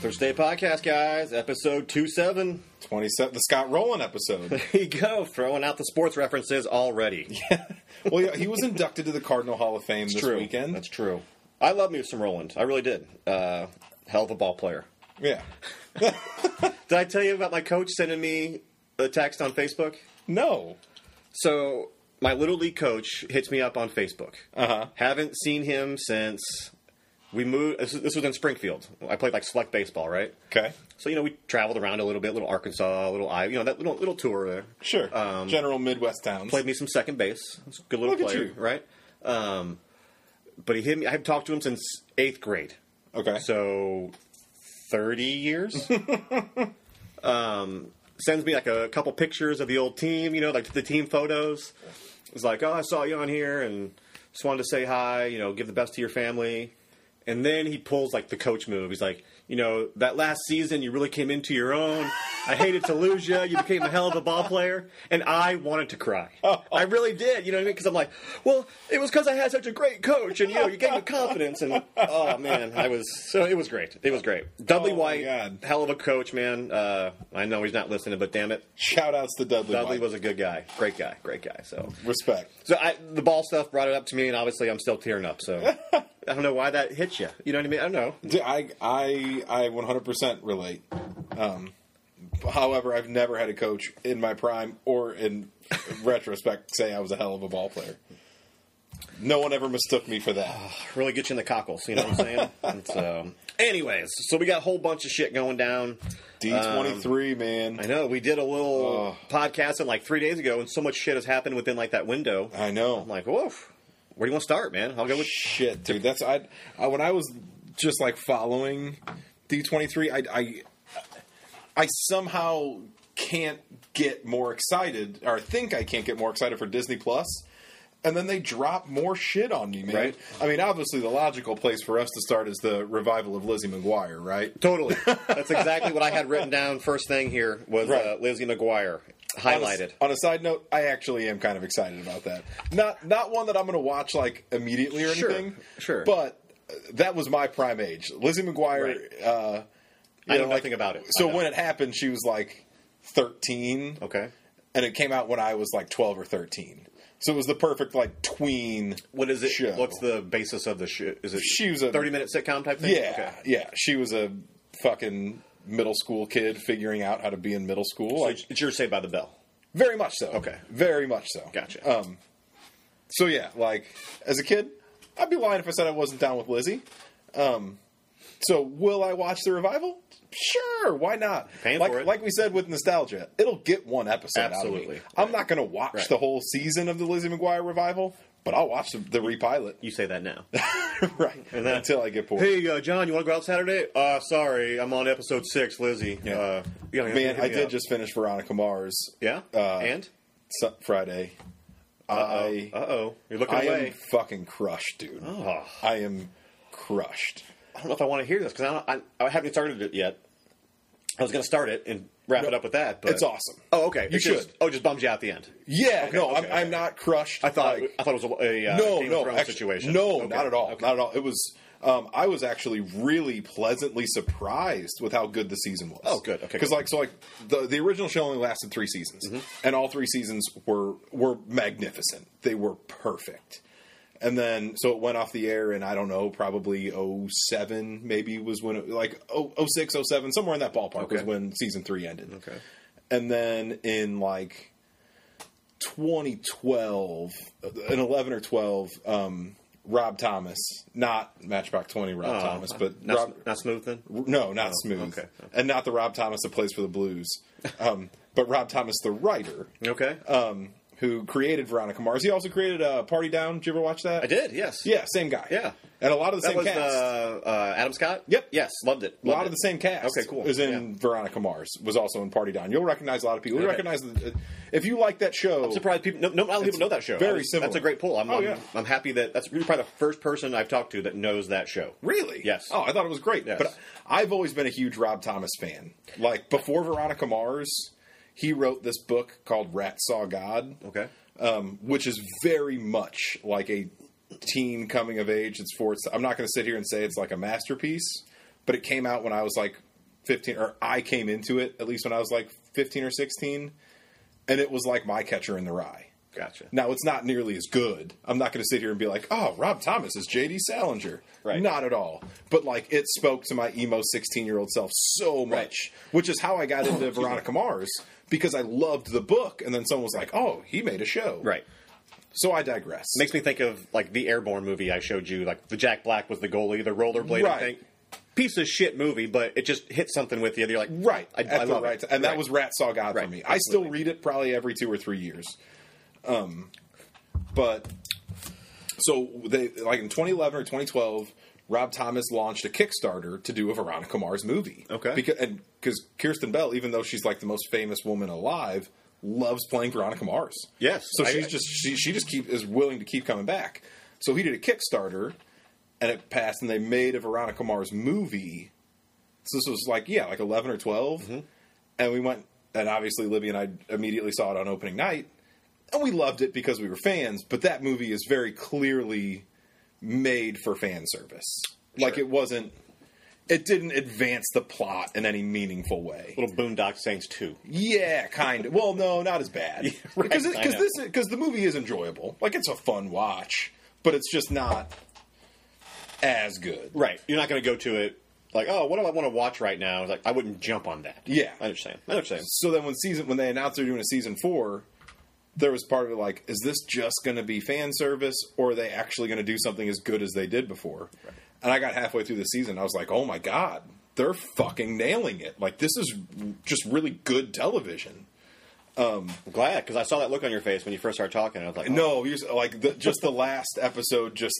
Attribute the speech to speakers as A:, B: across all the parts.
A: Church State Podcast, guys, episode 27.
B: 27, the Scott Rowland episode.
A: There you go, throwing out the sports references already.
B: well, yeah, he was inducted to the Cardinal Hall of Fame this
A: true.
B: weekend.
A: That's true. I love me some Roland. I really did. Uh, hell of a ball player.
B: yeah.
A: Did I tell you about my coach sending me a text on Facebook?
B: No.
A: So my little league coach hits me up on Facebook. Haven't seen him since we moved. This, this was in Springfield. I played like select baseball, right?
B: Okay.
A: So you know we traveled around a little bit, little Arkansas, little I, you know that little little tour there.
B: Sure.
A: Um,
B: General Midwest towns.
A: Played me some second base. It's a good little
B: Look at
A: player,
B: you.
A: right? Um, but he hit me. I haven't talked to him since eighth grade,
B: okay.
A: so thirty years. um, sends me like a couple pictures of the old team. You know, like the team photos. It's like, oh, I saw you on here, and just wanted to say hi. You know, give the best to your family. And then he pulls like the coach move. He's like, you know, that last season you really came into your own. I hated to lose you. You became a hell of a ball player, and I wanted to cry. I really did. You know what I mean? Because I'm like, well, it was because I had such a great coach, and you know, you gave me confidence. And oh man, I was so it was great. It was great. Dudley
B: Oh, my
A: White,
B: God.
A: hell of a coach, man. Uh, I know he's not listening, but damn it,
B: Shout outs to Dudley.
A: Dudley
B: White.
A: was a good guy, great guy, great guy. So
B: respect.
A: so I, the ball stuff brought it up to me, and obviously I'm still tearing up. So I don't know why that hits you. You know what I mean? I don't know.
B: Dude, I I I 100% relate. Um, however, I've never had a coach in my prime or in retrospect say I was a hell of a ball player. No one ever mistook me for that.
A: Really get you in the cockles. You know what I'm saying? And so, anyways, so we got a whole bunch of shit going down. Um,
B: D23,
A: I
B: man.
A: know we did a little podcast in like three days ago, and so much shit has happened within like that window.
B: I know.
A: I'm like, woof. Where do you want to start, man? I'll go with.
B: shit, dude. That's I, I when I was just like following D twenty three. I I I somehow can't get more excited, or think I can't get more excited for Disney Plus. And then they drop more shit on me, man.
A: Right.
B: I mean, obviously, the logical place for us to start is the revival of Lizzie McGuire, right?
A: Totally. That's exactly what I had written down. First thing here was uh,
B: Right.
A: Lizzie McGuire highlighted.
B: On a, on a side note, I actually am kind of excited about that. Not not one that I'm going to watch like immediately or
A: Sure,
B: anything.
A: sure.
B: But uh, that was my prime age. Lizzie McGuire.
A: Right.
B: Uh,
A: I
B: you
A: know nothing about it.
B: So
A: I know.
B: when it happened, she was like 13,
A: Okay.
B: and it came out when I was like 12 or 13. So it was the perfect like tween.
A: What is it?
B: Show.
A: What's the basis of the show? Is it
B: She was a-
A: thirty-minute sitcom type thing?
B: Yeah, yeah. She was a fucking middle school kid figuring out how to be in middle school.
A: So
B: Like,
A: it's- it's your Saved by the Bell.
B: Very much so.
A: Okay.
B: Very much so.
A: Gotcha.
B: Um, so yeah, like as a kid, I'd be lying if I said I wasn't down with Lizzie. Um, so will I watch the revival? Sure, why not?
A: Paying
B: like,
A: for it.
B: like we said with nostalgia, it'll get one episode. out of me.
A: Absolutely.
B: I'm not going to watch
A: Right.
B: the whole season of the Lizzie McGuire revival, but I'll watch the, the repilot.
A: You say that now.
B: right.
A: And then-
B: until I get bored.
A: hey, uh, John, you want to go out Saturday? Uh, sorry, I'm on episode six, Lizzie.
B: Yeah.
A: Uh, you gotta- hit
B: Man,
A: me
B: I did
A: up.
B: just finish Veronica Mars.
A: Yeah.
B: Uh,
A: and
B: Su- Friday. I
A: uh oh, you're looking
B: I am
A: away.
B: fucking crushed, dude.
A: Oh.
B: I am crushed.
A: I don't know if I want to hear this because I, don't- I, I haven't started it yet. I was going to start it and wrap it up with that. But
B: It's awesome.
A: Oh, okay.
B: You
A: It just-
B: should.
A: oh, it just bums you out at the end.
B: Yeah, no,
A: okay,
B: I'm,
A: okay.
B: I'm not crushed.
A: I thought
B: like-
A: I thought it was a, a uh,
B: no,
A: Game of
B: no,
A: Thrones
B: actu-
A: situation.
B: No,
A: Okay.
B: not at all.
A: Okay.
B: Not at all. It was. Um, I was actually really pleasantly surprised with how good the season was.
A: Oh, good. Okay, Mm-hmm.
B: Because
A: good.
B: like so, like the the original show only lasted three seasons, and all three seasons were were magnificent. They were perfect. And then so it went off the air, and I don't know, probably 07 maybe was when it like oh, 06, 07, somewhere in that ballpark
A: Okay.
B: was when season three ended.
A: Okay.
B: And then in like 2012, an 11 or 12, um, Rob Thomas, not Matchbox 20 Rob
A: Oh,
B: Thomas, but
A: not,
B: Rob,
A: not smooth then.
B: no, not Smooth,
A: okay.
B: and not the Rob Thomas that plays for the Blues, um, but Rob Thomas, the writer,
A: Okay.
B: um, who created Veronica Mars. He also created uh, Party Down. Did you ever watch that?
A: I did. Yes.
B: Yeah, same guy.
A: Yeah.
B: and a lot of
A: That
B: the same
A: was
B: cast.
A: uh, uh, Adam Scott.
B: Yep.
A: Yes. Loved it.
B: a lot of the same cast.
A: Okay, cool.
B: Is in
A: Yeah.
B: Veronica Mars. Was also in Party Down. You'll recognize a lot of people. You'll
A: Okay.
B: recognize the, if you like that show.
A: Surprised people. No, no, a lot of people know that show.
B: very
A: I was- That's
B: similar.
A: a great pull. I'm,
B: Oh,
A: I'm,
B: yeah.
A: I'm happy that that's really probably the first person I've talked to that knows that show.
B: Really?
A: Yes.
B: Oh, I thought it was great.
A: Yes.
B: But I've always been a huge Rob Thomas fan. Like before Veronica Mars, he wrote this book called Rat Saw God.
A: Okay. Oh,
B: Um, which is very much like a teen coming of age. It's for it's, I'm not going to sit here and say it's like a masterpiece, but it came out when I was like 15 or I came into it at least when I was like 15 or 16 and it was like my catcher in the rye.
A: Gotcha.
B: Now it's not nearly as good. I'm not going to sit here and be like, "Oh, Rob Thomas is J.D. Salinger."
A: Right.
B: Not at all. But like, it spoke to my emo 16 year old self so much, which is how I got into Veronica Mars because I loved the book, and then someone was like, "Oh, he made a show."
A: Right.
B: So I digress.
A: Makes me think of like the Airborne movie I showed you, like the Jack Black was the goalie, the rollerblading
B: Right.
A: thing. Piece of shit movie, but it just hit something with you. You're like,
B: right
A: I,
B: at
A: I
B: the
A: love
B: right
A: it.
B: time. and that
A: Right.
B: was Rat Saw God
A: Right,
B: for me. I still
A: absolutely.
B: read it probably every two or three years. Um, but so they like in 2011 or 2012, Rob Thomas launched a Kickstarter to do a Veronica Mars movie.
A: Okay.
B: because and because Kirsten Bell, even though she's like the most famous woman alive, loves playing Veronica Mars.
A: Yes,
B: so
A: I-
B: she's
A: I-
B: just she she just keep is willing to keep coming back. So he did a Kickstarter, and it passed, and they made a Veronica Mars movie so this was like yeah, like eleven or 12
A: Mm-hmm.
B: and we went, and obviously Libby and I immediately saw it on opening night, and we loved it because we were fans. But that movie is very clearly made for fan service. Like
A: Sure.
B: it wasn't, it didn't advance the plot in any meaningful way.
A: little Boondock Saints two.
B: Yeah, kind of. Well, no, not as bad
A: right,
B: because
A: I
B: because
A: know.
B: this because the movie is enjoyable. Like it's a fun watch, but it's just not as good.
A: Right. You're not going to go to it like, oh, what do I want to watch right now? It's like I wouldn't jump on that.
B: Yeah.
A: I understand. I understand.
B: so then when season when they announced they're doing a season four, there was part of it like, is this just going to be fan service, or are they actually going to do something as good as they did before? And I got halfway through the season, I was like, oh my god, they're fucking nailing it! Like this is just really good television.
A: I'm glad because I saw that look on your face when you first started talking. And I was like, oh,
B: No, you're, s- like the, just the last episode just.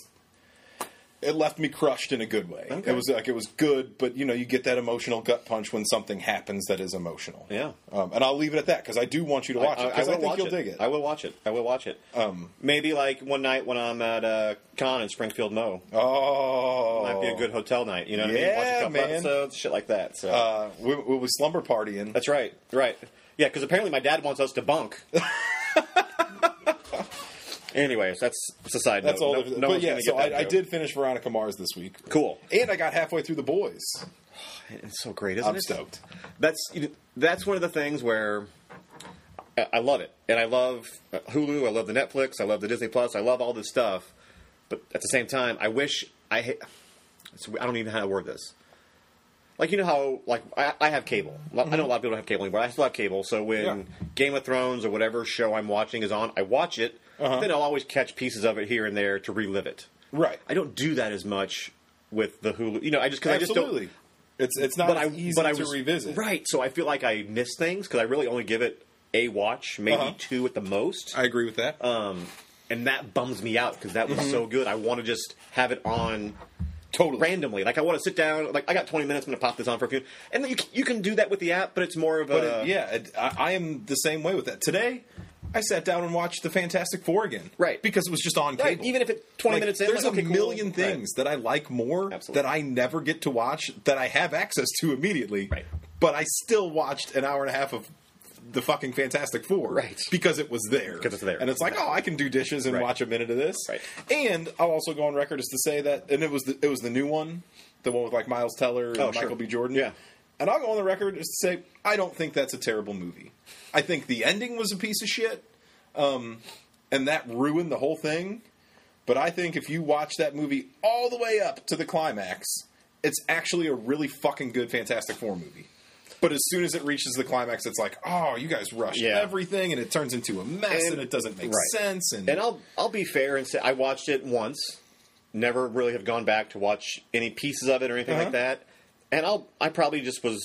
B: It left me crushed in a good way.
A: Okay.
B: It was like it was good, but you know you get that emotional gut punch when something happens that is emotional.
A: Yeah.
B: um, and I'll leave it at that because I do want you
A: "Oh,
B: to watch it because I,
A: will
B: think
A: watch
B: you'll dig it.
A: I will watch it. I will watch it. Um, Maybe like one night when I'm at uh, con in Springfield, Mo.
B: Oh,
A: Might be a good hotel night. You know what I mean? Watch a
B: Yeah,
A: couple
B: man.
A: episodes, shit like that. So
B: Uh, we, we was slumber partying.
A: that's right. Right. Yeah, because apparently my dad wants us to bunk. Anyways, that's, that's a side
B: That's
A: note.
B: all.
A: No-
B: there-
A: no
B: but
A: one's
B: yeah,
A: gonna
B: so
A: get that
B: I, I
A: joke.
B: did finish Veronica Mars this week.
A: Cool.
B: And I got halfway through The Boys.
A: It's so great, isn't
B: I'm
A: it?
B: stoked.
A: That's you know, that's one of the things where I I love it, and I love uh, Hulu, I love the Netflix, I love the Disney Plus, I love all this stuff. But at the same time, I wish I ha- it's- I don't even know how to word this. Like you know how like I, I have cable. Lo- I know a lot of people don't have cable anymore. I still have cable, so when
B: Mm-hmm. Yeah.
A: Game of Thrones or whatever show I'm watching is on, I watch it.
B: Uh-huh.
A: Then I'll always catch pieces of it here and there to relive it.
B: Right.
A: I don't do that as much with the Hulu. You know, I just because I just don't
B: Absolutely. it's it's not
A: but
B: as
A: I
B: easy
A: but I
B: to
A: was,
B: revisit.
A: Right, so I feel like I miss things because I really only give it a watch, maybe
B: Uh-huh.
A: two at the most,
B: I agree with that.
A: and that bums me out because that was so good. I want to just have it on
B: Mm-hmm. totally.
A: randomly. Like I want to sit down. Like I got 20 minutes. I'm gonna pop this on for a few. And you c- you can do that with the app, but it's more of a
B: but it- yeah, it, I, I am the same way with that. Today, I sat down and watched the Fantastic Four again.
A: Right.
B: Because it was just on cable.
A: Right, even if it's 20
B: Like,
A: minutes in,
B: there's
A: like,
B: a
A: okay, cool.
B: million
A: Right.
B: things that I like more
A: Absolutely.
B: that I never get to watch that I have access to immediately.
A: Right.
B: But I still watched an hour and a half of the fucking Fantastic Four.
A: Right.
B: Because it was there.
A: Because it's there.
B: And it's like, oh, I can do dishes and
A: Right.
B: watch a minute of this.
A: Right.
B: And I'll also go on record as to say that, and it was the, it was the new one, the one with like Miles Teller and
A: Oh, sure.
B: Michael B. Jordan.
A: Yeah.
B: And I'll go on the record just to say I don't think that's a terrible movie. I think the ending was a piece of shit, um, and that ruined the whole thing. But I think if you watch that movie all the way up to the climax, it's actually a really fucking good Fantastic Four movie. But as soon as it reaches the climax, it's like, oh, you guys rushed
A: Yeah.
B: everything, and it turns into a mess, and,
A: And-
B: it doesn't make
A: right.
B: sense. And,
A: And I'll I'll be fair and say I watched it once. Never really have gone back to watch any pieces of it or anything
B: Uh-huh.
A: like that. And I'll I probably just was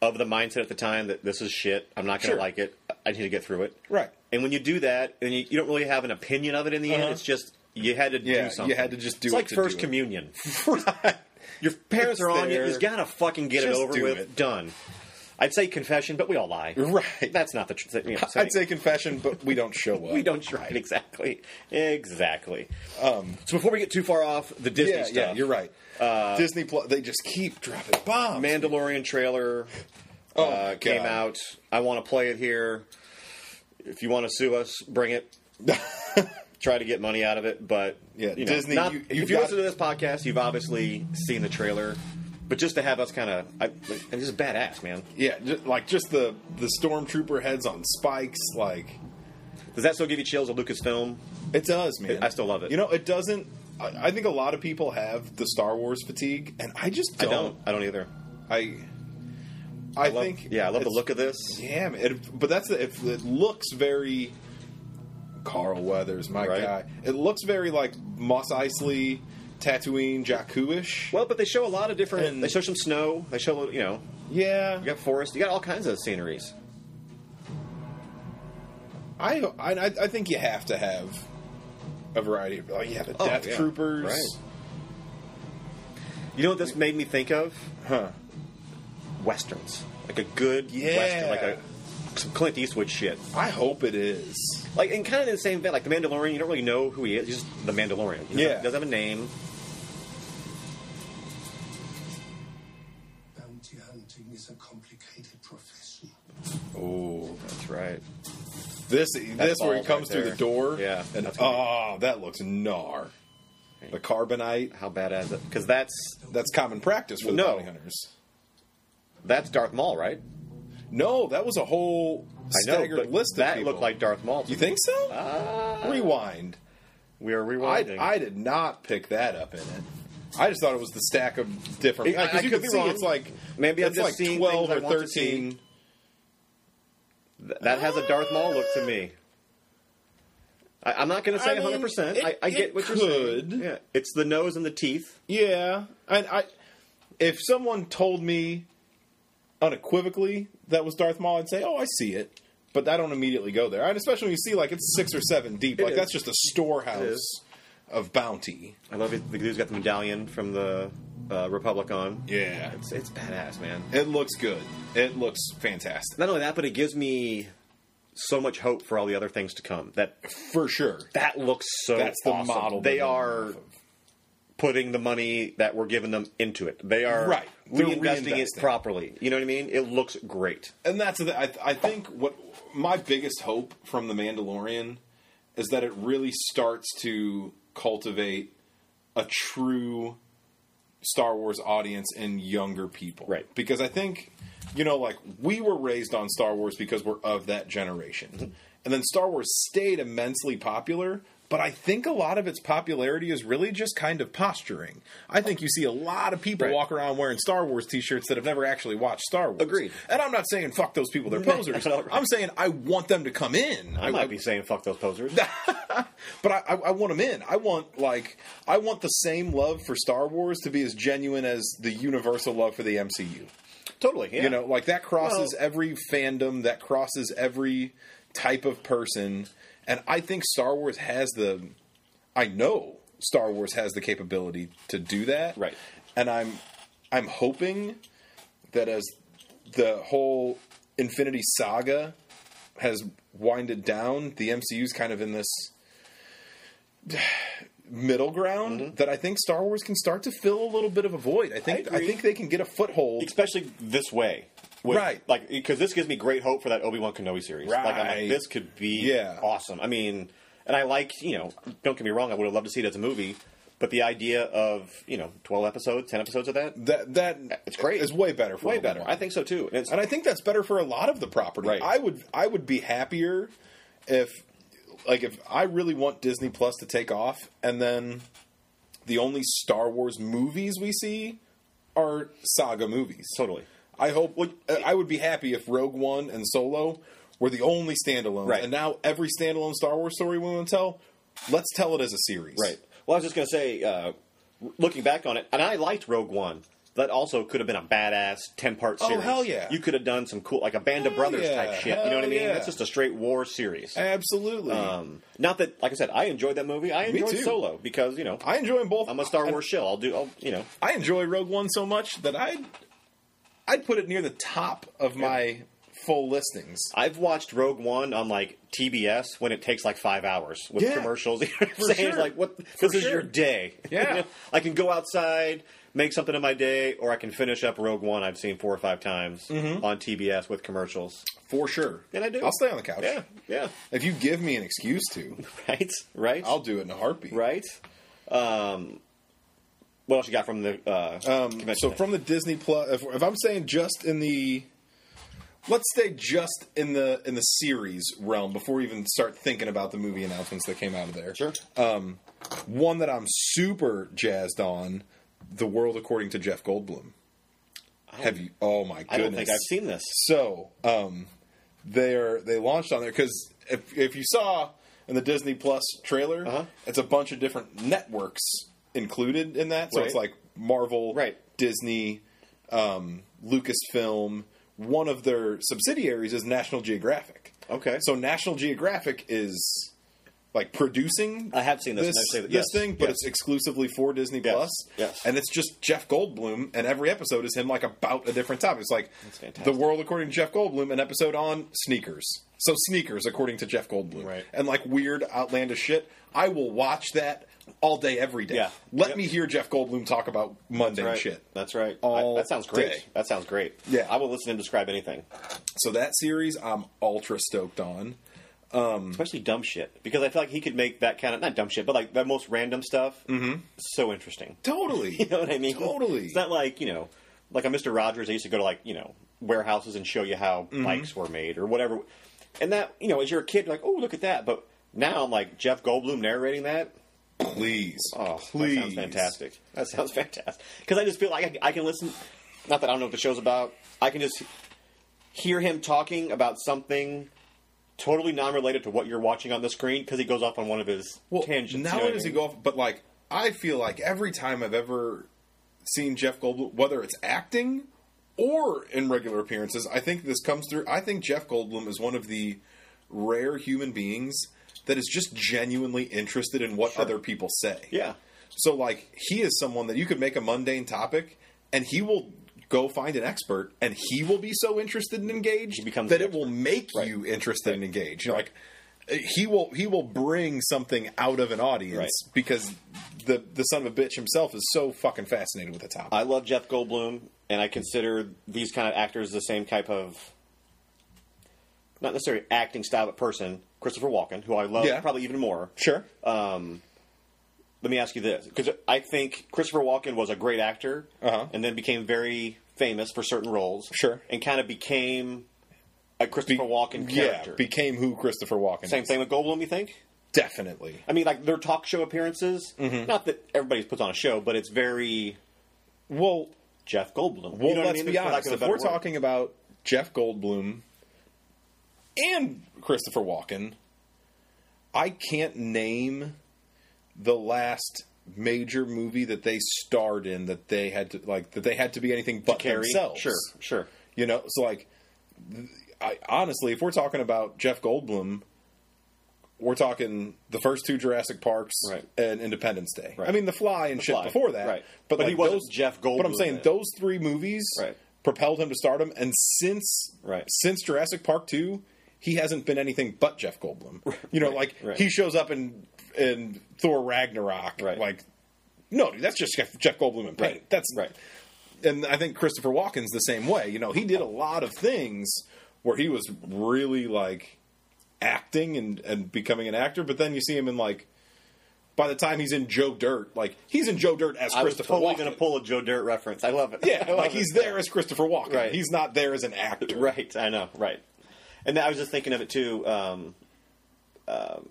A: of the mindset at the time that this is shit. I'm not going to
B: Sure.
A: like it. I need to get through it.
B: Right.
A: And when you do that, and you, you don't really have an opinion of it in the
B: Uh-huh.
A: end, it's just you had to
B: Yeah,
A: do
B: you
A: something.
B: had to just do
A: It's
B: it
A: like
B: to
A: first
B: do it.
A: communion. Your parents
B: It's
A: are on you.
B: there.
A: You gotta fucking get
B: Just
A: it over
B: do
A: with.
B: it.
A: Done. I'd say confession, but we all lie.
B: Right.
A: That's not the truth. You know, so
B: I'd say confession, but we don't show up.
A: we don't try it exactly. Exactly. Um, so before we get too far off the Disney
B: Yeah,
A: stuff, Uh,
B: yeah, you're right. Disney Plus, they just keep dropping bombs.
A: Mandalorian trailer
B: Oh,
A: uh, came
B: God.
A: out. I want to play it here. If you want to sue us, bring it. Try to get money out of it, but
B: Yeah,
A: you know,
B: Disney,
A: not-
B: you-
A: if
B: you've
A: you
B: got-
A: listen to this podcast, you've obviously seen the trailer. But just to have us kind of, I, like, this is badass, man.
B: Yeah, ju- like just the the stormtrooper heads on spikes. Like
A: Does that still give you chills at Lucasfilm?
B: it does, man.
A: I still love it.
B: You know, it doesn't. I, I think a lot of people have the Star Wars fatigue, and I just
A: I
B: don't.
A: don't. I don't either.
B: I. I,
A: I love,
B: think.
A: yeah, I love the
B: it's-
A: look of this.
B: Yeah, man. It, but that's the, it, it looks very Carl Weathers, my
A: Right.
B: guy. It looks very like Moss Isley, Tatooine, Jakku-ish.
A: Well, but they show a lot of different.
B: And-
A: they show some snow. They show you know,
B: Yeah,
A: you got forest. You got all kinds of sceneries.
B: I, I I think you have to have a variety of. Oh, yeah, the
A: Oh,
B: Death
A: yeah.
B: Troopers.
A: Right. You know what this made me think of?
B: Huh.
A: Westerns, like a good
B: Yeah.
A: western, like a some Clint Eastwood shit.
B: I hope it is.
A: Like and kind of in the same vein, like the Mandalorian. You don't really know who he is. He's just the Mandalorian. He doesn't-
B: Yeah.
A: doesn't have a name.
C: Bounty hunting is a complicated profession.
B: Oh,
A: That's right.
B: this this where he
A: balls
B: comes
A: right
B: through
A: there.
B: the door.
A: Yeah,
B: and
A: that's gonna
B: oh, that looks gnar. The carbonite.
A: How bad is it? Because that's
B: That's common practice for the
A: No.
B: bounty hunters.
A: that's Darth Maul, right?
B: No, that was a whole
A: I know,
B: staggered
A: but
B: list. Of
A: that
B: people.
A: looked like Ah. Darth Maul. to
B: You
A: me.
B: think so? Rewind.
A: We are
B: I,
A: rewinding.
B: I did not pick that up in it. I just thought it was the stack of different.
A: It- I-
B: Because
A: I
B: you
A: could
B: could
A: be
B: see
A: wrong.
B: it's like
A: Maybe I'm
B: it's
A: just
B: like
A: seeing
B: twelve
A: things I
B: or
A: want to see.
B: thirteen.
A: Th- that has a Darth Maul look to me. I, I'm not going to
B: I
A: say
B: mean,
A: 100%. I,
B: it-
A: I get
B: it
A: what you're saying.
B: could.
A: Yeah, it's the nose and the teeth.
B: Yeah, and I, if someone told me unequivocally that was Darth Maul, I'd say, "Oh, I see it," but I don't immediately go there. And especially when you see like it's six or seven deep, like
A: is.
B: that's just a
A: It
B: storehouse
A: is.
B: of bounty.
A: I love it. The dude's got the medallion from the uh, Republic on.
B: Yeah,
A: It's, it's badass, man.
B: it looks good. It looks fantastic
A: Not only that, but it gives me so much hope for all the other things to come. That
B: for sure.
A: that looks so
B: That's the
A: awesome.
B: model
A: They
B: they're going
A: are
B: off of.
A: putting the money that we're giving them into it. They are
B: Right. They're
A: reinvesting it
B: reinvesting.
A: properly. You know what I mean? It looks great.
B: and that's the thing. I, I think what my biggest hope from the Mandalorian is that it really starts to cultivate a true Star Wars audience in younger people,
A: Right.
B: Because I think you know, like we were raised on Star Wars because we're of that
A: Mm-hmm.
B: generation, and then Star Wars stayed immensely popular. But I think a lot of its popularity is really just kind of posturing. I think you see a lot of people
A: Right.
B: walk around wearing Star Wars T-shirts that have never actually watched Star Wars.
A: Agreed.
B: And I'm not saying fuck those people; they're posers.
A: All right.
B: I'm saying I want them to come in.
A: I might be saying fuck those posers.
B: but I, I, I want them in. I want like I want the same love for Star Wars to be as genuine as the universal love for the MCU.
A: totally. Yeah.
B: You know, like that crosses
A: Well-
B: every fandom, that crosses every type of person, and I think Star Wars has the. I know Star Wars has the capability to do that,
A: Right.
B: And I'm, I'm hoping that as the whole Infinity Saga has winded down, the MCU's kind of in this middle ground
A: Mm-hmm.
B: that I think Star Wars can start to fill a little bit of a void. I think I,
A: agree.
B: think they can get a foothold.
A: especially this way. With,
B: Right.
A: Like, because this gives me great hope for that Obi Wan Kenobi series. Like, I'm like,
B: Right.
A: this could be
B: Yeah.
A: awesome. I mean, and I like, you know, don't get me wrong, I would have loved to see it as a movie, but the idea of, you know, 12 episodes, 10 episodes of that,
B: That that
A: It's great.
B: Is way better. For
A: way
B: Obi-Wan.
A: better. I think so too. And it's,
B: and I think that's better for a lot of the property.
A: Right.
B: I would I would be happier if like if I really want Disney Plus to take off, and then the only Star Wars movies we see are saga movies.
A: totally.
B: I hope. uh, I would be happy if Rogue One and Solo were the only standalones,
A: Right.
B: and now every standalone Star Wars story we want to tell, let's tell it as a series.
A: Right. Well, I was just going to say, uh, looking back on it, and I liked Rogue One. That also could have been a badass ten part
B: Oh,
A: series.
B: hell yeah.
A: You could have done some cool, like a Band of
B: Hell
A: Brothers
B: yeah.
A: type shit. You know what I
B: Hell
A: mean?
B: yeah.
A: That's just a straight war series.
B: Absolutely.
A: Um, not that, like I said, I enjoyed that movie. I enjoyed
B: too.
A: Solo because you know
B: I enjoy 'em both.
A: I'm a Star
B: I-
A: Wars shill. I'll do. I'll, you know,
B: I enjoy Rogue One so much that I'd I'd put it near the top of my full listings.
A: I've watched Rogue One on like TBS when it takes like five hours with
B: Yeah.
A: commercials. You know what I'm
B: For
A: saying? It's
B: sure.
A: like what
B: For
A: this is
B: sure.
A: your day.
B: Yeah.
A: I can go outside, make something of my day, or I can finish up Rogue One. I've seen four or five times on TBS with commercials,
B: For sure.
A: and I do.
B: Mm-hmm. I'll stay on the couch.
A: Yeah, yeah.
B: If you give me an excuse to,
A: Right, right,
B: I'll do it in a heartbeat.
A: right. Um, What else you got from the uh,
B: Um, so from the Disney Plus, if, if I'm saying just in the, let's say just in the in the series realm before we even start thinking about the movie announcements that came out of there.
A: Sure.
B: Um, one that I'm super jazzed on, The World According to Jeff Goldblum. Have you? Oh my goodness!
A: I don't think I've seen this.
B: So um, they're they launched on there because if if you saw in the Disney Plus trailer,
A: Uh-huh.
B: it's a bunch of different networks included in that. So it's
A: Right.
B: like Marvel,
A: Right.
B: Disney, um, Lucasfilm. One of their subsidiaries is National Geographic.
A: Okay.
B: so National Geographic is like producing.
A: I have seen this, and I've seen it, yes,
B: this thing, but
A: yes.
B: it's exclusively for Disney
A: Yes,
B: Plus.
A: yes.
B: and it's just Jeff Goldblum, and every episode is him like about a different topic. It's like
A: fantastic.
B: the world according to Jeff Goldblum, an episode on sneakers. So sneakers, according to Jeff Goldblum,
A: Right.
B: and like weird, outlandish shit. I will watch that all day, every day.
A: Yeah.
B: Let
A: Yep.
B: me hear Jeff Goldblum talk about mundane
A: Right.
B: shit.
A: That's right. I-
B: All
A: that sounds great.
B: day.
A: That sounds great.
B: Yeah. Mm-hmm.
A: I will listen to him describe anything,
B: So that series, I'm ultra stoked on.
A: especially dumb shit, because I feel like he could make that kind of not dumb shit, but like the most random stuff so interesting.
B: Totally.
A: You know what I mean?
B: Mm-hmm. Totally.
A: It's not like you know, like a Mister Rogers. They used to go to like you know warehouses and show you how
B: Mm-hmm.
A: bikes were made or whatever. And that you know, as you're a kid, you're like, oh, look at that. But now I'm like Jeff Goldblum narrating that.
B: please.
A: Oh,
B: please.
A: that sounds fantastic. That sounds fantastic. Because I just feel like I, I can listen. Not that I don't know what the show's about. I can just hear him talking about something totally non-related to what you're watching on the screen because he goes off on one of his
B: well,
A: tangents. you
B: Not
A: know
B: only
A: what I
B: does he
A: mean?
B: go off, but like I feel like every time I've ever seen Jeff Goldblum, whether it's acting or in regular appearances, I think this comes through. I think Jeff Goldblum is one of the rare human beings that is just genuinely interested in what other people say.
A: Yeah.
B: So like he is someone that you could make a mundane topic and he will go find an expert and he will be so interested and engaged
A: He becomes
B: that
A: the
B: it will make
A: Right.
B: you interested and engaged. You know, like uh, he will he will bring something out of an audience
A: Right.
B: because the the son of a bitch himself is so fucking fascinated with the topic.
A: I love Jeff Goldblum, and I consider these kind of actors the same type of not necessarily acting style, but person. Christopher Walken, who I love
B: Yeah.
A: probably even more.
B: sure.
A: Uh, let me ask you this because I think Christopher Walken was a great actor
B: Uh-huh.
A: and then became very famous for certain roles.
B: Sure.
A: And kind of became a Christopher Walken
B: yeah,
A: character.
B: became who Christopher Walken.
A: Same
B: is.
A: thing with Goldblum, you think?
B: Definitely.
A: I mean, like their talk show appearances.
B: Mm-hmm.
A: Not that everybody puts on a show, but it's very
B: Well,
A: Jeff Goldblum.
B: Well,
A: you know
B: let's
A: what I mean?
B: be
A: For lack
B: honest.
A: of a
B: If
A: better
B: we're
A: word.
B: talking about Jeff Goldblum and Christopher Walken, I can't name the last major movie that they starred in that they had to like that they had to be anything but
A: Carrie,
B: themselves.
A: sure, sure.
B: You know, so like, th- I honestly, if we're talking about Jeff Goldblum, we're talking the first two Jurassic Parks
A: Right.
B: and Independence Day.
A: Right.
B: I mean, The Fly and shit
A: Fly,
B: before that.
A: right.
B: But,
A: But
B: like
A: he wasn't
B: those,
A: Jeff
B: But I'm
A: Goldblum
B: saying
A: then.
B: those three movies
A: Right.
B: propelled him to stardom, and since
A: Right.
B: since Jurassic Park two, he hasn't been anything but Jeff Goldblum. You know, like
A: right.
B: he shows up in in Thor Ragnarok,
A: Right.
B: like. No, dude, that's just Jeff Jeff Goldblum in paint.
A: Right.
B: That's
A: Right.
B: and I think Christopher Walken's the same way. You know, he did a lot of things where he was really like acting and and becoming an actor, but then you see him in like by the time he's in Joe Dirt, like he's in Joe Dirt as
A: I was
B: Christopher
A: totally
B: Walken.
A: going to pull a Joe Dirt reference. I love it. I
B: yeah,
A: love
B: like
A: it.
B: he's there as Christopher Walken.
A: Right.
B: He's not there as an actor.
A: Right, I know, right. And I was just thinking of it too. Um, um,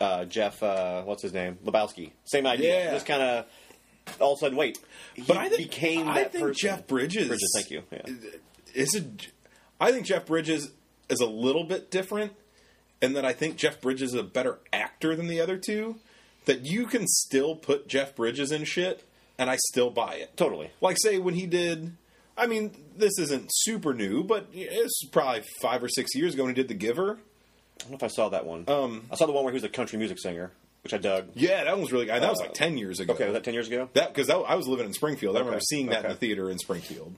A: uh, Jeff, uh, what's his name? Lebowski. Same idea.
B: Yeah.
A: Just kind of all of a sudden, wait. He
B: But I think
A: became
B: I
A: that
B: think
A: person.
B: Jeff Bridges.
A: Bridges, thank you. Yeah.
B: is a, I think Jeff Bridges is a little bit different, and that I think Jeff Bridges is a better actor than the other two. That you can still put Jeff Bridges in shit, and I still buy it.
A: Totally.
B: Like say when he did, I mean, this isn't super new, but it's probably five or six years ago when he did The Giver.
A: I don't know if I saw that one. Um, I saw the one where he was a country music singer, which I dug.
B: Yeah, that one was really. That was like ten years ago.
A: Oh. Okay, was that 10 years ago?
B: That because I was living in Springfield. I remember
A: Okay,
B: seeing that in
A: okay.
B: the theater in Springfield,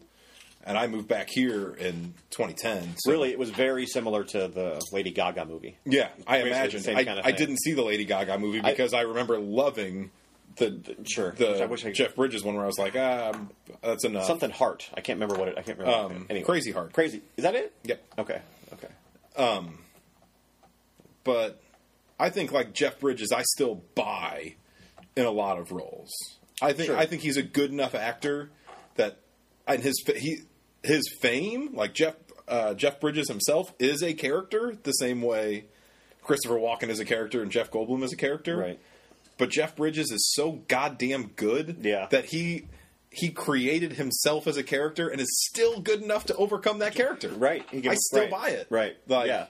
B: and I moved back here in 2010. so-
A: Really, it was very similar to the Lady Gaga movie.
B: Yeah,
A: Basically
B: I
A: the
B: imagine.
A: same
B: I,
A: kind of
B: I
A: thing.
B: didn't see the Lady Gaga movie because I, remember loving the, the
A: Sure. Which
B: the
A: I wish I-
B: Jeff Bridges one where I was like, ah, I'm- that's enough.
A: Something Heart. I can't remember what it. I can't remember.
B: Um,
A: anyway,
B: Crazy Heart.
A: Crazy. Is that it?
B: Yep.
A: Okay. Okay.
B: But I think like Jeff Bridges, I still buy in a lot of roles. I think
A: Sure.
B: I think he's a good enough actor that and his fa- he his fame like Jeff uh, Jeff Bridges himself is a character the same way Christopher Walken is a character and Jeff Goldblum is a character.
A: Right.
B: But Jeff Bridges is so goddamn good
A: Yeah.
B: that he he created himself as a character and is still good enough to overcome that character.
A: Right. He can-
B: I still
A: right.
B: buy it.
A: Right.
B: Like,
A: yeah.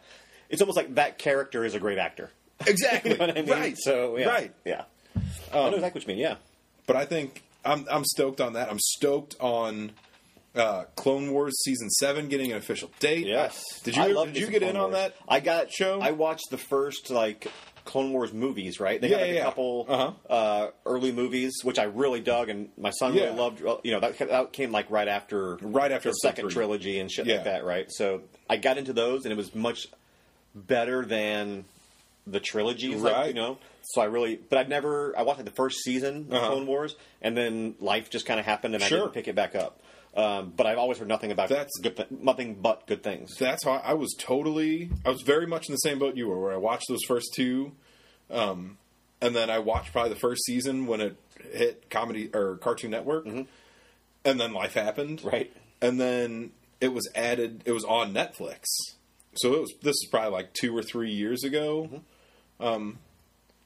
A: It's almost like that character is a great actor.
B: Exactly.
A: You know what I mean?
B: Right.
A: So yeah.
B: Right. Um,
A: Yeah. I know exactly what you mean. Yeah.
B: but I think I'm I'm stoked on that. I'm stoked on uh, Clone Wars season seven getting an official date.
A: Yes.
B: Did you
A: I love
B: did
A: me
B: you
A: some
B: get
A: Clone
B: in on
A: Wars.
B: that?
A: I got
B: show?
A: I watched the first like Clone Wars movies. Right. They
B: Yeah,
A: got like,
B: yeah, yeah.
A: a couple
B: Uh-huh.
A: uh, early movies, which I really dug, and my son
B: Yeah.
A: really loved. You know, that, that came like right after
B: Right after
A: the
B: episode
A: second
B: three.
A: trilogy and shit
B: Yeah.
A: like that. Right. So I got into those, and it was much better than the trilogies,
B: Right.
A: like, you know. So I really, but I've never. I watched like, the first season of
B: Uh-huh.
A: Clone Wars, and then life just kind of happened, and
B: Sure.
A: I didn't pick it back up. Um, but I've always heard nothing about
B: That's-
A: good th- nothing but good things.
B: That's how I, I was totally. I was very much in the same boat you were, where I watched those first two, um, and then I watched probably the first season when it hit comedy or Cartoon Network, and then life happened.
A: Mm-hmm. Right.
B: and then it was added. It was on Netflix, so it was. This is probably like two or three years ago. Um,
A: Mm-hmm.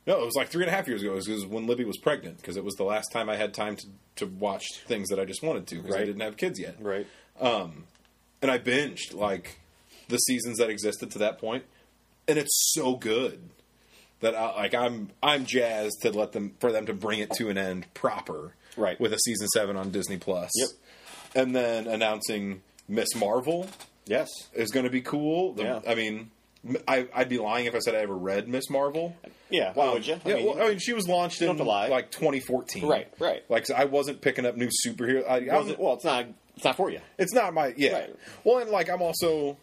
B: no, it was like three and a half years ago. It was, it was when Libby was pregnant because it was the last time I had time to to watch things that I just wanted to because I
A: Right.
B: didn't have kids yet
A: Right.
B: and I binged like the seasons that existed to that point, and it's so good that I, like I'm I'm jazzed to let them for them to bring it to an end proper,
A: Right.
B: With a season seven on Disney Plus,
A: Yep.
B: and then announcing Miss Marvel
A: Yes.
B: is going to be cool. The-
A: Yeah.
B: I mean. m- I, would be lying if I said I ever read Miss Marvel.
A: Yeah. Why would you? I
B: Um, yeah,
A: mean,
B: well, I mean, she was launched
A: don't
B: in
A: have to lie.
B: like 2014,
A: Right, right.
B: Like, so I wasn't picking up new superhero. I, I
A: it
B: was
A: wasn't- well, it's not. It's not for you.
B: it's not my yeah.
A: Right.
B: Well, and like I'm also,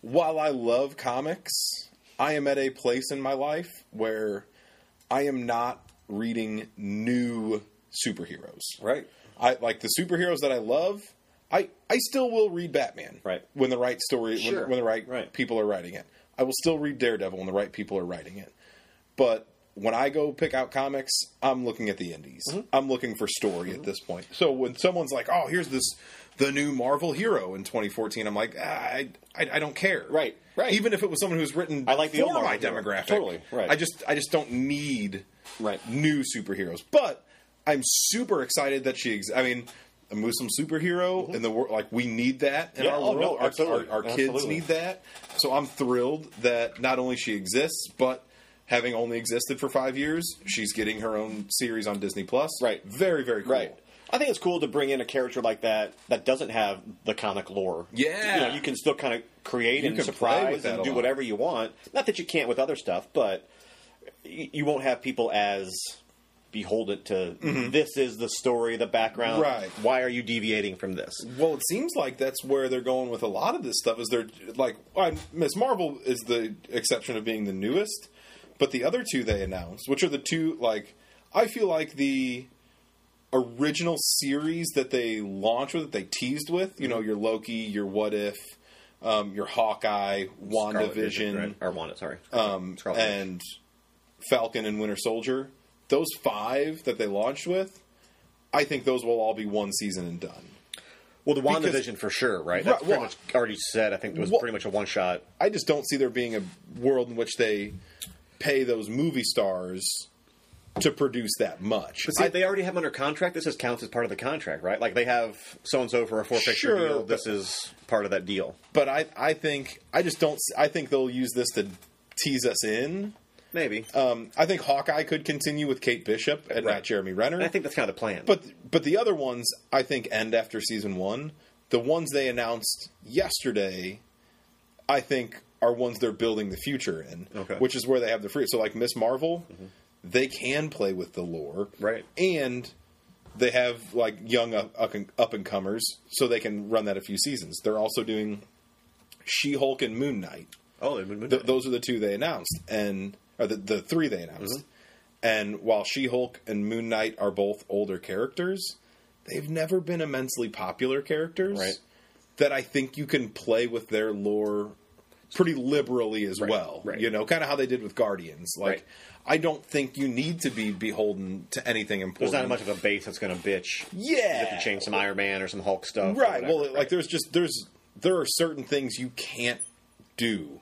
B: while I love comics, I am at a place in my life where I am not reading new superheroes.
A: Right.
B: I like the superheroes that I love. I I still will read Batman.
A: Right.
B: When the right story,
A: Sure.
B: when, when the right,
A: Right.
B: people are writing it, I will still read Daredevil when the right people are writing it. But when I go pick out comics, I'm looking at the indies.
A: Mm-hmm.
B: I'm looking for story at this point. So when someone's like, "Oh, here's this the new Marvel hero in 2014," I'm like, ah, I, I I don't care.
A: Right, right.
B: Even if it was someone who's written
A: I like the
B: for
A: old
B: my
A: Marvel hero.
B: demographic.
A: Totally, right.
B: I just I just don't need
A: Right.
B: new superheroes. But I'm super excited that she. Ex- I mean, a Muslim superhero in the world. Like we need that
A: Mm-hmm.
B: in
A: Yeah,
B: our
A: oh,
B: world.
A: no,
B: our,
A: absolutely.
B: our, our kids
A: Absolutely.
B: need that. So I'm thrilled that not only she exists, but having only existed for five years, she's getting her own series on Disney Plus.
A: Right.
B: Very very cool.
A: Right. I think it's cool to bring in a character like that that doesn't have the comic lore.
B: Yeah.
A: you, know, you can still kind of create
B: You
A: and
B: can play
A: surprise
B: with that a
A: and do
B: lot.
A: whatever you want. Not that you can't with other stuff, but y- you won't have people as beholden to this is the story, the background.
B: Mm-hmm. Right.
A: Why are you deviating from this?
B: Well, it seems like that's where they're going with a lot of this stuff. Is they're like I- Miss Marvel is the exception of being the newest, but the other two they announced, which are the two like I feel like the original series that they launched with, that they teased with. You know,
A: Mm-hmm.
B: your Loki, your What If, um, your Hawkeye,
A: Scarlet
B: WandaVision,
A: right? or Wanda, sorry,
B: um,
A: Scarlet Vision.
B: and Falcon and Winter Soldier. Those five that they launched with, I think those will all be one season and done.
A: well, the WandaVision
B: because-
A: Vision for sure, right? That's
B: Right,
A: pretty
B: well-
A: much already said. I think it was
B: Well-
A: pretty much a one shot.
B: I just don't see there being a world in which they pay those movie stars to produce that much.
A: But see, they already have them under contract. This is counts as part of the contract, right? Like they have so and so for a four picture
B: Sure,
A: deal.
B: but-
A: This is part of that deal.
B: but I, I think I just don't. s- I think they'll use this to tease us in.
A: Maybe.
B: Um, I think Hawkeye could continue with Kate Bishop and not
A: Right.
B: Jeremy Renner.
A: and I think that's kind of the plan.
B: but but the other ones I think end after season one. The ones they announced yesterday, I think are ones they're building the future in,
A: Okay. Mm-hmm.
B: which is where they have the free. So like Miss Marvel, they can play with the lore,
A: Right.
B: And they have like young up, up, and, up and comers, so they can run that a few seasons. They're also doing She Hulk and Moon Knight.
A: oh, they moved
B: Th- those are the two they announced, and or the, the three they announced.
A: Mm-hmm.
B: And while She Hulk and Moon Knight are both older characters, they've never been immensely popular characters
A: Right.
B: that I think you can play with their lore pretty liberally as well.
A: right.
B: You know, kind of how they did with Guardians. Like,
A: Right.
B: I don't think you need to be beholden to anything important.
A: There's not much of a base that's going to bitch. You have
B: yeah.
A: to change some Iron Man or some Hulk stuff. or
B: Right. Well,
A: whatever,
B: like there's just there's there are certain things you can't do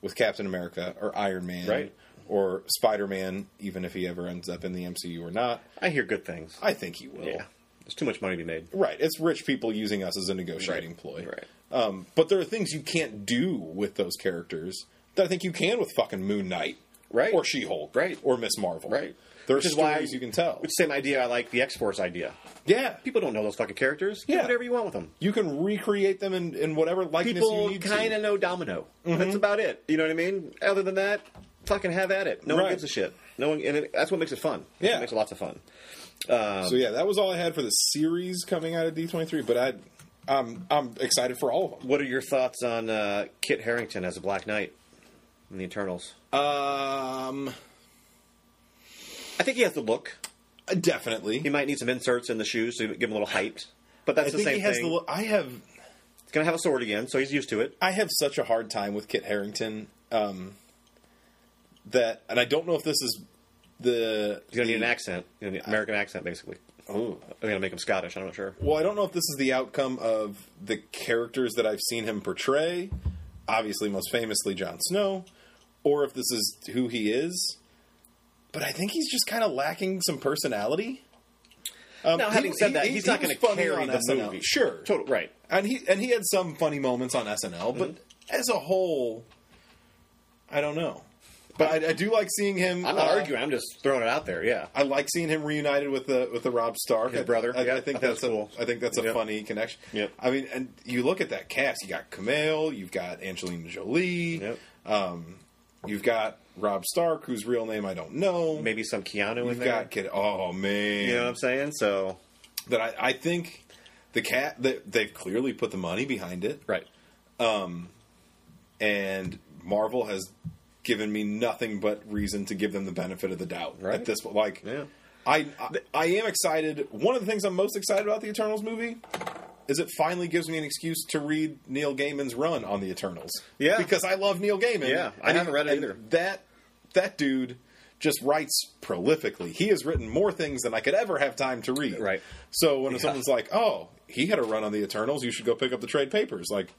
B: with Captain America or Iron Man
A: Right.
B: or Spider Man, even if he ever ends up in the MCU or not.
A: I hear good things.
B: I think he will.
A: yeah, there's too much money to be made.
B: Right. It's rich people using us as a negotiating
A: Right.
B: ploy.
A: Right.
B: Um, but there are things you can't do with those characters that I think you can with fucking Moon Knight.
A: Right.
B: Or She Hulk.
A: Right.
B: Or Miss Marvel.
A: Right.
B: There are
A: Which is why-
B: stories you can tell.
A: Which same idea I like the X Force idea.
B: yeah.
A: People don't know those fucking characters. Yeah.
B: Yeah.
A: Do whatever you want with them.
B: You can recreate them in, in whatever likeness you
A: People kind
B: need to. Mm-hmm.
A: of know Domino. That's about it. You know what I mean? Other than that, fucking have at it. No one
B: Right.
A: gives a shit. No one, and it, that's what makes it fun. That's
B: Yeah.
A: what makes it lots of fun.
B: So yeah, that was all I had for the series coming out of D twenty three. But I, I'm I'm excited for all of them.
A: What are your thoughts on uh, Kit Harrington as a Black Knight in the Eternals?
B: Uh, Um,
A: I think he has the look.
B: definitely.
A: He might need some inserts in the shoes to give him a little height, but that's
B: I
A: the
B: think
A: same
B: he has
A: thing.
B: the. lo- I have
A: He's gonna have a sword again, so he's used to it.
B: I have such a hard time with Kit Harrington. Um, that and I don't know if this is the.
A: He's gonna need an accent, you know, an American accent, basically.
B: Oh.
A: I'm gonna make him Scottish. I'm not sure.
B: Well, I don't know if this is the outcome of the characters that I've seen him portray, obviously most famously Jon Snow, or if this is who he is. But I think he's just kind of lacking some personality. Um,
A: Now,
B: he-
A: having said
B: he-
A: that,
B: he-
A: he's
B: he
A: not going
B: was
A: to
B: funny
A: carry
B: on
A: the
B: SNL.
A: movie.
B: Sure,
A: Total- right.
B: and he and he had some funny moments on SNL, but
A: Mm-hmm.
B: as a whole, I don't know. But I, I do like seeing him.
A: I'm not
B: uh,
A: arguing. I'm just throwing it out there. Yeah.
B: I like seeing him reunited with the with the Rob Stark,
A: His
B: I-
A: brother.
B: I,
A: Yeah,
B: I think
A: I thought
B: that's
A: it was
B: a,
A: cool.
B: I think that's a
A: Yep.
B: funny connection.
A: Yep.
B: I mean, and you look at that cast. You got Camille. You've got Angelina Jolie.
A: Yep.
B: You've got Rob Stark, whose real name I don't know.
A: Maybe some Keanu in
B: you've
A: there.
B: got kid. Oh man,
A: you know what I'm saying? So
B: that I, I think the cat that they've clearly put the money behind it,
A: right.
B: and Marvel has given me nothing but reason to give them the benefit of the doubt
A: Right.
B: at this point. Like,
A: Yeah.
B: I, I I am excited. One of the things I'm most excited about the Eternals movie is it finally gives me an excuse to read Neil Gaiman's run on the Eternals.
A: Yeah.
B: because I love Neil Gaiman.
A: Yeah, I
B: And he-
A: haven't read it
B: and
A: either.
B: That that dude just writes prolifically. He has written more things than I could ever have time to read.
A: Right.
B: So when someone's like, "Oh, he had a run on the Eternals," you should go pick up the trade papers. Like,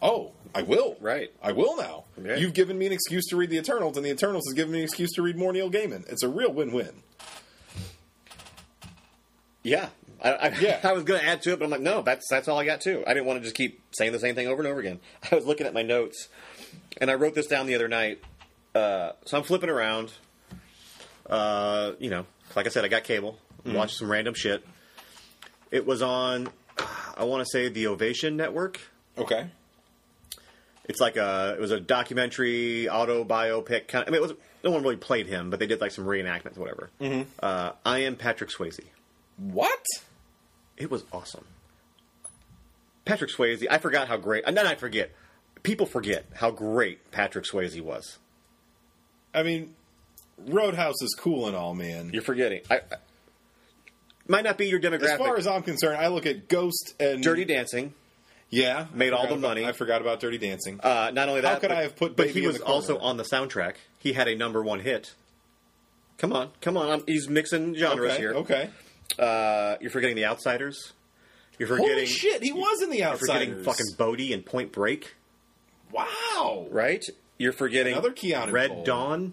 B: oh, I will.
A: Right.
B: I will now.
A: Yeah.
B: You've given me an excuse to read the Eternals, and the Eternals has given me an excuse to read more Neil Gaiman. It's a real win-win.
A: Yeah. I, I,
B: Yeah.
A: I was going to add to it, but I'm like, no, that's that's all I got too. I didn't want to just keep saying the same thing over and over again. I was looking at my notes, and I wrote this down the other night. Uh, so I'm flipping around. Uh, you know, like I said, I got cable, watched some random shit. It was on, I want to say, the Ovation Network.
B: Okay.
A: it's like a it was a documentary auto biopic kind of, I mean it was no one really played him but they did like some reenactments whatever uh, I am Patrick Swayze
B: What?
A: it was awesome Patrick Swayze I forgot how great and then I forget people forget how great Patrick Swayze was
B: I mean, Roadhouse is cool and all, man.
A: you're forgetting I, I might not be your demographic
B: as far as I'm concerned, I look at Ghost and
A: Dirty Dancing
B: Yeah, I
A: made all
B: forgot
A: the
B: about-
A: money.
B: I forgot about Dirty Dancing.
A: uh, not only that
B: How could
A: but,
B: I have put
A: but
B: Baby
A: he
B: in
A: was
B: the Corner?
A: also on the soundtrack he had a number one hit come on come on I'm, he's mixing genres
B: okay.
A: here
B: Okay.
A: Uh, you're forgetting The Outsiders. You're
B: Holy
A: forgetting.
B: shit! He was in the
A: You're forgetting
B: Outsiders.
A: fucking Bodie and Point Break,
B: wow.
A: right? You're forgetting
B: Another Keanu
A: Red
B: Cole.
A: Dawn,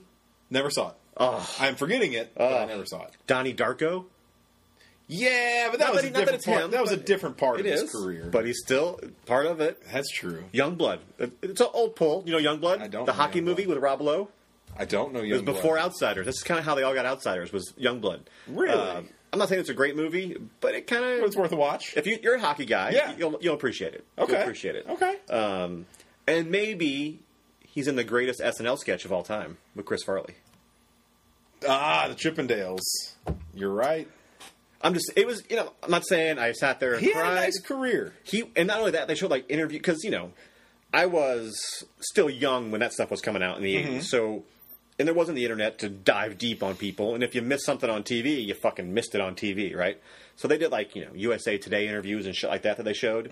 B: Never saw it. I'm forgetting it, but I never saw it.
A: Donnie Darko.
B: Yeah, but that
A: Not
B: was
A: that he- not that
B: a different
A: it's
B: part.
A: him,
B: that was a
A: but
B: different part
A: It
B: of his
A: is,
B: career.
A: but he's still part of it.
B: that's true.
A: Youngblood. It- It's an old pull. You know Youngblood,
B: I don't
A: the
B: know
A: hockey
B: Youngblood.
A: movie with Rob Lowe.
B: I don't know.
A: It was
B: Youngblood.
A: before Outsiders. This is kind of how they all got Outsiders. Was Youngblood?
B: Really?
A: Uh, I'm not saying it's a great movie, but it kind
B: But it's
A: of.
B: worth a watch.
A: If you, you're a hockey guy,
B: Yeah.
A: you'll you'll appreciate it.
B: okay,
A: You'll appreciate it.
B: Okay,
A: Um, and maybe he's in the greatest SNL sketch of all time with Chris Farley.
B: ah, the Chippendales. You're right.
A: I'm just, it was, you know, I'm not saying I sat there and
B: He had
A: cried.
B: a nice career.
A: he, and not only that, they showed like interview, because, you know, I was still young when that stuff was coming out in the 80s. So, and there wasn't the internet to dive deep on people. And if you missed something on TV, you fucking missed it on TV, right? So they did like, you know, USA Today interviews and shit like that that they showed.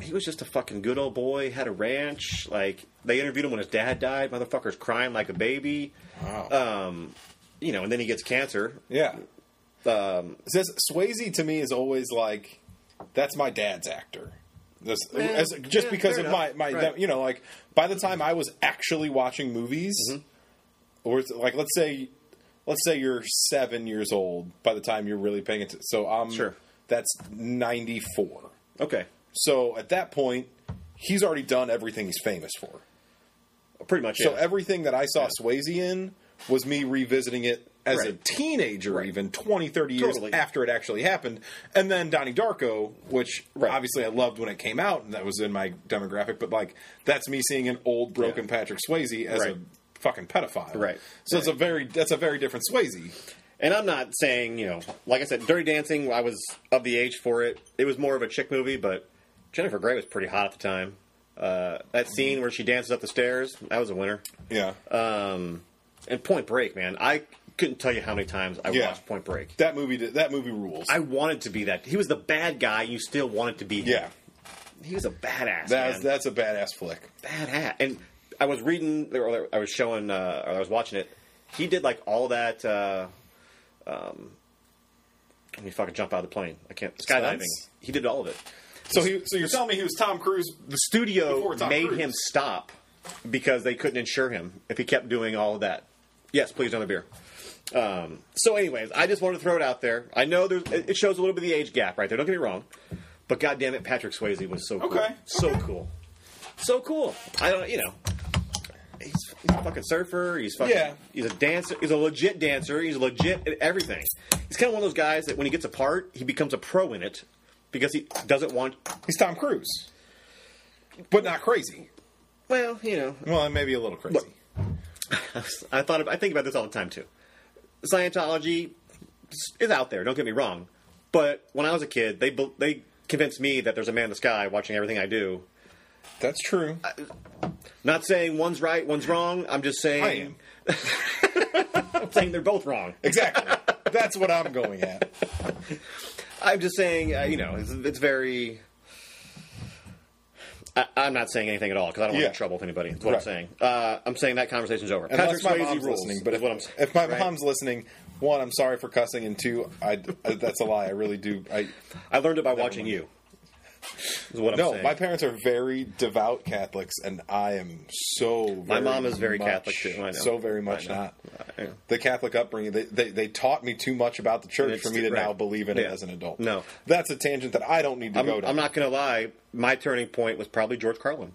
A: he was just a fucking good old boy, had a ranch. Like they interviewed him when his dad died. Motherfucker's crying like a baby.
B: Wow.
A: Um, you know, and then he gets cancer.
B: yeah.
A: Um,
B: Says Swayze to me is always like, that's my dad's actor. This, as, just
A: Eh, yeah,
B: because of
A: fair
B: my
A: enough.
B: my
A: Right.
B: you know like by the time I was actually watching movies,
A: Mm-hmm.
B: or it's like let's say let's say you're seven years old by the time you're really paying attention. So um,
A: Sure.
B: that's ninety four.
A: okay,
B: So at that point, he's already done everything he's famous for.
A: pretty much.
B: So
A: yeah.
B: everything that I saw Swayze in was me revisiting it as a
A: Right.
B: teenager, even 20, 30 years
A: Totally.
B: after it actually happened. And then Donnie Darko, which
A: Right.
B: obviously I loved when it came out, and that was in my demographic, but like that's me seeing an old, broken
A: Yeah.
B: Patrick Swayze as
A: Right.
B: a fucking pedophile.
A: Right.
B: So it's a very that's a very different Swayze.
A: And I'm not saying, you know, like I said, Dirty Dancing, I was of the age for it. It was more of a chick movie, but Jennifer Grey was pretty hot at the time. Uh, that scene where she dances up the stairs, that was a winner.
B: Yeah.
A: Um, and Point Break, man, I couldn't tell you how many times I
B: Yeah.
A: watched Point Break.
B: that movie did- that movie rules.
A: I wanted to be that. He was the bad guy. You still wanted to be him.
B: yeah.
A: He was a badass.
B: That's
A: That's man.
B: that's a badass flick.
A: badass. And I was reading, or I was showing, uh, or I was watching it. He did like all that. Uh, um, let me fucking jump out of the plane. I can't skydiving.
B: Stunts?
A: He did all of it.
B: So he so you're telling me he was Tom Cruise
A: The studio
B: Before Tom
A: made
B: Cruise.
A: him stop because they couldn't insure him if he kept doing all of that. Yes, please another beer. Um, so, anyways, I just wanted to throw it out there. I know there's, it it shows a little bit of the age gap right there. Don't get me wrong, but goddamn it, Patrick Swayze was so cool,
B: Okay,
A: so cool, so cool. I don't, you know, he's, he's a fucking surfer. He's fucking,
B: Yeah.
A: he's a dancer. He's a legit dancer. He's legit at everything. He's kind of one of those guys that when he gets a part, he becomes a pro in it because he doesn't want.
B: He's Tom Cruise, but not crazy.
A: Well, you know,
B: Well, maybe a little crazy.
A: Look. I thought I think about this all the time too. Scientology is out there. Don't get me wrong, but when I was a kid, they bel- they convinced me that there's a man in the sky watching everything I do.
B: That's true.
A: Not saying one's right, one's wrong. I'm just saying. I'm saying they're both wrong.
B: exactly. That's what I'm going at.
A: I'm just saying, uh, you know, it's, it's very. I, I'm not saying anything at all because I don't want to
B: Yeah.
A: get in trouble with anybody. That's what
B: Right.
A: I'm saying. Uh, I'm saying that conversation's over.
B: Unless my
A: Patrick Swayze
B: mom's
A: rules,
B: listening, but
A: is
B: if,
A: what I'm saying.
B: if my
A: right?
B: mom's listening, one, I'm sorry for cussing, and two, I, I- that's a lie. I really do. I
A: I learned it by watching you. Is what I'm
B: no,
A: saying.
B: my parents are very devout Catholics, and I am so.
A: My
B: very
A: mom is very
B: much-
A: Catholic, too. I know.
B: So very much
A: I know.
B: not.
A: I know.
B: The Catholic upbringing, they, they, they taught me too much about the church
A: It's
B: for me to
A: right.
B: now believe in it
A: Yeah.
B: as an adult.
A: No.
B: that's a tangent that I don't need to
A: I'm,
B: go down.
A: I'm not going to lie. My turning point was probably George Carlin.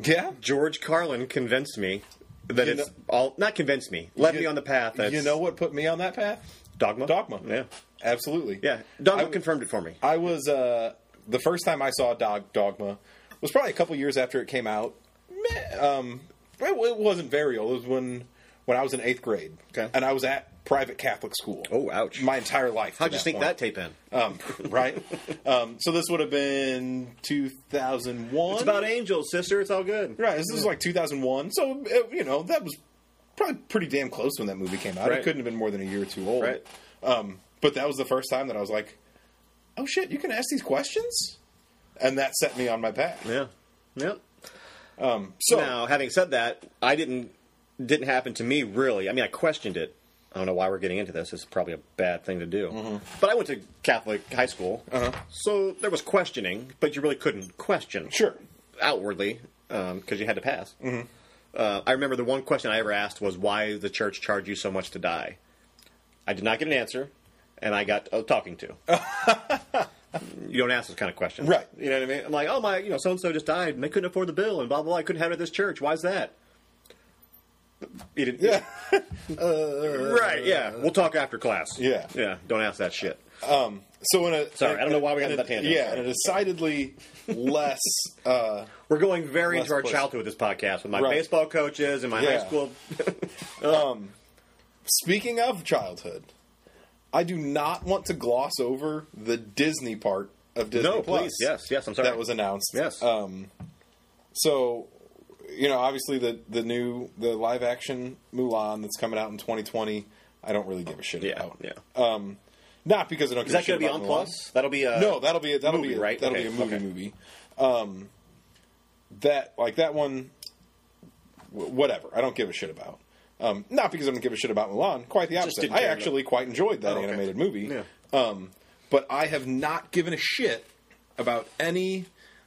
B: Yeah,
A: George Carlin convinced me that
B: You
A: it's
B: know-
A: all not convinced me, led me on the path. That's
B: you know what put me on that path?
A: dogma,
B: Dogma.
A: Yeah,
B: Absolutely.
A: yeah. Dogma
B: I-
A: confirmed it for me.
B: I was uh, the first time I saw Dog Dogma was probably a couple years after it came out. Meh, Um, it, it wasn't very old. It was when when I was in eighth grade,
A: Okay.
B: and I was at private Catholic school.
A: Oh, ouch.
B: My entire life. to
A: How'd you sneak
B: point.
A: that Uh, tape in?
B: Um, right. um, so this would have been two thousand one.
A: It's about angels, sister. It's all good.
B: Right. This was like 2001. So, it, you know, that was probably pretty damn close when that movie came out. It
A: Right.
B: couldn't have been more than a year or two old.
A: Right.
B: Um, but that was the first time that I was like, oh shit, you can ask these questions? And that set me on my path.
A: Yeah, yep.
B: So,
A: now, having said that, I didn't didn't happen to me really. I mean, I questioned it. I don't know why we're getting into this. It's probably a bad thing to do. But I went to Catholic high school, so there was questioning, but you really couldn't question
B: sure.
A: outwardly because you had to pass. Uh, I remember the one question I ever asked was, "Why does the church charge you so much to die?" I did not get an answer, and I got uh, talking to. you don't ask those kind of questions,
B: Right.
A: You know what I mean? I'm like, "Oh my, you know, so and so just died, and they couldn't afford the bill, and blah blah. blah. I couldn't have it at this church. Why is that?" You didn't,
B: Yeah.
A: Right? Yeah, we'll talk after class.
B: Yeah.
A: yeah. Don't ask that shit.
B: Um, So, in a.
A: Sorry, I don't know why we got
B: in
A: into
B: a-
A: that tangent.
B: Yeah, in a decidedly less. Uh,
A: We're going very
B: Less
A: into our
B: push.
A: childhood with this podcast with my
B: Right.
A: baseball coaches and my
B: Yeah.
A: high school.
B: Speaking of childhood, I do not want to gloss over the Disney part of Disney
A: no,
B: Plus.
A: please. Yes, yes. I'm sorry.
B: that was announced.
A: Yes.
B: Um, so, you know, obviously the the new the live action Mulan that's coming out in 2020. I don't really give a shit
A: Yeah,
B: about.
A: yeah.
B: Um, not because I don't.
A: Is
B: give a
A: that
B: shit
A: going to be on
B: about Mulan.
A: Plus? That'll be uh, a
B: No, that'll be a, that'll
A: movie,
B: be a,
A: right?
B: That'll
A: Okay,
B: be a movie
A: okay.
B: movie. Um, that like that one, w- whatever. I don't give a shit about. Um, not because I don't give a shit about Milan. Quite the opposite.
D: didn't
B: I
D: care
B: actually quite enjoyed that
A: Oh, okay.
B: animated movie.
A: Yeah.
B: Um, but I have not given a shit about any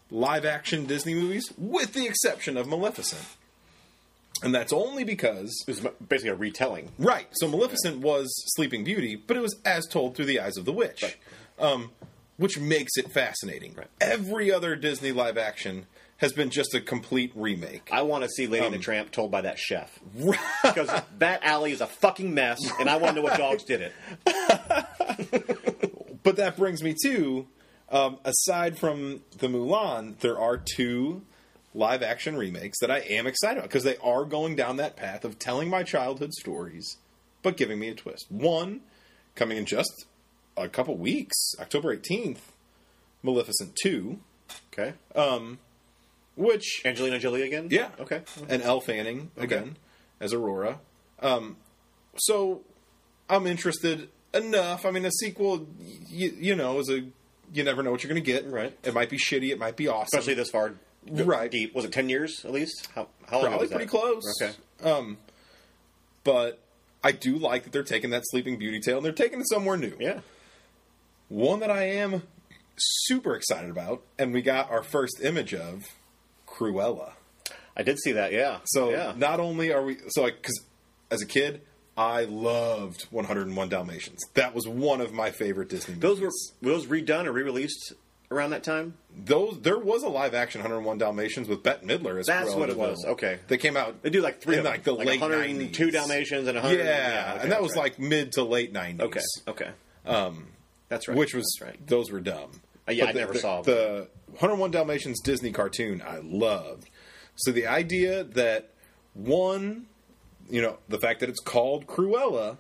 B: live action Disney movies, with the exception of Maleficent. And that's only because
A: It was basically a retelling.
B: Right. So Maleficent was Sleeping Beauty, but it was as told through the eyes of the witch, um, which makes it fascinating.
A: Right.
B: Every other Disney live action has been just a complete remake.
A: I want to see Lady
B: Um,
A: and the Tramp told by that chef.
B: Right.
A: Because that alley is a fucking mess, and I want to know what dogs did it.
B: but that brings me to, um, aside from the Mulan, there are two live action remakes that I am excited about because they are going down that path of telling my childhood stories, but giving me a twist. One coming in just a couple weeks, October eighteenth, Maleficent two.
A: Okay.
B: Uh, which
A: Angelina Jolie again?
B: yeah
A: Okay.
B: and Elle Fanning again as Aurora. Um, so I'm interested enough. I mean, a sequel, you, you know, is a you never know what you're going to get.
A: Right.
B: It might be shitty. It might be awesome.
A: Especially this far go-
B: Right.
A: deep. Was it 10 years at least? How, how long ago
B: probably
A: was that?
B: pretty close.
A: Okay.
B: Um, but I do like that they're taking that Sleeping Beauty tale and they're taking it somewhere new.
A: Yeah.
B: One that I am super excited about, and we got our first image of Cruella.
A: I did see that, yeah.
B: So
A: yeah.
B: not only are we so like because as a kid I loved 101 Dalmatians. That was one of my favorite Disney.
A: Those were,
B: movies.
A: were those redone or re released around that time?
B: those. There was a live action 101 Dalmatians with Bette Midler as
A: That's
B: Cruella
A: what it
B: de
A: was,
B: Vil.
A: okay.
B: they came out.
A: They do like three
B: in
A: of them.
B: like the late
A: 102
B: 90s.
A: Dalmatians and
B: Yeah,
A: 100. okay,
B: and that
A: that's
B: was
A: right.
B: like mid to late 90s.
A: Okay. Okay. Um, that's right.
B: which was
A: That's right.
B: those were dumb.
A: Uh, yeah, I
B: the-
A: never
B: the,
A: saw
B: the 101 Dalmatians Disney cartoon. I loved. So the idea that one, you know, the fact that it's called Cruella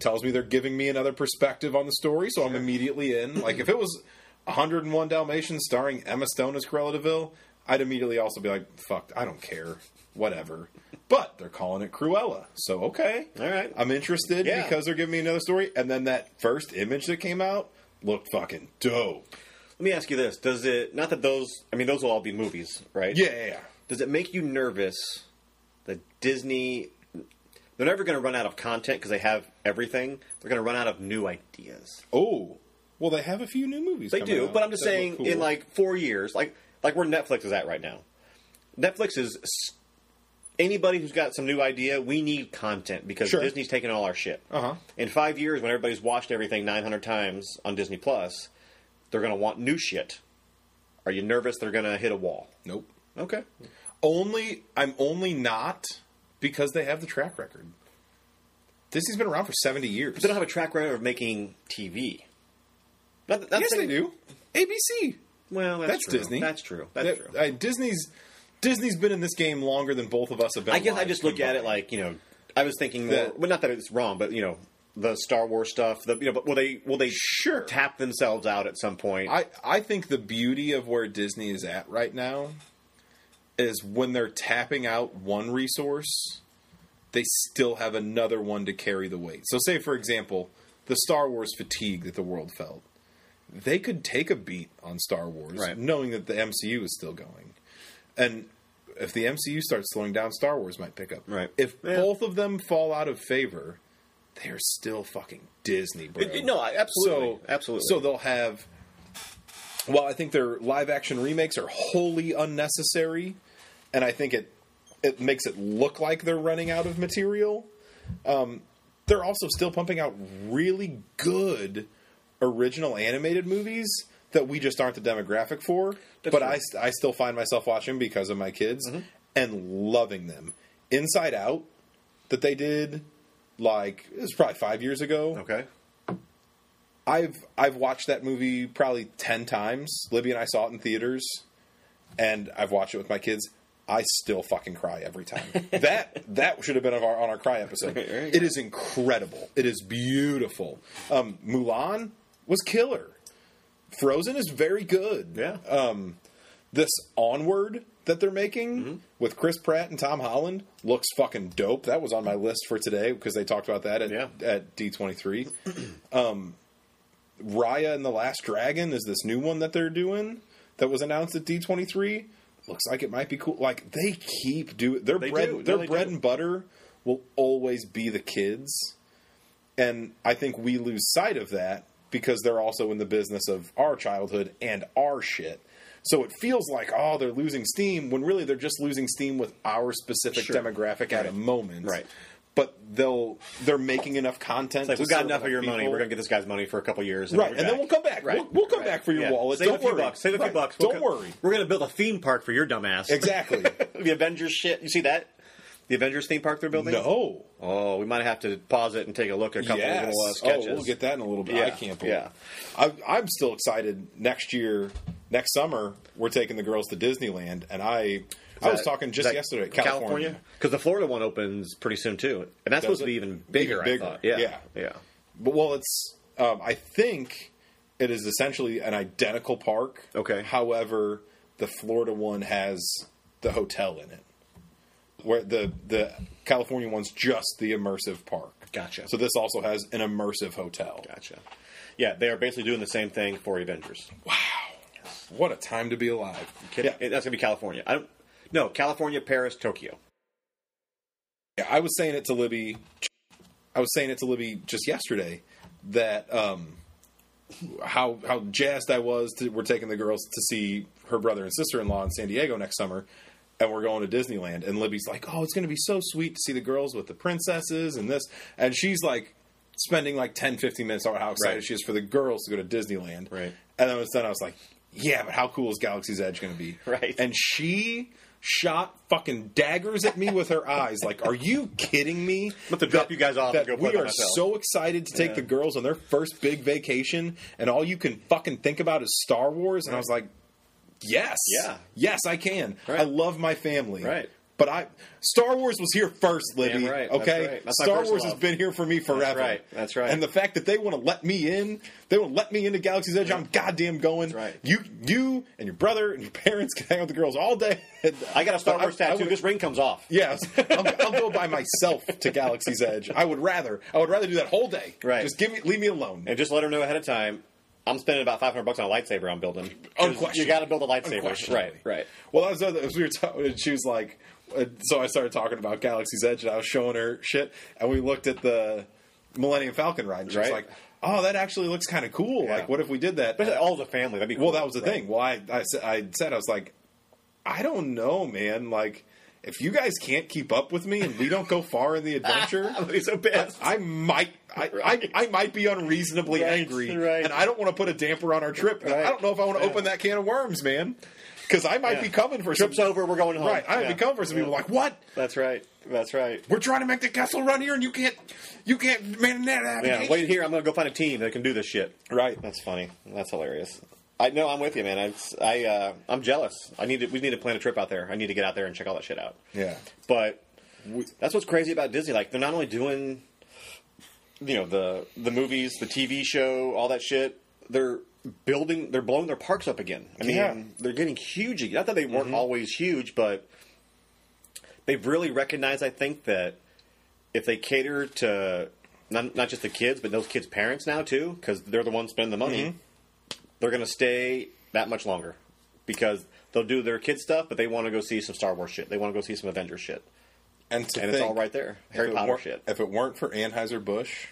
B: tells me they're giving me another perspective on the story, so I'm immediately in. Like if it was 101 Dalmatians starring Emma Stone as Cruella Deville, I'd immediately also be like, "Fuck, I don't care, whatever." But they're calling it Cruella, so okay,
A: All right.
B: I'm interested
A: Yeah.
B: because they're giving me another story. And then that first image that came out looked fucking dope.
A: Let me ask you this: Does it not that those? I mean, those will all be movies, right?
B: Yeah, yeah, yeah.
A: Does it make you nervous that Disney? They're never going to run out of content because they have everything. They're going to run out of new ideas.
B: Oh, well, they have a few new movies.
A: They
B: coming
A: do,
B: out
A: but I'm just
B: that look
A: saying,
B: cool.
A: in like four years, like like where Netflix is at right now, Netflix is s- anybody who's got some new idea. We need content because
B: Sure.
A: Disney's taking all our shit.
B: Uh-huh.
A: In five years, when everybody's watched everything 900 times on Disney Plus, they're going to want new shit. Are you nervous they're going to hit a wall?
B: nope.
A: Okay.
B: Only I'm only not because they have the track record. Disney's been around for 70 years.
A: They don't have a track record of making TV. Not, not
B: yes, they
A: saying-
B: do. ABC.
A: Well, that's,
B: That's,
A: true.
B: Disney.
A: That's true. That's
B: That-
A: true.
B: I- Disney's Disney's been in this game longer than both of us have been.
A: I guess I
B: alive
A: just look at it
B: combined.
A: like you know. I was thinking, more,
B: That-
A: well, not that it's wrong, but you know, the Star Wars stuff. The you know, but will they will they
B: Sure.
A: tap themselves out at some point?
B: I, I think the beauty of where Disney is at right now is when they're tapping out one resource, they still have another one to carry the weight. So, say, for example, the Star Wars fatigue that the world felt. They could take a beat on Star Wars,
A: Right.
B: knowing that the MCU is still going. And if the MCU starts slowing down, Star Wars might pick up.
A: Right.
B: If
A: Yeah.
B: both of them fall out of favor, they are still fucking Disney, bro.
A: no, I- absolutely,
B: So
A: absolutely.
B: So they'll have. Well, I think their live action remakes are wholly unnecessary, and I think it it makes it look like they're running out of material. Um, they're also still pumping out really good original animated movies that we just aren't the demographic for. but
A: true. Mm-hmm.
B: I st- I still find myself watching because of my kids and loving them. Inside Out that they did like it was probably five years ago.
A: okay.
B: I've I've watched that movie probably ten times. Libby and I saw it in theaters, and I've watched it with my kids. I still fucking cry every time. that that should have been of our on our cry episode.
A: There you
B: It is incredible. It is beautiful. Um, Mulan was killer. Frozen is very good.
A: Yeah.
B: Um, this onward that they're making
A: Mm-hmm.
B: with Chris Pratt and Tom Holland looks fucking dope. That was on my list for today because they talked about that at
A: Yeah.
B: at D twenty three. Raya and the Last Dragon is this new one that they're doing. that was announced at D23 looks like it might be cool. Like they keep do their
A: They
B: bread
A: do. No,
B: their
A: they
B: bread
A: do.
B: and butter will always be the kids. And I think we lose sight of that because they're also in the business of our childhood and our shit. So it feels like oh they're losing steam when really they're just losing steam with our specific
A: Sure.
B: demographic at a moment.
A: Right.
B: But they'll they're making enough content.
A: It's like
B: to
A: we got
B: serve
A: enough of your money.
B: people.
A: We're gonna get this guy's money for a couple years,
B: Right, and then we'll come back.
A: Right.
B: We'll, we'll come
A: Right.
B: back for your
A: Yeah.
B: wallet.
A: Save
B: Don't
A: a few
B: worry.
A: bucks. Save a
B: Right.
A: few bucks. We'll
B: Don't
A: co-
B: worry.
A: We're gonna build a theme park for your dumbass.
B: Exactly.
A: the Avengers shit. You see that? The Avengers theme park they're building.
B: no.
A: Oh, we might have to pause it and take a look at a couple
B: Yes.
A: little uh, sketches.
B: Oh, we'll get that in a little bit. I
A: Yeah,
B: can't believe.
A: yeah.
B: I, I'm still excited. Next year, next summer, we're taking the girls to Disneyland, and I I was talking just yesterday. California.
A: because the Florida one opens pretty soon too, and that's
B: Does
A: supposed to
B: it?
A: be even bigger.
B: Even bigger.
A: I thought. Yeah,
B: Yeah.
A: yeah,
B: But well, it's um, I think it is essentially an identical park.
A: Okay.
B: However, the Florida one has the hotel in it, where the the California one's just the immersive park.
A: Gotcha.
B: So this also has an immersive hotel.
A: Gotcha. Yeah, they are basically doing the same thing for Avengers.
B: What a time to be alive!
A: Yeah. That's gonna be California. I don't. No, California, Paris, Tokyo.
B: Yeah, I was saying it to Libby. I was saying it to Libby just yesterday that um, how how jazzed I was. To, we're taking the girls to see her brother and sister in law in San Diego next summer, and we're going to Disneyland. And Libby's like, "Oh, it's going to be so sweet to see the girls with the princesses and this," and she's like. Spending like 10, 15 minutes on how excited
A: Right.
B: she is for the girls to go to Disneyland.
A: Right.
B: And then, then I was like, yeah, but how cool is Galaxy's Edge going to be?
A: Right.
B: And she shot fucking daggers at me with her eyes. Like, are you kidding me?
A: I'm about to drop you guys off
B: That
A: and go play
B: we
A: by
B: are
A: myself.
B: so excited to take
A: Yeah.
B: the girls on their first big vacation, and all you can fucking think about is Star Wars. And I was like, yes,
A: Yeah.
B: yes, I can.
A: Right.
B: I love my family.
A: Right.
B: But I, Star Wars was here first,
A: Damn
B: Libby.
A: right. That's
B: Okay,
A: right. That's my
B: Star
A: first
B: Wars
A: love.
B: has been here for me forever.
A: right. That's right.
B: And the fact that they want to let me in, they want to let me into Galaxy's Edge. I'm goddamn going.
A: That's right.
B: You, you, and your brother and your parents can hang out with the girls all day.
A: I got a Star
B: But I-
A: Wars
B: I
A: tattoo.
B: would-
A: this ring comes off.
B: Yes, I'll, I'll go by myself to Galaxy's Edge. I would rather. I would rather do that whole day.
A: Right.
B: Just give me, leave me alone.
A: and just let her know ahead of time. I'm spending about 500 bucks on a lightsaber I'm building. 'Cause
B: Unquestionably.
A: You got to build a lightsaber.
B: Unquestionably.
A: Right, right.
B: Well, I was as we were talking, and she was like, uh, so I started talking about Galaxy's Edge, and I was showing her shit, and we looked at the Millennium Falcon ride, and she was
A: Right.
B: like, "Oh, that actually looks kind of cool.
A: Yeah.
B: Like, what if we did that?"
A: Especially all the family. That'd be cool.
B: Well, that was the
A: Right.
B: thing. Well, I, I, sa- I said, I was like, I don't know, man. Like, if you guys can't keep up with me and we don't go far in the adventure,
A: I'm gonna be so pissed.
B: I might, I,
A: Right.
B: I, I might be unreasonably
A: Right,
B: angry,
A: right.
B: and I don't want to put a damper on our trip. And I
A: Right.
B: don't know if I want to open that can of worms, man, because I might
A: Yeah.
B: be coming for
A: Trip's
B: some.
A: over. We're going home.
B: Right, I might
A: Yeah.
B: be coming for some people.
A: Yeah.
B: Like, what?
A: That's right. That's right.
B: We're trying to make the castle run here, and you can't, you can't man that
A: Yeah,
B: application.
A: wait here. I'm going to go find a team that can do this shit.
B: Right.
A: That's funny. That's hilarious. I know. I'm with you, man. I, it's- I uh, I'm jealous. I need to. We need to plan a trip out there. I need to get out there and check all that shit out.
B: Yeah.
A: But
B: We-
A: that's what's crazy about Disney. Like they're not only doing, you know, the the movies, the TV show, all that shit. They're building. They're blowing their parks up again. I mean,
B: Yeah. Mm-hmm.
A: they're getting huge. again. Not that they weren't always huge, but they've really recognized. I think that if they cater to not not just the kids, but those kids' parents now too, because they're the ones spending the money.
B: Mm-hmm.
A: They're going to stay that much longer because they'll do their kid stuff, but they want to go see some Star Wars shit. They want to go see some Avengers shit.
B: And, to
A: And it's
B: think,
A: all right there.
B: if
A: Harry
B: it
A: Potter
B: weren't-
A: shit.
B: If it weren't for Anheuser Busch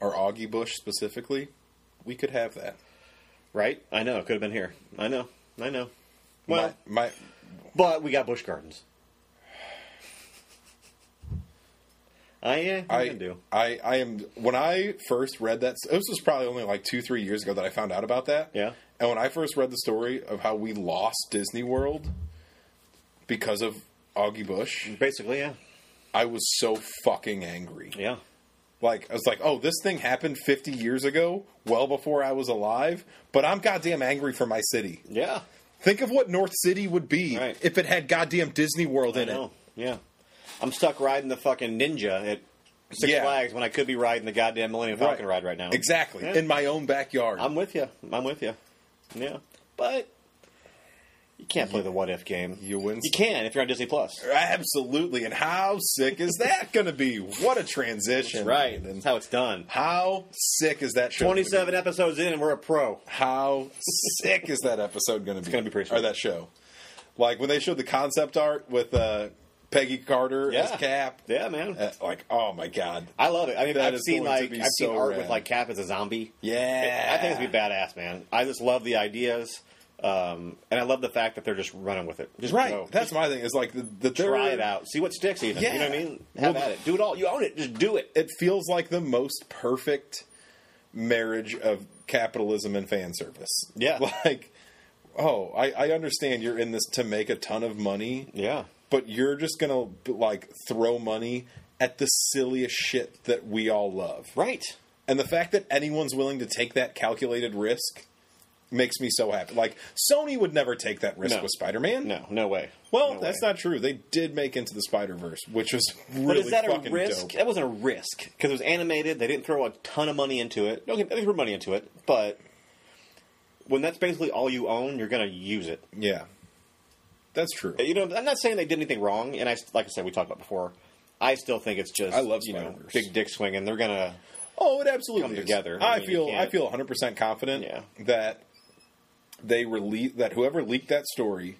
B: or Augie Bush specifically, we could have that.
A: Right? I know. It could have been here. I know. I know. Well,
B: my, my
A: but we got Bush Gardens. I Ah, yeah, I,
B: I,
A: do.
B: I I am when I first read that this was probably only like two three years ago that I found out about that.
A: Yeah.
B: And when I first read the story of how we lost Disney World because of Augie Bush,
A: Basically, yeah,
B: I was so fucking angry.
A: yeah.
B: Like I was like, oh, this thing happened 50 years ago, well before I was alive, but I'm goddamn angry for my city.
A: Yeah,
B: Think of what North City would be
A: Right.
B: if it had goddamn Disney World
A: I
B: in it.
A: know. Yeah, I'm stuck riding the fucking ninja at Six
B: Yeah.
A: Flags when I could be riding the goddamn Millennium Falcon ride right now.
B: Exactly.
A: Yeah.
B: In my own backyard.
A: I'm with you. I'm with you. Yeah, but You can't play the what if game.
B: You win
A: You
B: some.
A: can if you're on Disney Plus.
B: Absolutely. And how sick is that going to be? What a transition.
A: Right. That's how it's done.
B: How sick is that show? gonna be?
A: 27 episodes in and we're a pro.
B: How sick is that episode going to be? It's
A: gonna be pretty
B: Or
A: sweet.
B: that show. Like when they showed the concept art with uh, Peggy Carter
A: Yeah.
B: as Cap.
A: Yeah, man.
B: Uh, like, oh my God.
A: I love it. I mean,
B: That
A: I've
B: is
A: seen
B: going to
A: like
B: be
A: I've seen
B: so
A: art with
B: rad.
A: like Cap as a zombie.
B: Yeah.
A: I think it's gonna be badass, man. I just love the ideas, um, and I love the fact that they're just running with it. Just
B: Right.
A: go.
B: That's my thing. Is like the, the
A: try it out, see what sticks. Even you know what I
B: Yeah.
A: mean. Have
B: Well,
A: at it. Do it all. You own it. Just do it.
B: It feels like the most perfect marriage of capitalism and fan service.
A: Yeah.
B: Like, oh, I, I understand you're in this to make a ton of money.
A: Yeah.
B: but you're just gonna like throw money at the silliest shit that we all love.
A: Right.
B: And the fact that anyone's willing to take that calculated risk makes me so happy. Like Sony would never take that risk
A: No.
B: with Spider-Man.
A: No. No way.
B: Well,
A: No
B: that's
A: way.
B: not true. They did make Into the Spider-Verse, which was really
A: But is that a
B: fucking
A: risk?
B: dope.
A: That wasn't a risk because it was animated. They didn't throw a ton of money into it. Okay, they threw money into it, but when that's basically all you own, you're gonna use it.
B: Yeah. That's true.
A: you know, I'm not saying they did anything wrong, and I like I said we talked about before. I still think it's just
B: I love
A: you know
B: Spider-Verse.
A: big dick swing, and they're gonna
B: Oh, it absolutely
A: come
B: is.
A: together. I
B: I,
A: mean, you
B: feel I
A: can't-
B: feel 100 percent confident
A: Yeah.
B: that they release that whoever leaked that story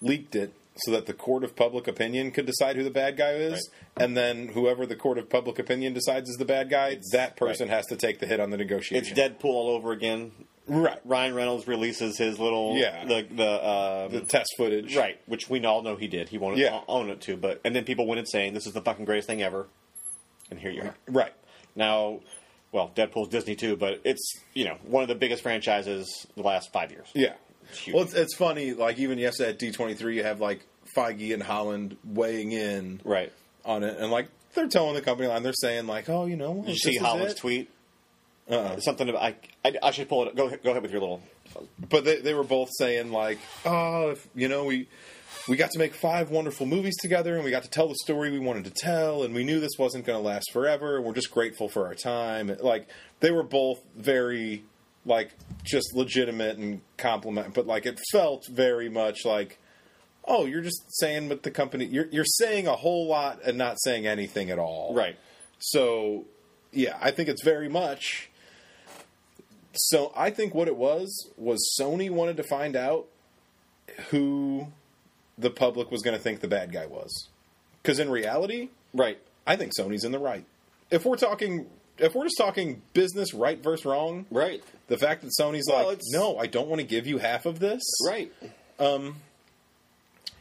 B: leaked it so that the court of public opinion could decide who the bad guy is, and then whoever the court of public opinion decides is the bad guy, that person has to take the hit on the
A: it's
B: negotiation.
A: Deadpool all over again.
B: right? right.
A: Ryan Reynolds releases his little
B: Yeah.
A: the the,
B: The
A: um,
B: test footage,
A: right, which we all know he did. He won't
B: Yeah.
A: own it to, but and then people went insane. This is the fucking greatest thing ever, and here you are
B: Right.
A: now. Well, Deadpool's Disney too, but it's you know one of the biggest franchises the last five years.
B: Yeah.
A: huge.
B: Well, it's, uh, it's funny. Like even yesterday at D twenty three, you have like Feige and Holland weighing in
A: Right.
B: on it, and like they're towing the company line. They're saying like, "Oh, you know,
A: Did you
B: this
A: see
B: is
A: Holland's
B: it.
A: tweet?
B: Uh-uh.
A: Something about I, I I should pull it. Go ahead- go ahead with your little
B: but they, they were both saying like, oh, if, you know, we we got to make five wonderful movies together, and we got to tell the story we wanted to tell, and we knew this wasn't going to last forever, and we're just grateful for our time. Like they were both very like just legitimate and compliment, but like it felt very much like. Oh, you're just saying what the company you're you're saying a whole lot and not saying anything at all.
A: right.
B: So, yeah, I think it's very much. So, I think what it was was Sony wanted to find out who the public was going to think the bad guy was. Because in reality,
A: Right.
B: I think Sony's in the right. If we're talking, if we're just talking business right versus wrong,
A: Right.
B: the fact that Sony's
A: Well,
B: like,
A: it's-
B: no, I don't want to give you half of this,
A: Right.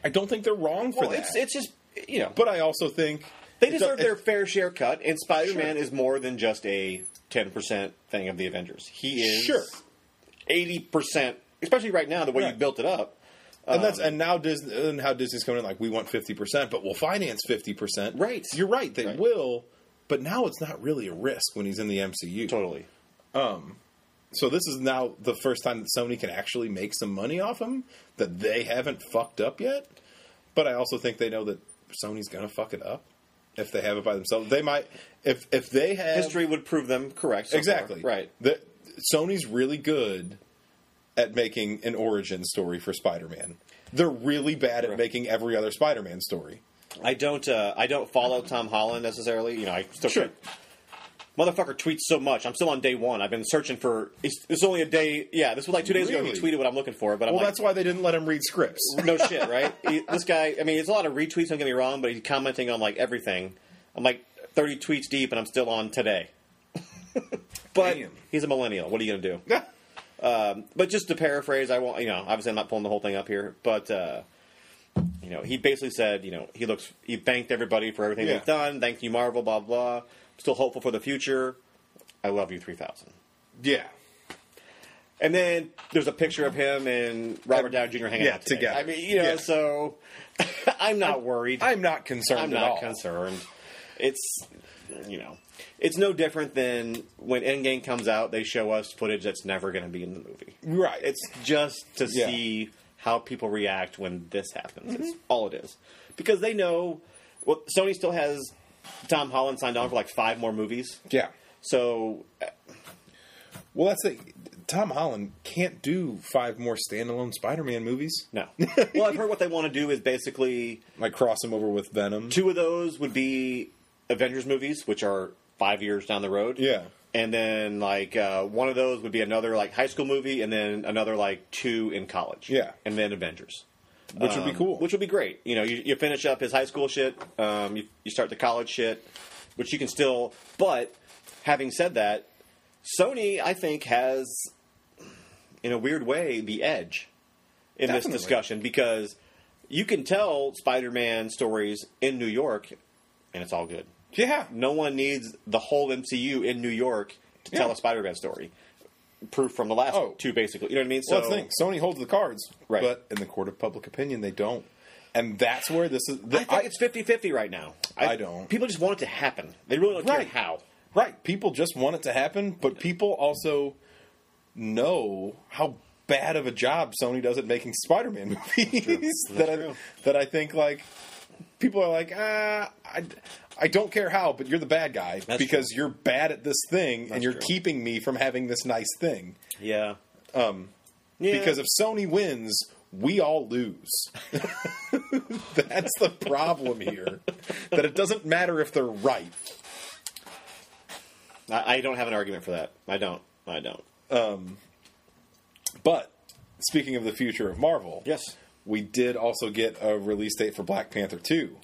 B: I don't think they're wrong for
A: Well,
B: that.
A: it's it's just you know,
B: but I also think
A: they
B: it's-
A: deserve their
B: it's-
A: fair share cut, and Spider Man is more than just a ten percent thing of the Avengers. He is
B: sure.
A: eighty percent, especially right now the way you
B: Right.
A: built it up.
B: and that's
A: Um,
B: and now Disney and how Disney's coming in like we want fifty percent, but we'll finance fifty percent.
A: Right.
B: you're right, they
A: Right.
B: will. But now it's not really a risk when he's in the MCU.
A: Totally.
B: So this is now the first time that Sony can actually make some money off him that they haven't fucked up yet. But I also think they know that Sony's gonna fuck it up if they have it by themselves. They might if if they have
A: History would prove them correct. so far.
B: exactly
A: Right.
B: The, Sony's really good at making an origin story for Spider-Man. They're really bad at making every other Spider-Man story.
A: I don't. Uh, I don't follow Tom Holland necessarily. You know, I still
B: Sure.
A: Motherfucker tweets so much. I'm still on day one. I've been searching for. It's, it's only a day. Yeah, this was like two days ago. He
B: Really?
A: tweeted what I'm looking for, but I'm
B: Well,
A: like,
B: that's why they didn't let him read scripts.
A: no shit, right? He- this guy, I mean, it's a lot of retweets. Don't get me wrong, but he's commenting on like everything. I'm like 30 tweets deep, and I'm still on today. but
B: Damn.
A: he's a millennial. What are you gonna do? But just to paraphrase, I won't. You know, obviously, I'm not pulling the whole thing up here, but uh, you know, he basically said, you know, he looks, he thanked everybody for everything
B: Yeah.
A: they've done. Thank you, Marvel. Blah blah. Still hopeful for the future. I love you, 3000.
B: yeah.
A: And then there's a picture of him and Robert Downey Jr. hanging
B: Yeah,
A: out today.
B: together.
A: I mean, you know,
B: Yeah.
A: so I'm not worried.
B: I'm not concerned
A: I'm
B: at
A: not
B: all.
A: concerned. It's you know, it's no different than when Endgame comes out. They show us footage that's never going to be in the movie.
B: Right.
A: It's just to
B: Yeah. Mm-hmm.
A: see how people react when this happens. It's all it is because they know. Well, Sony still has Tom Holland signed on for like five more movies.
B: yeah.
A: So uh,
B: Well, that's the Tom Holland can't do five more standalone Spider-Man movies.
A: No. well, I've heard what they want to do is basically
B: Like cross him over with Venom.
A: two of those would be Avengers movies, which are five years down the road.
B: Yeah.
A: And then like uh, one of those would be another like high school movie, and then another like two in college.
B: Yeah.
A: And then Avengers,
B: Which would be
A: Um,
B: cool.
A: Which would be great. You know, you, you finish up his high school shit, um, you, you start the college shit, which you can still. But having said that, Sony I think has, in a weird way, the edge in
B: Definitely.
A: this discussion because you can tell Spider-Man stories in New York, and it's all good.
B: yeah.
A: No one needs the whole MCU in New York to tell
B: Yeah.
A: a Spider-Man story. Proof from the last
B: Oh.
A: two, basically. You know what I mean? So
B: Well, that's the thing. Sony holds the cards,
A: Right.
B: But in the court of public opinion, they don't, and that's where this is. The,
A: I think it's 50-50 right now.
B: I don't.
A: People just want it to happen. They really don't
B: Right.
A: care how.
B: Right. People just want it to happen, but people also know how bad of a job Sony does at making Spider-Man movies. that I
A: true.
B: that I think like people are like, ah, I, I don't care how, but you're the bad guy
A: That's
B: because
A: true.
B: you're bad at this thing and
A: That's
B: you're
A: true.
B: keeping me from having this nice thing.
A: Yeah. Um. Yeah.
B: Because if Sony wins, we all lose. That's the problem here. that it doesn't matter if they're right.
A: I, I don't have an argument for that. I don't. I don't.
B: But speaking of the future of Marvel,
A: Yes.
B: we did also get a release date for Black Panther two.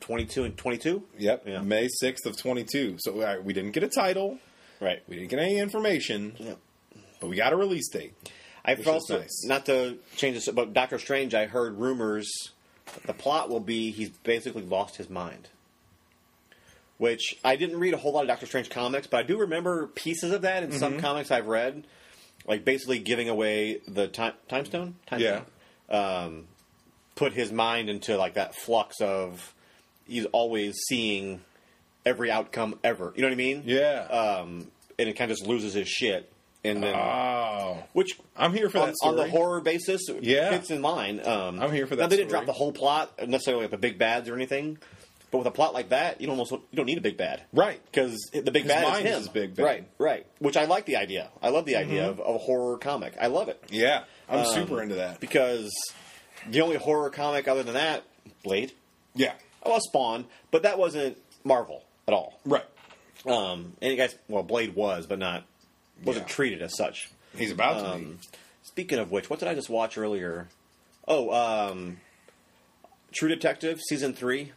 A: Twenty-two and twenty-two.
B: Yep,
A: Yeah.
B: May sixth of twenty two. So uh, we didn't get a title,
A: Right.
B: we didn't get any information,
A: Yeah.
B: but we got a release date.
A: I've
B: Which is
A: also
B: nice.
A: not to change this, but Doctor Strange. I heard rumors that the plot will be he's basically lost his mind. Which I didn't read a whole lot of Doctor Strange comics, but I do remember pieces of that in some
B: Mm-hmm.
A: comics I've read, like basically giving away the time time stone. Time
B: Yeah.
A: Stone. Um, put his mind into like that flux of he's always seeing every outcome ever. You know what I mean?
B: Yeah.
A: Um, and it kind of just loses his shit, and then
B: oh,
A: which
B: I'm here for
A: on,
B: that
A: on
B: story.
A: the horror basis
B: Yeah.
A: fits in line. Um,
B: I'm here for
A: Now
B: that
A: they didn't
B: story.
A: drop the whole plot necessarily with the big bads or anything, but with a plot like that, you don't almost you don't need a big bad,
B: Right.
A: Because the big bad
B: mind
A: is him,
B: is big bad. Mm-hmm.
A: right? Right. Which I like the idea. I love the idea of, of a horror comic. I love it
B: yeah, I'm
A: Um,
B: super into that.
A: because the only horror comic other than that, Blade, Oh,
B: Yeah,
A: well Spawn, but that wasn't Marvel at all.
B: right.
A: Um, and you guys, well, Blade was, but not wasn't
B: Yeah.
A: treated as such.
B: He's about to be.
A: Um, speaking of which, what did I just watch earlier? Oh, um, True Detective season 3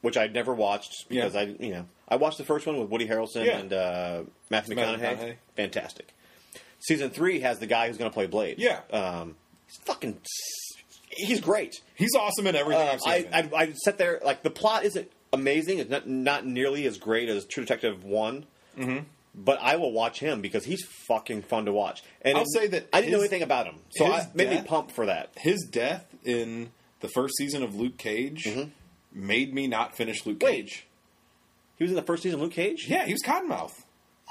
A: which I'd never watched because
B: Mm-hmm. Yeah.
A: I, you know, I watched the first one with Woody Harrelson
B: Yeah.
A: and uh, Matthew
B: Matthew
A: McConaughey.
B: McConaughey.
A: Fantastic. Season three has the guy who's going to play Blade.
B: Yeah.
A: um, he's fucking, he's great.
B: He's awesome in everything.
A: Uh,
B: I've seen
A: I,
B: him in.
A: I, I sat there like the plot isn't amazing. It's not not nearly as great as True Detective One. Mm-hmm. But I will watch him because he's fucking fun to watch. And
B: I'll
A: it-
B: say that
A: I didn't know
B: his-
A: anything about him, so
B: his
A: I made me
B: death-
A: pumped for that.
B: His death in the first season of Luke Cage made me not finish Luke
A: Mm-hmm. Wait.
B: Cage.
A: He was in the first season of Luke Cage.
B: Yeah, he was Cottonmouth.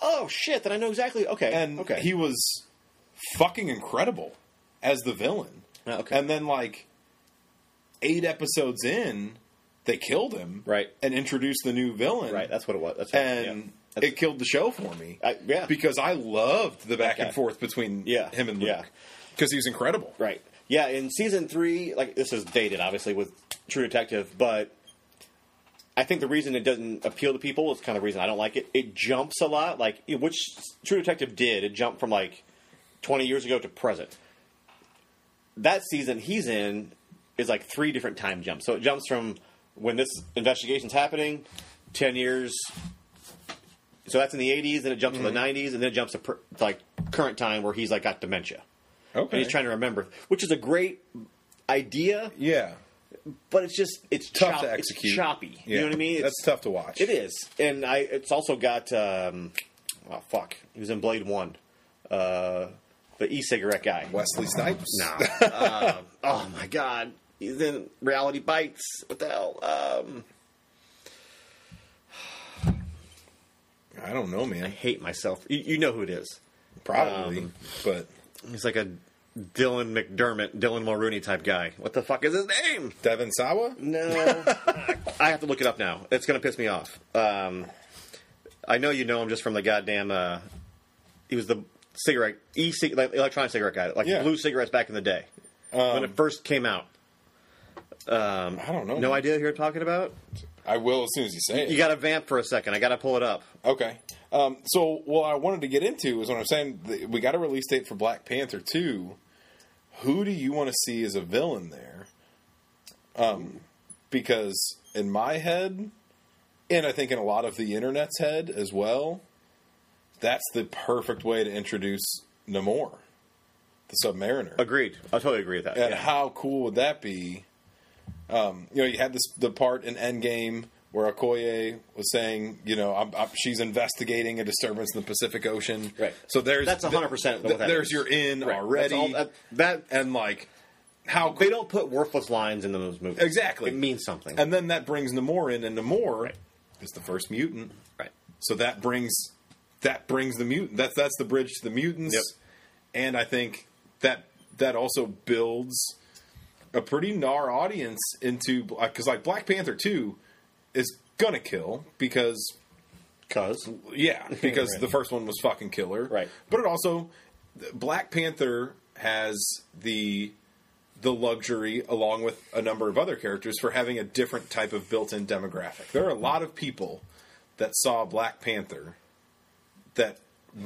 A: Oh shit! Then I know exactly. Okay.
B: and
A: okay.
B: he was fucking incredible as the villain.
A: Ah, okay.
B: And then like eight episodes in, they killed him,
A: Right.
B: And introduced the new villain,
A: right. That's what it was. That's what,
B: and
A: yeah. That's-
B: it killed the show for me,
A: I- yeah.
B: because I loved the back
A: guy.
B: and forth between
A: Yeah,
B: him and Luke,
A: yeah.
B: because he was incredible,
A: Right. Yeah, in season three, like this is dated, obviously, with True Detective, but I think the reason it doesn't appeal to people is kind of the reason I don't like it. It jumps a lot, like you know, which True Detective did. It jumped from like twenty years ago to present. That season he's in is like three different time jumps. So it jumps from when this investigation's happening, ten years. So that's in the '80s, then it jumps to the '90s, and then it jumps to, per, to like current time where he's like got dementia
B: Okay,
A: and he's trying to remember, which is a great idea,
B: yeah,
A: but it's just it's
B: Tough
A: chop-
B: to execute.
A: It's choppy.
B: Yeah.
A: You know what I mean? It's,
B: That's tough to watch.
A: It is, and I it's also got um, oh fuck, he was in Blade One, uh, the e-cigarette guy.
B: Wesley Snipes.
A: No, uh, oh my god, he's in Reality Bites. What the hell? Um,
B: I don't know,
A: I
B: man.
A: hate myself. You, you know who it is?
B: Probably,
A: Um,
B: but
A: He's like a Dylan McDermott, Dylan Mulrooney type guy. What the fuck is his name?
B: Devin Sawa.
A: Mm. No, I have to look it up now. It's going to piss me off. Um, I know you know him just from the goddamn. Uh, he was the cigarette e like electronic cigarette guy, like
B: Yeah.
A: blue cigarettes back in the day when it first came out. Um,
B: I don't know.
A: No idea who you're talking about.
B: I will as soon as you say it.
A: You got to vamp for a second. I got to pull it up.
B: Okay. Um, so what I wanted to get into is what I'm saying. th- We got a release date for Black Panther 2. Who do you want to see as a villain there? Um, because in my head, and I think in a lot of the internet's head as well, that's the perfect way to introduce Namor, the Submariner.
A: Agreed. I totally agree with that.
B: And
A: Yeah.
B: how cool would that be? Um, you know, you had this the part in Endgame where Okoye was saying, you know, I'm, I'm, she's investigating a disturbance in the Pacific Ocean.
A: Right.
B: So there's
A: That's 100% what that
B: there's
A: is.
B: your in
A: Right.
B: already.
A: That's all- that, that-
B: and like how
A: they don't put worthless lines in those movies.
B: Exactly.
A: It means something.
B: And then that brings Namor in, and Namor
A: Right.
B: is the first mutant.
A: right.
B: So that brings that brings the mutant. That's that's the bridge to the mutants.
A: Yep.
B: And I think that that also builds a pretty gnar audience into because like Black Panther two is gonna kill because
A: Cause
B: yeah because
A: Right.
B: the first one was fucking killer
A: Right.
B: but it also Black Panther has the the luxury along with a number of other characters for having a different type of built-in demographic. There are a lot of people that saw Black Panther that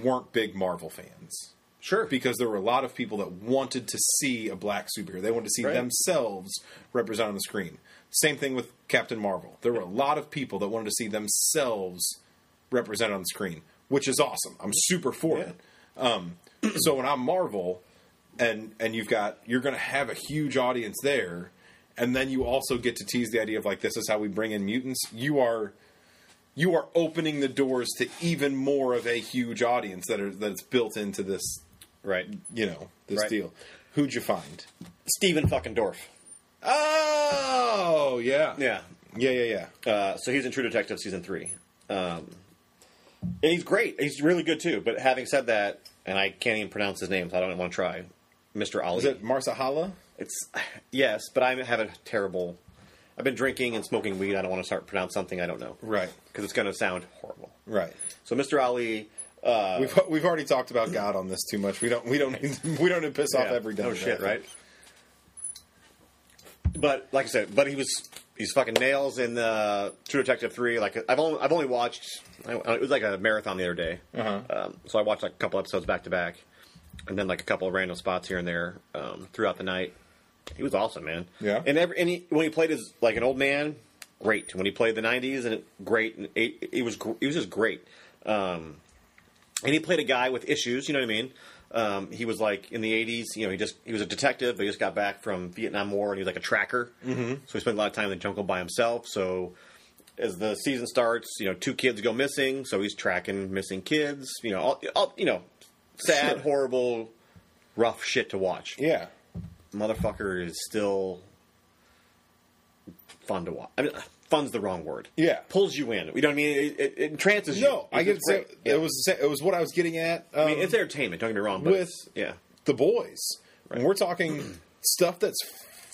B: weren't big Marvel fans
A: sure.
B: because there were a lot of people that wanted to see a black superhero. They wanted to see
A: Right.
B: themselves represented on the screen. Same thing with Captain Marvel. There were a lot of people that wanted to see themselves represented on the screen, which is awesome. I'm super for it. Um, so when I'm Marvel, and and you've got you're going to have a huge audience there, and then you also get to tease the idea of like this is how we bring in mutants. You are you are opening the doors to even more of a huge audience that are that's built into this
A: right.
B: you know this
A: Right.
B: deal. Who'd you find?
A: Steven fucking Dorff.
B: Oh yeah,
A: Yeah.
B: yeah, yeah, yeah.
A: Uh, so he's in True Detective season three. Um, and he's great. He's really good too. But having said that, and I can't even pronounce his name, so I don't want to try. Mr. Ali.
B: Is it Marsahala?
A: It's yes, but I have a terrible. I've been drinking and smoking weed. I don't want to start pronounce something I don't know.
B: Right.
A: Because it's going to sound horrible.
B: Right.
A: So Mr. Ali. Uh,
B: We've we've already talked about God on this too much. We don't we don't we don't need to piss off
A: yeah,
B: every day.
A: no shit, right? But like I said, but he was he's fucking nails in the True Detective three. Like I've only I've only watched I, it was like a marathon the other day, uh-huh. um, so I watched like a couple episodes back to back, and then like a couple of random spots here and there um, throughout the night. He was awesome, man.
B: Yeah.
A: And every and he, when he played as like an old man, great. When he played the '90s, and it, great. And it, it was gr- it was just great. Um, and he played a guy with issues. You know what I mean? Um, he was like in the '80s. You know, he just he was a detective, but he just got back from Vietnam War, and he was like a tracker. Mm-hmm. So he spent a lot of time in the jungle by himself. So as the season starts, you know, two kids go missing, so he's tracking missing kids. You know, all, all you know, sad,
B: Sure.
A: horrible, rough shit to watch
B: Yeah.
A: motherfucker is still fun to watch. I mean, fun's the wrong word.
B: Yeah.
A: pulls you in. You know what I mean? It, it, it entrances you.
B: No, I
A: It's
B: get
A: great.
B: so-
A: Yeah.
B: it was it was what I was getting at. Um,
A: I mean, it's entertainment. Don't get me wrong. But
B: with-
A: it's- yeah,
B: the boys. When we're talking stuff that's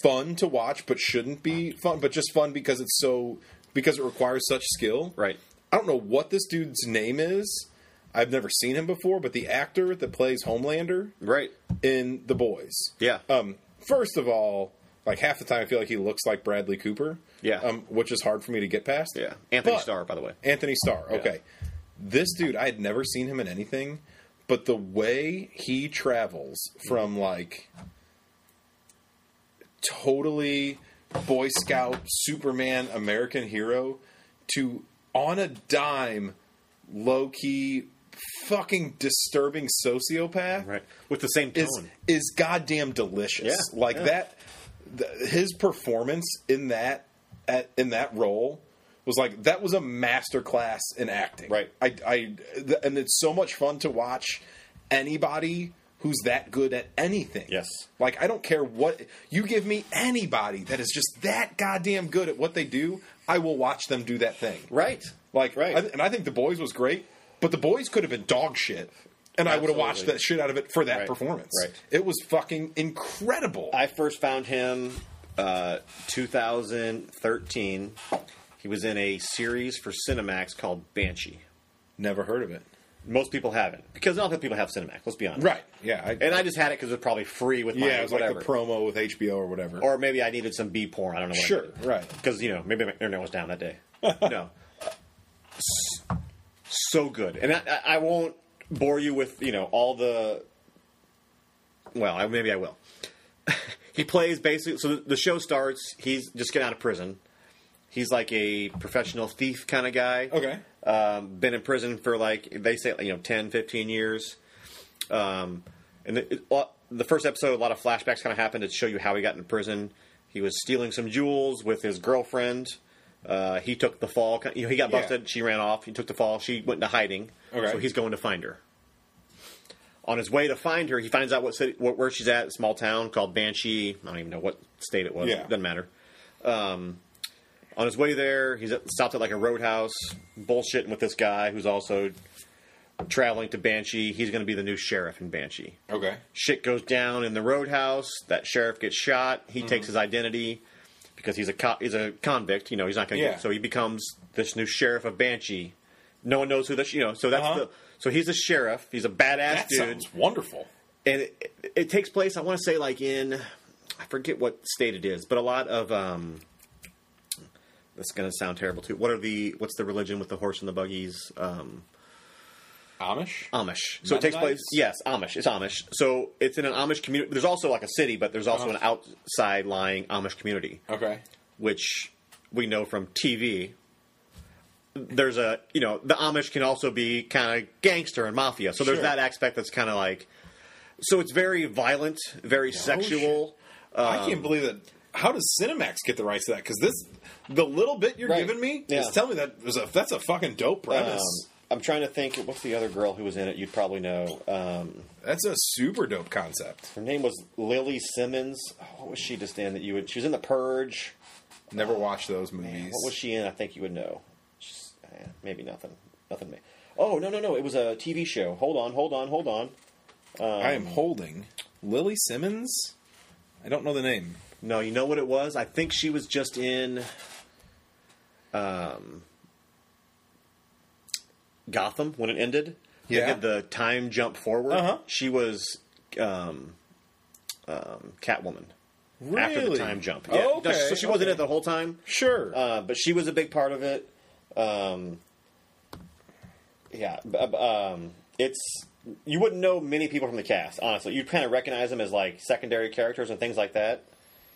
B: fun to watch, but shouldn't be fun, but just fun because it's so because it requires such skill.
A: Right.
B: I don't know what this dude's name is. I've never seen him before, but the actor that plays Homelander
A: right.
B: in The Boys.
A: Yeah.
B: Um, first of all, like half the time, I feel like he looks like Bradley Cooper.
A: Yeah.
B: Um, which is hard for me to get past.
A: Yeah, Anthony
B: But-
A: Starr, by the way.
B: Anthony Starr. Okay. This dude, I had never seen him in anything, but the way he travels from like totally Boy Scout, Superman, American hero to on a dime, low key, fucking disturbing sociopath
A: Right, with the same tone.
B: is is goddamn delicious.
A: Yeah,
B: like
A: yeah.
B: that, th- his performance in that at, in that role was like that was a master class in acting.
A: Right.
B: I, I th- and it's so much fun to watch anybody who's that good at anything.
A: Yes.
B: Like I don't care what you give me anybody that is just that goddamn good at what they do, I will watch them do that thing.
A: right,
B: Like,
A: right.
B: I th- and I think the boys was great, but the boys could have been dog shit, and I would have watched
A: Absolutely.
B: that shit out of it for that
A: Right.
B: performance.
A: Right.
B: It was fucking incredible.
A: I first found him uh, 2013. He was in a series for Cinemax called Banshee.
B: Never heard of it.
A: Most people haven't because not that people have Cinemax. Let's be honest.
B: Right. Yeah. I,
A: And I just had it because it was probably free with my
B: yeah, it was
A: whatever.
B: like the promo with HBO or whatever.
A: or maybe I needed some B porn. I don't know. What
B: sure, right.
A: Because you know maybe my internet was down that day. no. S- So good, and I, I- I won't bore you with you know all the. Well, I, maybe I will. he plays basically. So the show starts. He's just getting out of prison. He's like a professional thief kind of guy
B: Okay.
A: um, been in prison for like they say you know 10 15 years um, and the, it- the first episode a lot of flashbacks kind of happened to show you how he got in prison he was stealing some jewels with his girlfriend uh, he took the fall you know he got
B: Yeah.
A: busted she ran off he took the fall she went into hiding
B: Okay.
A: so he's going to find her on his way to find her he finds out what city wh- where she's at a small town called banshee i don't even know what state it was
B: Yeah.
A: doesn't matter Um, on his way there, he's at, stopped at like a roadhouse, bullshitting with this guy who's also traveling to Banshee. He's going to be the new sheriff in Banshee.
B: Okay.
A: Shit goes down in the roadhouse. That sheriff gets shot. He
B: Mm-hmm.
A: takes his identity because he's a co- he's a convict. You know, he's not going to
B: Yeah.
A: get so he becomes this new sheriff of Banshee. No one knows who this. You know, so that's
B: Uh-huh.
A: the so he's a sheriff. He's a badass
B: That
A: dude
B: sounds wonderful.
A: and it, it takes place. I want to say like in I forget what state it is, but a lot of um, that's going to sound terrible too. What are the what's the religion with the horse and the buggies? Um,
B: Amish.
A: Amish. So it takes place.
B: Mennonites?
A: Yes, Amish. It's Amish. So it's in an Amish community. There's also like a city, but there's
B: Oh.
A: also an outside lying Amish community
B: Okay.
A: which we know from TV. There's a you know the Amish can also be kind of gangster and mafia, so there's
B: Sure.
A: that aspect that's kind of like, so it's very violent,
B: Oh,
A: very sexual.
B: I can't believe that. How does Cinemax get the rights to that? Because this, the little bit you're
A: Right.
B: giving me,
A: Yeah.
B: is telling me that was a, that's a fucking dope
A: Um,
B: premise.
A: I'm trying to think. What's the other girl who was in it? You'd probably know. Um,
B: that's a super dope concept.
A: her name was Lily Simmons. Oh, what was she just in that you would? She was in The Purge.
B: Never watched those movies.
A: What was she in? I think you would know. She's, eh, maybe nothing. Nothing. ma- Oh no no no! It was a TV show. Hold on hold on hold on.
B: I am holding Lily Simmons. I don't know the name.
A: No, you know what it was? I think she was just in um, Gotham when it ended. They
B: Yeah.
A: did the time jump forward.
B: Uh-huh.
A: She was um, um, Catwoman after the
B: Really?
A: time jump.
B: Oh, okay,
A: So she wasn't
B: okay.
A: in it the whole time,
B: Sure.
A: uh, but she was a big part of it. Um, yeah, b- b- um, it's you wouldn't know many people from the cast. Honestly, you'd kind of recognize them as like secondary characters and things like that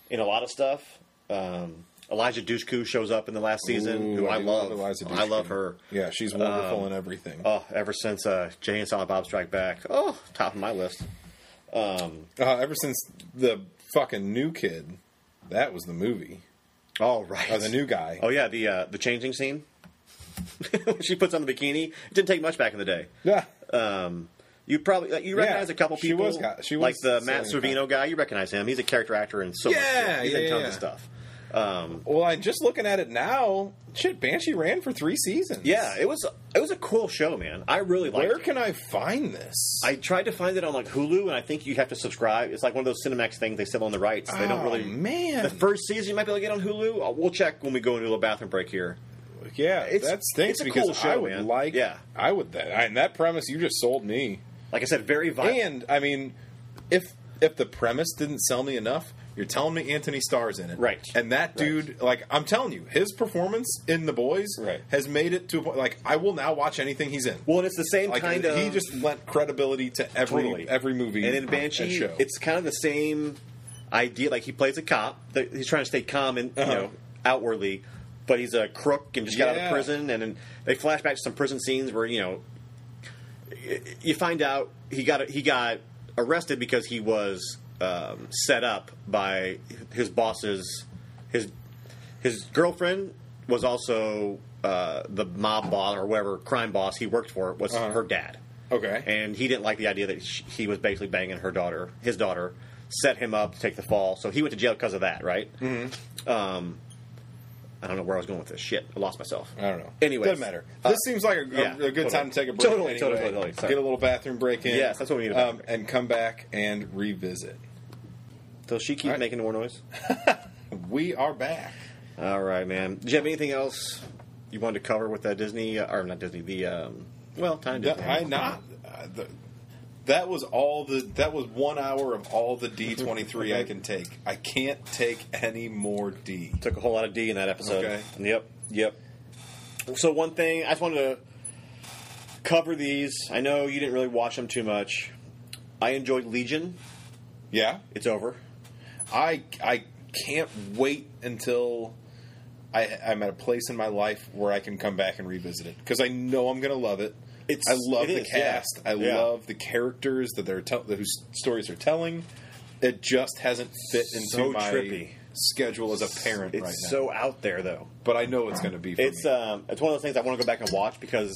A: in a lot of stuff. Um, Elijah Dushku shows up in the last season,
B: Ooh,
A: who I,
B: do
A: love.
B: Eliza
A: I love
B: Dushku.
A: her.
B: Yeah, she's wonderful in everything.
A: Oh, ever since uh, Jay and Silent Bob Strike Back, oh, top of my list.
B: Uh, ever since the fucking new kid, that was the movie.
A: All right,
B: Or the new guy.
A: Oh yeah, the uh, the changing scene. she puts on the bikini. It didn't take much back in the day.
B: Yeah.
A: Um, you probably like, you recognize a couple
B: she
A: people.
B: was got- she was
A: like the Matt
B: selling
A: Servino guy. You recognize him. He's a character actor in so much.
B: Yeah,
A: shit. He's
B: yeah,
A: in tons of
B: yeah.
A: stuff.
B: Well, I'm just looking at it now. Shit, Banshee ran for three seasons.
A: Yeah, it was it was a cool show, man. I really liked
B: Where
A: it.
B: can I find this?
A: I tried to find it on like Hulu, and I think you have to subscribe. It's like one of those Cinemax things they sell on the rights. They don't
B: Oh,
A: really.
B: man.
A: The first season you might be able to get on Hulu. Uh, We'll check when we go into a little bathroom break here.
B: yeah,
A: it's-
B: that stinks
A: it's a
B: because
A: cool show,
B: I would
A: man.
B: like.
A: Yeah.
B: I would that. I, and that premise you just sold me.
A: Like I said, very violent.
B: and I mean, if if the premise didn't sell me enough, you're telling me Anthony Starr's in it,
A: Right.
B: And that dude, like, I'm telling you, his performance in The Boys
A: Right.
B: has made it to a point. Like, I will now watch anything he's in.
A: well, and it's the same
B: like,
A: kind of.
B: he just lent credibility to every
A: Totally.
B: every movie
A: And in Banshee,
B: and show.
A: it's kind of the same idea. Like he plays a cop; that he's trying to stay calm and you know outwardly, but he's a crook and just got out
B: Uh-huh. Yeah.
A: of prison. And then they flash back to some prison scenes where you know y- you find out he got he got arrested because he was um, set up by his boss's his his girlfriend was also uh, the mob boss or whatever crime boss he worked for was her dad
B: Uh-huh. okay.
A: and he didn't like the idea that sh he was basically banging her daughter, his daughter, set him up to take the fall. So he went to jail because of that, right? Mm-hmm. Um, I don't know where I was going with this. Shit, I lost myself.
B: I don't know.
A: Anyway,
B: doesn't matter. This seems like a, a-
A: Uh, yeah,
B: a good time to take a break.
A: Totally,
B: anyway.
A: totally, totally, sorry.
B: Get a little bathroom break in.
A: Yes, that's what we need, a bathroom
B: Um,
A: break.
B: and come back and revisit.
A: Does she keep
B: All right.
A: making more noise?
B: We are back.
A: All right, man. Did you have anything else you wanted to cover with that Disney uh, or not Disney? The um, Well, time to
B: That, I not. Uh, the, that was all the. That was one hour of all the D twenty three I can take. I can't take any more D.
A: took a whole lot of D in that episode.
B: Okay.
A: Yep. Yep. So one thing I just wanted to cover these. I know you didn't really watch them too much. I enjoyed Legion.
B: Yeah,
A: It's over.
B: I I can't wait until I, I'm at a place in my life where I can come back and revisit it because I know I'm gonna love it.
A: It's-
B: I love
A: it
B: the
A: is, yeah.
B: cast. I
A: Yeah.
B: love the characters that they're tell whose stories they're telling. It just hasn't fit into
A: So
B: my
A: trippy.
B: schedule as a parent
A: It's
B: right now.
A: so out there though.
B: but I know it's going to be. For
A: It's
B: me.
A: um, it's one of those things I want to go back and watch because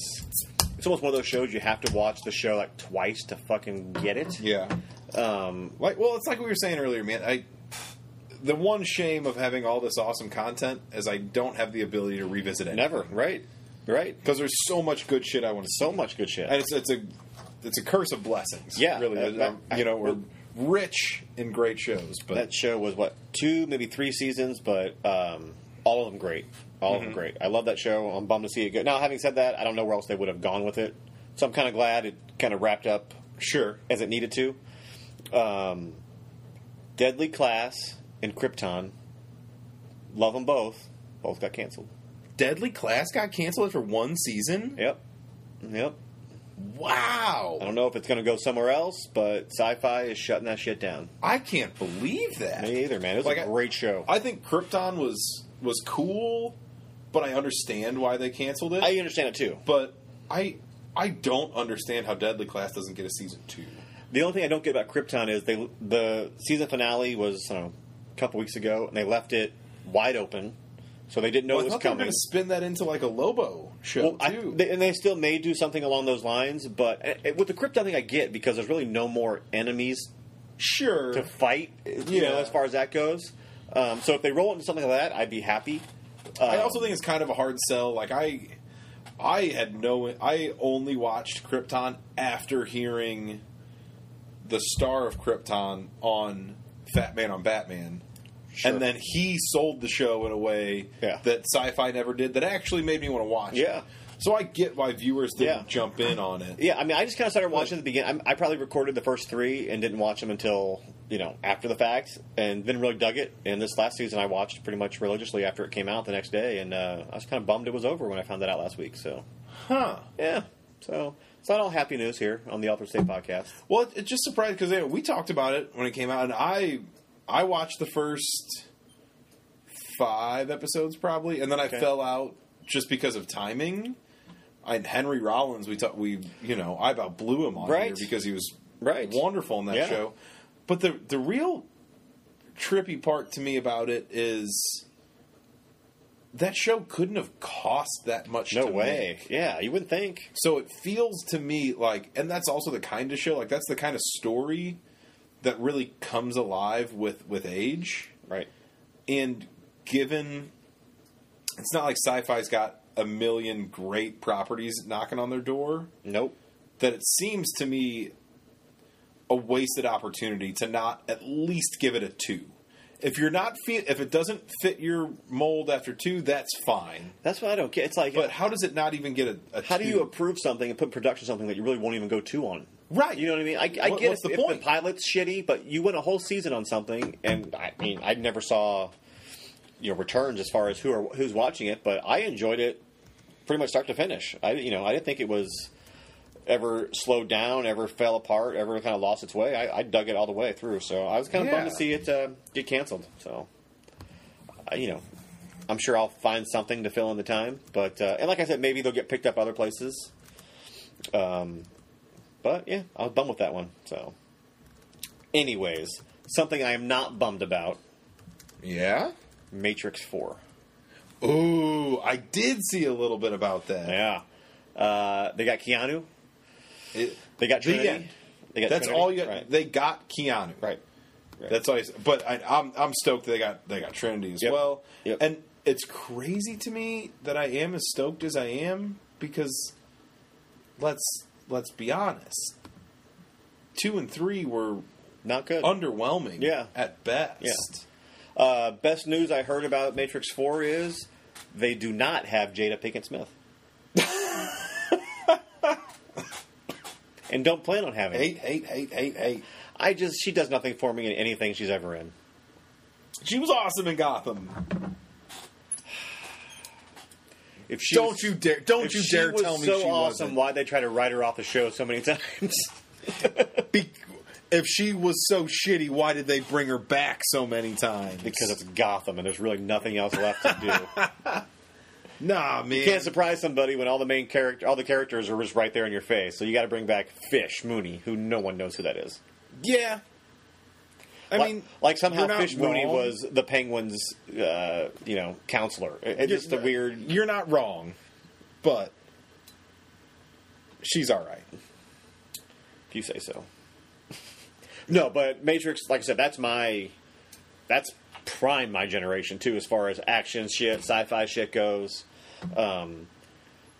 A: it's almost one of those shows you have to watch the show like twice to fucking get it.
B: yeah.
A: Um,
B: Like, well, it's like we were saying earlier, man. I the one shame of having all this awesome content is I don't have the ability to revisit it
A: never. Right. Right.
B: because there's so much good shit I want to see.
A: So much good shit.
B: and it's it's a it's a curse of blessings.
A: Yeah.
B: really.
A: Uh,
B: Um,
A: I-
B: you know, we're rich in great shows, but
A: that show was what two, maybe three seasons, but um, all of them great. All of them
B: Mm-hmm.
A: great. I love that show. I'm bummed to see it go. Now, having said that, I don't know where else they would have gone with it, so I'm kind of glad it kind of wrapped up
B: sure,
A: as it needed to. Um, Deadly Class and Krypton, love them both. Both got canceled.
B: Deadly Class got canceled after one season.
A: Yep, yep.
B: Wow,
A: I don't know if it's going to go somewhere else, but Sci-Fi is shutting that shit down.
B: I can't believe that.
A: Me either, man. It was
B: Like, I-
A: a great show.
B: I think Krypton was was cool, but I understand why they canceled it.
A: I understand it too.
B: but I I don't understand how Deadly Class doesn't get a season two.
A: The only thing I don't get about Krypton is they the season finale was uh, a couple weeks ago, and they left it wide open, so they didn't know
B: Well,
A: it
B: I
A: was
B: thought they were
A: coming.
B: going to spin that into like a Lobo show
A: Well, I,
B: too.
A: they, and they still may do something along those lines, but uh, with the Krypton thing, I get because there's really no more enemies
B: sure,
A: to fight, eh, you know,
B: Yeah.
A: as far as that goes. Um, so if they roll into something like that, I'd be happy. Um,
B: I also think it's kind of a hard sell. Like I, I had no. I only watched Krypton after hearing the star of Krypton on Fat Man on Batman.
A: Sure.
B: And then he sold the show in a way
A: Yeah.
B: that sci-fi never did. That actually made me want to watch.
A: Yeah.
B: it. So I get why viewers didn't
A: Yeah.
B: jump in on it.
A: Yeah, I mean, I just kind of started watching at the beginning. I, I probably recorded the first three and didn't watch them until you know after the fact, and then really dug it. And this last season, I watched pretty much religiously after it came out the next day, and uh, I was kind of bummed it was over when I found that out last week. So
B: Huh.
A: yeah, so it's not all happy news here on the Author State podcast.
B: Well, it, it just surprised because we talked about it when it came out, and I I watched the first five episodes probably, and then I
A: Okay.
B: fell out just because of timing. I, Henry Rollins, we talked, we you know, I about blew him on
A: Right.
B: here because he was
A: Right.
B: wonderful in that
A: Yeah.
B: show. But the the real trippy part to me about it is that show couldn't have cost that much.
A: No
B: to
A: way.
B: make.
A: Yeah, you wouldn't think.
B: So it feels to me like, and that's also the kind of show, like that's the kind of story that really comes alive with with age.
A: Right.
B: And given, it's not like sci-fi's got a million great properties knocking on their door.
A: Nope.
B: That it seems to me a wasted opportunity to not at least give it a two. If you're not fe if it doesn't fit your mold after two, that's fine.
A: That's what I don't get. It's like,
B: But how does it not even get a? a
A: how do
B: two?
A: you approve something and put in production something that you really won't even go to on?
B: Right.
A: You know what I mean? I, I
B: What-
A: get
B: what's
A: if, if
B: the point?
A: the pilot's shitty, but you went a whole season on something, and I mean, I never saw you know returns as far as who are who's watching it, but I enjoyed it pretty much start to finish. I you know I didn't think it was ever slowed down, ever fell apart, ever kind of lost its way. I, I dug it all the way through, so I was kind of
B: Yeah.
A: bummed to see it uh, get canceled. So I, you know, I'm sure I'll find something to fill in the time. But uh, and like I said, maybe they'll get picked up other places. Um, but yeah, I was bummed with that one. So, anyways, something I am not bummed about:
B: Yeah.
A: Matrix Four.
B: Ooh, I did see a little bit about that.
A: Yeah, uh, they got Keanu.
B: It-
A: They got
B: The
A: Trinity.
B: end.
A: They got
B: that's
A: Trinity.
B: all you.
A: Right.
B: They got Keanu.
A: right. Right.
B: That's all. I, s- but I, I'm I'm stoked they got they got Trinity as
A: Yep.
B: well.
A: Yep.
B: And it's crazy to me that I am as stoked as I am because let's let's be honest. Two and three were
A: not good.
B: underwhelming.
A: Yeah.
B: At best.
A: uh, best news I heard about Matrix Four is they do not have Jada Pinkett Smith. and don't plan on having. it.
B: Hate, hate, hate, hate, hate.
A: I just she does nothing for me in anything she's ever in.
B: She was awesome in Gotham.
A: If she
B: don't
A: was-
B: you dare! Don't
A: if
B: you
A: she
B: dare
A: was
B: tell me
A: so
B: she
A: awesome.
B: wasn't.
A: Why they try to write her off the show so many times?
B: Be- if she was so shitty, why did they bring her back so many times?
A: because it's Gotham and there's really nothing else left to do.
B: nah, man.
A: You can't surprise somebody when all the main character, all the characters are just right there in your face. So you got to bring back Fish Mooney, who no one knows who that is.
B: yeah. I
A: like,
B: mean,
A: like somehow
B: you're not
A: Fish Mooney
B: wrong.
A: was the Penguins, uh, you know, counselor. It- It's
B: You're-
A: just a weird.
B: You're not wrong, but she's all right.
A: If you say so. no, but Matrix, like I said, that's my, that's prime my generation too, as far as action shit, sci-fi shit goes. Um,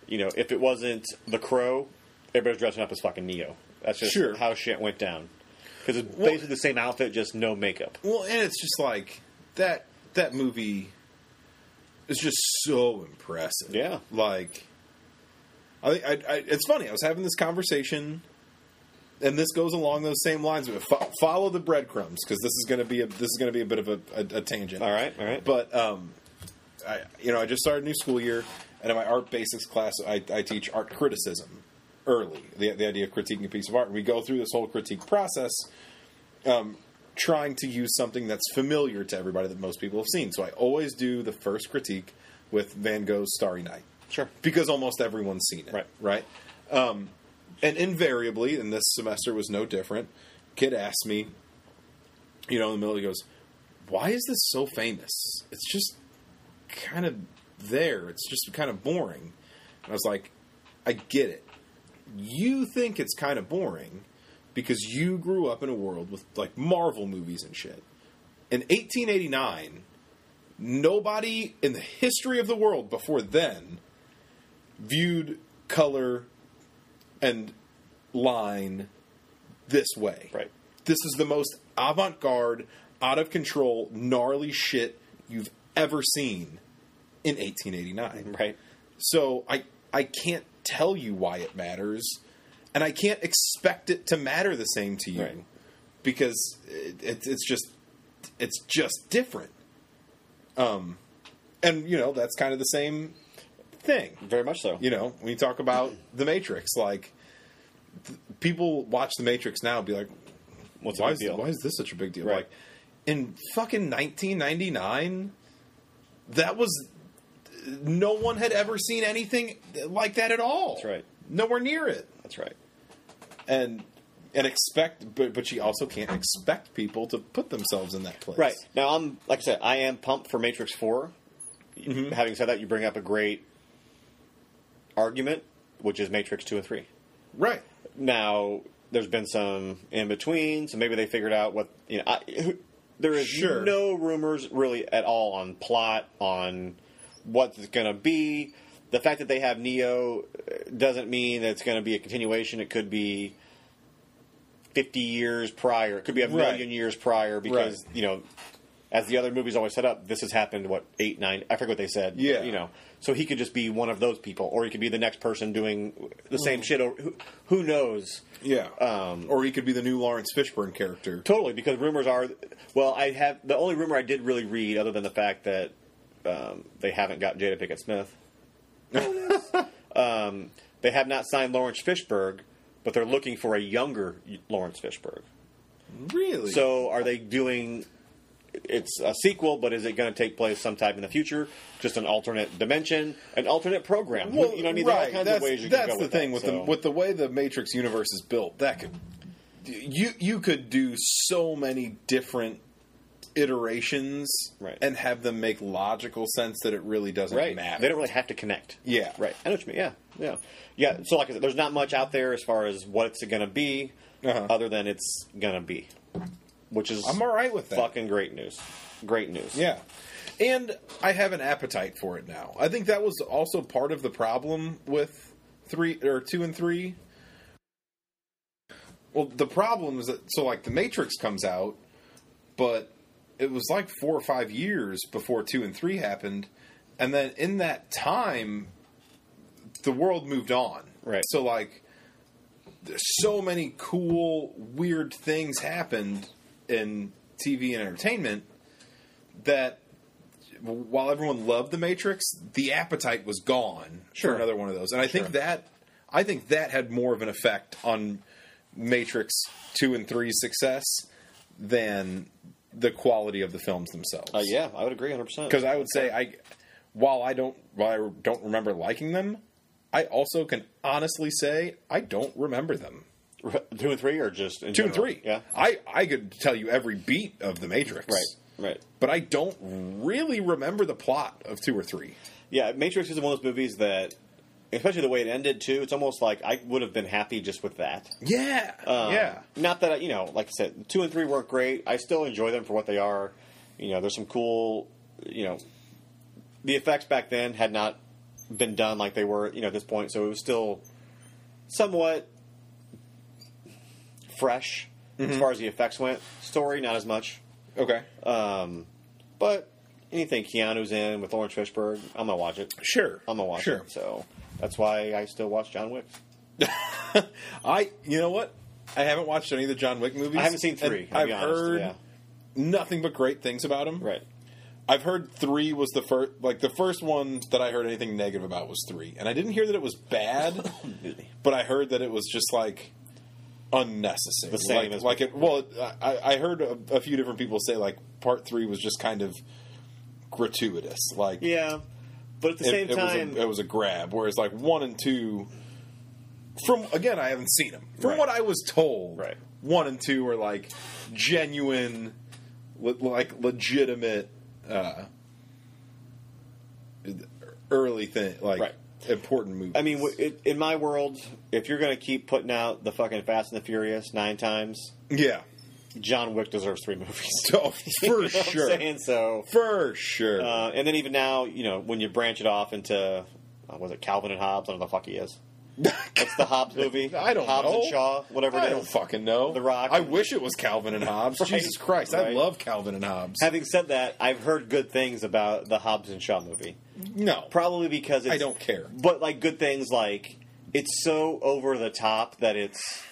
A: you know, if it wasn't The Crow, everybody's dressing up as fucking Neo. That's just
B: Sure.
A: how shit went down. Because it's
B: Well-
A: basically the same outfit, just no makeup.
B: Well, and it's just like that that movie is just so impressive.
A: Yeah.
B: Like I, I, I it's funny. I was having this conversation and this goes along those same lines but fo- follow the breadcrumbs because this is going to be a this is going to be a bit of a, a, a tangent.
A: All right, all right.
B: But um I you know, I just started a new school year and in my art basics class I, I teach art criticism early. The the idea of critiquing a piece of art. We go through this whole critique process um, trying to use something that's familiar to everybody that most people have seen. So I always do the first critique with Van Gogh's Starry Night.
A: Sure.
B: Because almost everyone's seen it.
A: Right.
B: Right. Um, and invariably, and this semester was no different, kid asked me, you know, in the middle, he goes, Why is this so famous? It's just kind of there. It's just kind of boring. And I was like, I get it. You think it's kind of boring because you grew up in a world with like Marvel movies and shit. In 1889, nobody in the history of the world before then viewed color and line this way.
A: Right.
B: This is the most avant garde, out of control, gnarly shit you've ever seen in 1889.
A: Right.
B: So I I can't tell you why it matters, and I can't expect it to matter the same to you
A: Right.
B: because it, it, it's just it's just different. Um, and you know that's kind of the same thing.
A: Very much so.
B: You know when you talk about the Matrix, like th- people watch the Matrix now and be like,
A: What's the
B: why
A: big
B: is
A: deal?
B: why is this such a big deal?
A: Right.
B: Like in fucking 1999, that was no one had ever seen anything like that at all.
A: That's right.
B: Nowhere near it,
A: That's right.
B: and and expect, but but you also can't expect people to put themselves in that place.
A: Right now, I'm like I said, I am pumped for Matrix 4 Having said that, you bring up a great argument, which is Matrix two and three.
B: Right.
A: Now, there's been some in between, so maybe they figured out what you know. I, who- there is
B: Sure.
A: no rumors really at all on plot on what it's going to be. The fact that they have Neo uh, doesn't mean that it's going to be a continuation. It could be fifty years prior. It could be a
B: Right.
A: million years prior because
B: Right.
A: you know, as the other movies always set up, this has happened what eight nine. I forget what they said.
B: Yeah.
A: you know, so he could just be one of those people, or he could be the next person doing the same shit. Or who, who knows?
B: Yeah.
A: Um,
B: or he could be the new Lawrence Fishburne character.
A: Totally, because rumors are. Well, I have the only rumor I did really read, other than the fact that um, they haven't got Jada Pickett Smith. um, they have not signed Lawrence Fishburne, but they're looking for a younger Lawrence Fishburne.
B: Really.
A: So, are they doing? It's a sequel, but is it going to take place sometime in the future? Just an alternate dimension, an alternate program.
B: Well,
A: you know, what I mean,
B: right.
A: there are all kinds
B: that's,
A: of ways you
B: that's
A: can go
B: the
A: with
B: thing
A: that,
B: with
A: so-
B: the with the way the Matrix universe is built. That could you you could do so many different iterations
A: Right.
B: and have them make logical sense that it really doesn't
A: right.
B: matter.
A: They don't really have to connect.
B: Yeah.
A: Right. I know what you mean. Yeah. Yeah. Yeah. So, like I said, there's not much out there as far as what it's going to be,
B: Uh-huh.
A: other than it's going to be, which is
B: I'm all right with that.
A: fucking great news. Great news.
B: Yeah. And I have an appetite for it now. I think that was also part of the problem with three or two and three. Well, the problem is that so like the Matrix comes out, but it was like four or five years before two and three happened, and then in that time, the world moved on.
A: Right.
B: So like so many cool, weird things happened in TV and entertainment that while everyone loved The Matrix, the appetite was gone
A: Sure.
B: for another one of those. And I think
A: Sure.
B: that I think that had more of an effect on Matrix two and 3's success than the quality of the films themselves.
A: Uh, yeah, I would agree 100%.
B: Because I would say I, while I don't while I don't remember liking them, I also can honestly say I don't remember them.
A: two and three are just in
B: Two and
A: general?
B: three.
A: Yeah.
B: I I could tell you every beat of the Matrix.
A: Right. Right.
B: But I don't really remember the plot of two or three.
A: Yeah, Matrix is one of those movies that, especially the way it ended too. It's almost like I would have been happy just with that.
B: Yeah.
A: Um,
B: yeah.
A: Not that I, you know, like I said, two and three weren't great. I still enjoy them for what they are. You know, there's some cool. You know, the effects back then had not been done like they were. You know, at this point, so it was still somewhat fresh as far as the effects went. Story, not as much.
B: Okay. Uh,
A: Um, but anything Keanu's in with Lawrence Fishburne, I'm gonna watch it.
B: sure.
A: I'm gonna watch
B: sure.
A: it. So that's why I still watch John Wick.
B: I you know what? I haven't watched any of the John Wick movies.
A: I haven't seen three.
B: and
A: I'll
B: I've
A: be honest,
B: heard
A: yeah.
B: nothing but great things about him.
A: Right.
B: I've heard three was the first, like the first one that I heard anything negative about was three, and I didn't hear that it was bad, but I heard that it was just like unnecessary.
A: The same
B: like,
A: as-
B: like it. Well, I, I heard a, a few different people say like part three was just kind of gratuitous. Like
A: Yeah, but at the
B: it,
A: same
B: it
A: time,
B: was a, it was a grab. Whereas like one and two, from again, I haven't seen them. From
A: Right.
B: what I was told,
A: Right.
B: one and two are like genuine, le- like legitimate, uh, early thing, like
A: Right.
B: important movies.
A: I mean, w- it, in my world, if you're gonna keep putting out the fucking Fast and the Furious nine times,
B: yeah,
A: John Wick deserves three movies.
B: so,
A: You know
B: for
A: what I'm
B: sure,
A: saying? so.
B: for sure.
A: Uh, and then even now, you know, when you branch it off into uh, was it Calvin and Hobbes? I don't know the fuck he is. What's the Hobbes movie?
B: I don't
A: Hobbes
B: know.
A: and Shaw, whatever it
B: I
A: is.
B: don't fucking know.
A: The Rock.
B: I wish it was Calvin and Hobbes. Jesus Christ, I
A: right.
B: love Calvin and Hobbes.
A: Having said that, I've heard good things about the Hobbs and Shaw movie.
B: no,
A: Probably because it's,
B: I don't care.
A: but like good things like it's so over the top that it's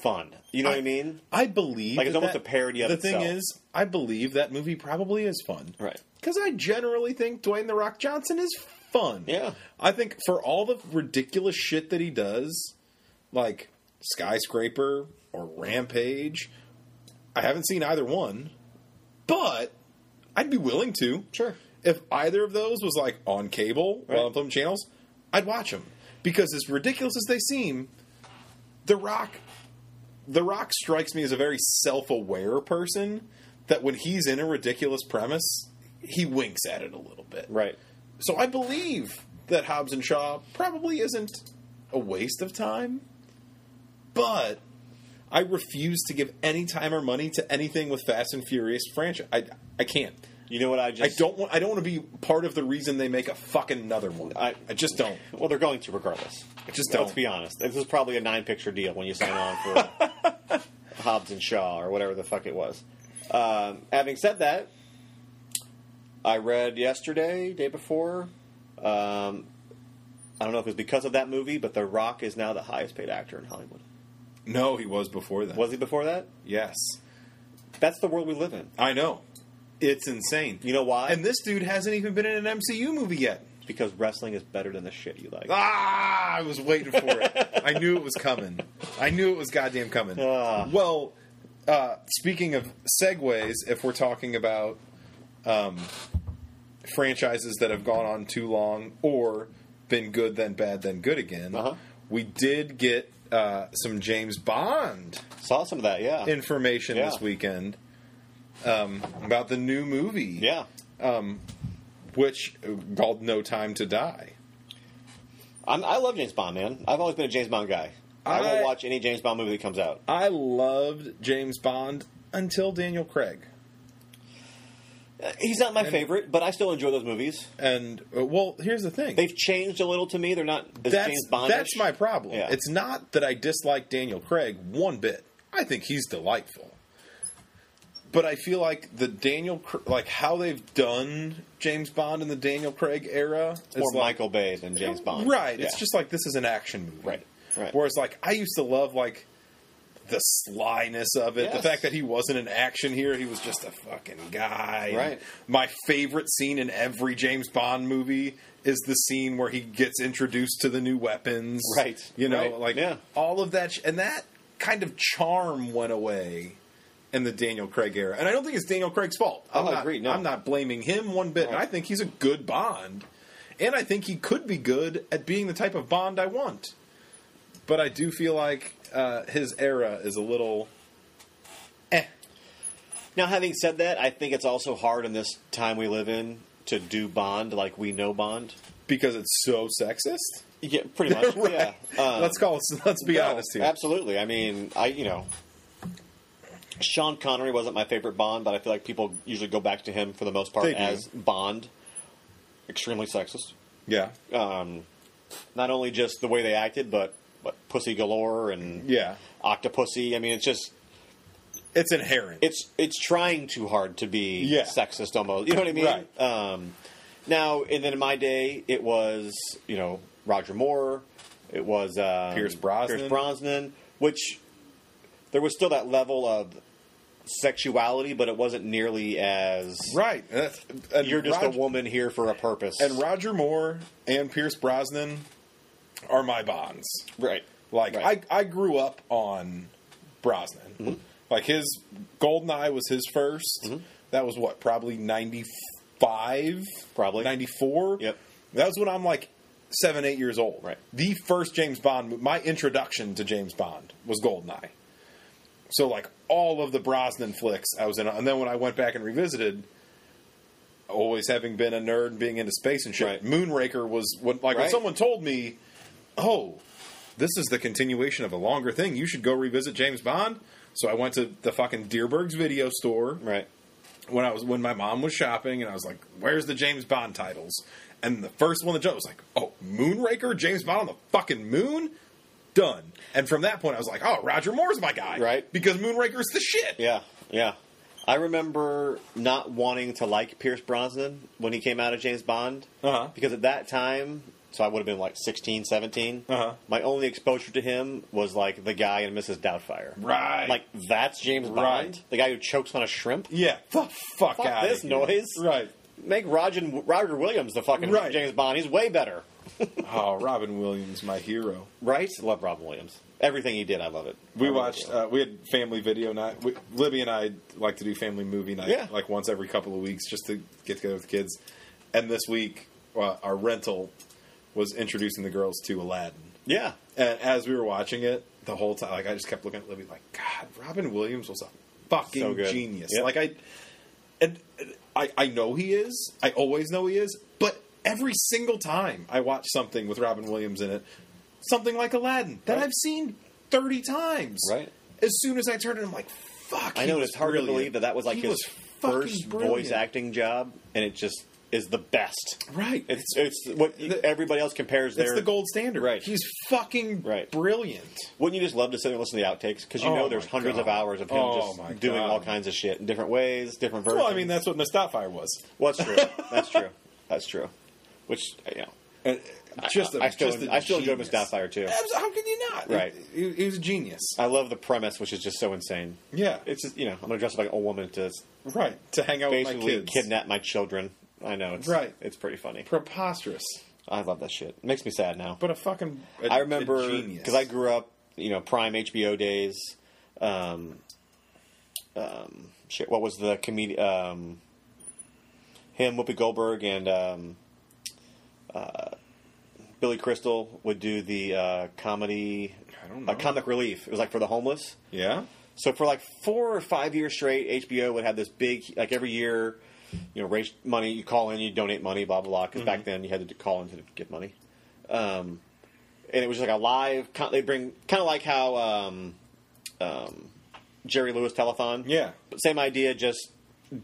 A: fun. You know what I mean?
B: I believe
A: Like, it's
B: that
A: almost
B: that-
A: a parody of
B: the thing
A: itself.
B: is, I believe that movie probably is fun,
A: Right.
B: Because I generally think Dwayne the Rock Johnson is fun.
A: Yeah.
B: I think for all the ridiculous shit that he does, like skyscraper or Rampage, I haven't seen either one, but I'd be willing to.
A: Sure.
B: If either of those was like on cable or
A: Right.
B: on film channels, I'd watch them because as ridiculous as they seem, The Rock, The Rock strikes me as a very self-aware person that when he's in a ridiculous premise, he winks at it a little bit.
A: Right.
B: So I believe that Hobbs and Shaw probably isn't a waste of time, but I refuse to give any time or money to anything with Fast and Furious franchise. I I can't.
A: You know what I
B: I
A: just
B: don't want. I don't want to be part of the reason they make a fucking another one. I,
A: I-
B: I just don't.
A: Well, they're going to regardless.
B: I just
A: Let's
B: don't.
A: be honest. This is probably a nine-picture deal when you sign on for Hobbs and Shaw or whatever the fuck it was. Um, having said that, I read yesterday, day before. Um, I don't know if it's because of that movie, but The Rock is now the highest-paid actor in Hollywood.
B: no, he was before that.
A: Was he before that?
B: Yes,
A: That's the world we live in.
B: I know. It's insane.
A: You know why?
B: And this dude hasn't even been in an MCU movie yet.
A: because wrestling is better than the shit you like.
B: Ah, I was waiting for it. I knew it was coming. I knew it was goddamn coming.
A: Ah.
B: Well, uh, speaking of segues, if we're talking about um, franchises that have gone on too long or been good, then bad, then good again,
A: Uh-huh.
B: we did get uh, some James Bond
A: Saw some of that, yeah.
B: information
A: Yeah.
B: this weekend um, about the new movie, um,
A: yeah.
B: which uh, called No Time to Die.
A: I'm, I love James Bond, man. I've always been a James Bond guy. I,
B: I-
A: will watch any James Bond movie that comes out.
B: I loved James Bond until Daniel Craig.
A: He's not my favorite, but I still enjoy those movies.
B: And uh, well, here's the thing.
A: They've changed a little to me. They're not as
B: that's
A: James Bond.
B: that's my problem.
A: Yeah.
B: It's not that I dislike Daniel Craig one bit. I think he's delightful. But I feel like the Daniel, Cr- like how they've done James Bond in the Daniel Craig era,
A: more
B: like,
A: Michael Bay than James Bond.
B: Right.
A: Yeah.
B: It's just like this is an action movie.
A: Right. Right.
B: Whereas, like, I used to love like the slyness of it, the
A: Yes.
B: fact that he wasn't an action hero; he was just a fucking guy. And
A: Right.
B: My favorite scene in every James Bond movie is the scene where he gets introduced to the new weapons.
A: Right.
B: You know,
A: Right.
B: like
A: Yeah.
B: all of that, sh- and that kind of charm went away. In the Daniel Craig era, and I don't think it's Daniel Craig's fault. I'm
A: I'll
B: not,
A: agree, no.
B: I'm not blaming him one bit. And
A: Right.
B: I think he's a good Bond, and I think he could be good at being the type of Bond I want. But I do feel like uh, his era is a little. Eh.
A: Now, having said that, I think it's also hard in this time we live in to do Bond like we know Bond.
B: because it's so sexist.
A: Yeah, pretty much.
B: Right.
A: Yeah. Um,
B: let's call. Let's be
A: no,
B: honest here.
A: Absolutely. I mean, I you know, Sean Connery wasn't my favorite Bond, but I feel like people usually go back to him for the most part
B: They do.
A: as Bond. Extremely sexist.
B: yeah,
A: Um, not only just the way they acted, but but pussy galore and
B: yeah.
A: octopussy. I mean, it's just
B: It's inherent.
A: it's it's trying too hard to be
B: Yeah.
A: sexist almost. You know what I mean?
B: Right.
A: Um, now and then in my day, it was you know Roger Moore, it was um,
B: Pierce Brosnan.
A: Pierce Brosnan, which there was still that level of sexuality, but it wasn't nearly as
B: right. And that's- and
A: You're just
B: Roger-
A: a woman here for a purpose,
B: And Roger Moore and Pierce Brosnan are my bonds.
A: right,
B: Like
A: Right. Mm-hmm.
B: I, I grew up on Brosnan. Like his Goldeneye was his 1st That was what probably ninety five,
A: Probably.
B: ninety four.
A: Yep.
B: That was when I'm like seven, eight years old.
A: Right.
B: The first James Bond. mo- My introduction to James Bond was Goldeneye. So like all of the Brosnan flicks I was in, and then when I went back and revisited, always having been a nerd, and being into space and shit,
A: Right.
B: Moonraker was when, like when
A: Right.
B: someone told me, "Oh, this is the continuation of a longer thing. You should go revisit James Bond." So I went to the fucking Deerberg's video store
A: right,
B: when I was when my mom was shopping, and I was like, "Where's the James Bond titles?" And the first one that jumped was like, "Oh, Moonraker, James Bond on the fucking moon." Done. And from that point, I was like, "Oh, Roger Moore's my guy,
A: Right.
B: Because Moonraker's the shit."
A: yeah, yeah. I remember not wanting to like Pierce Brosnan when he came out of James Bond
B: Uh-huh.
A: because at that time, so I would have been like 16, 17.
B: Uh-huh.
A: My only exposure to him was like the guy in Mrs. Doubtfire.
B: Right.
A: Like that's James Bond,
B: Right.
A: the guy who chokes on a shrimp.
B: Yeah, the fuck,
A: Fuck
B: out
A: this noise.
B: Right.
A: Make Roger Roger Williams the fucking
B: Right.
A: James Bond. He's way better.
B: Oh, Robin Williams, my hero.
A: Right? Love Robin Williams. Everything he did, I love it.
B: We
A: Robin
B: watched.
A: Williams.
B: Uh, we had family video night. We, Libby and I like to do family movie night,
A: Yeah.
B: like once every couple of weeks, just to get together with the kids. And this week, uh, our rental was introducing the girls to Aladdin.
A: yeah.
B: And as we were watching it, the whole time, like I just kept looking at Libby, like God, Robin Williams was a fucking
A: So good.
B: genius.
A: Yep.
B: Like I, and and I, I know he is. I always know he is. But every single time I watch something with Robin Williams in it, something like Aladdin that
A: Right.
B: I've seen thirty times.
A: Right.
B: As soon as I turn it, I'm like, fuck.
A: I
B: he
A: know
B: was
A: it's hard
B: brilliant.
A: to believe that that was like
B: He
A: his
B: fucking
A: first
B: brilliant.
A: voice acting job, and it just is the best.
B: Right.
A: It's it's what you-
B: the-
A: everybody else compares.
B: It's
A: their,
B: the gold standard.
A: Right.
B: He's fucking
A: Right.
B: brilliant.
A: Wouldn't you just love to sit there and listen to the outtakes? Because you
B: Oh
A: know there's
B: my
A: hundreds of
B: God.
A: hours of him
B: Oh my
A: just doing
B: God.
A: all kinds of shit in different ways, different versions.
B: Well, I mean, that's what Mustafire was.
A: well, that's true. That's true. That's true. Which uh, you know,
B: And just, a-
A: I still
B: just a
A: I still enjoy Miss
B: genius.
A: Doubtfire too.
B: Abs- How can you not?
A: Right. Uh,
B: He, he- he was a genius.
A: I love the premise, which is just so insane.
B: Yeah.
A: it's just you know I'm gonna dress up like a woman to
B: right. To hang out with my
A: basically
B: kids.
A: kidnap my children. I know it's
B: Right.
A: It's pretty funny.
B: Preposterous.
A: I love that shit. It makes me sad now.
B: But a fucking. a-
A: I
B: a
A: remember
B: genius.
A: because I grew up, you know, prime HBO days. Um, um, shit, what was the comedian? Um, him, Whoopi Goldberg, and um, uh, Billy Crystal would do the uh, comedy,
B: I don't know.
A: Uh, comic relief. It was like for the homeless.
B: Yeah.
A: So for like four or five years straight, HBO would have this big like every year, you know, raise money. You call in, you donate money, blah blah blah. Because
B: Mm-hmm.
A: back then you had to call in to get money, um, and it was like a live. con- They bring kind of like how um, um, Jerry Lewis telethon.
B: Yeah.
A: But same idea, just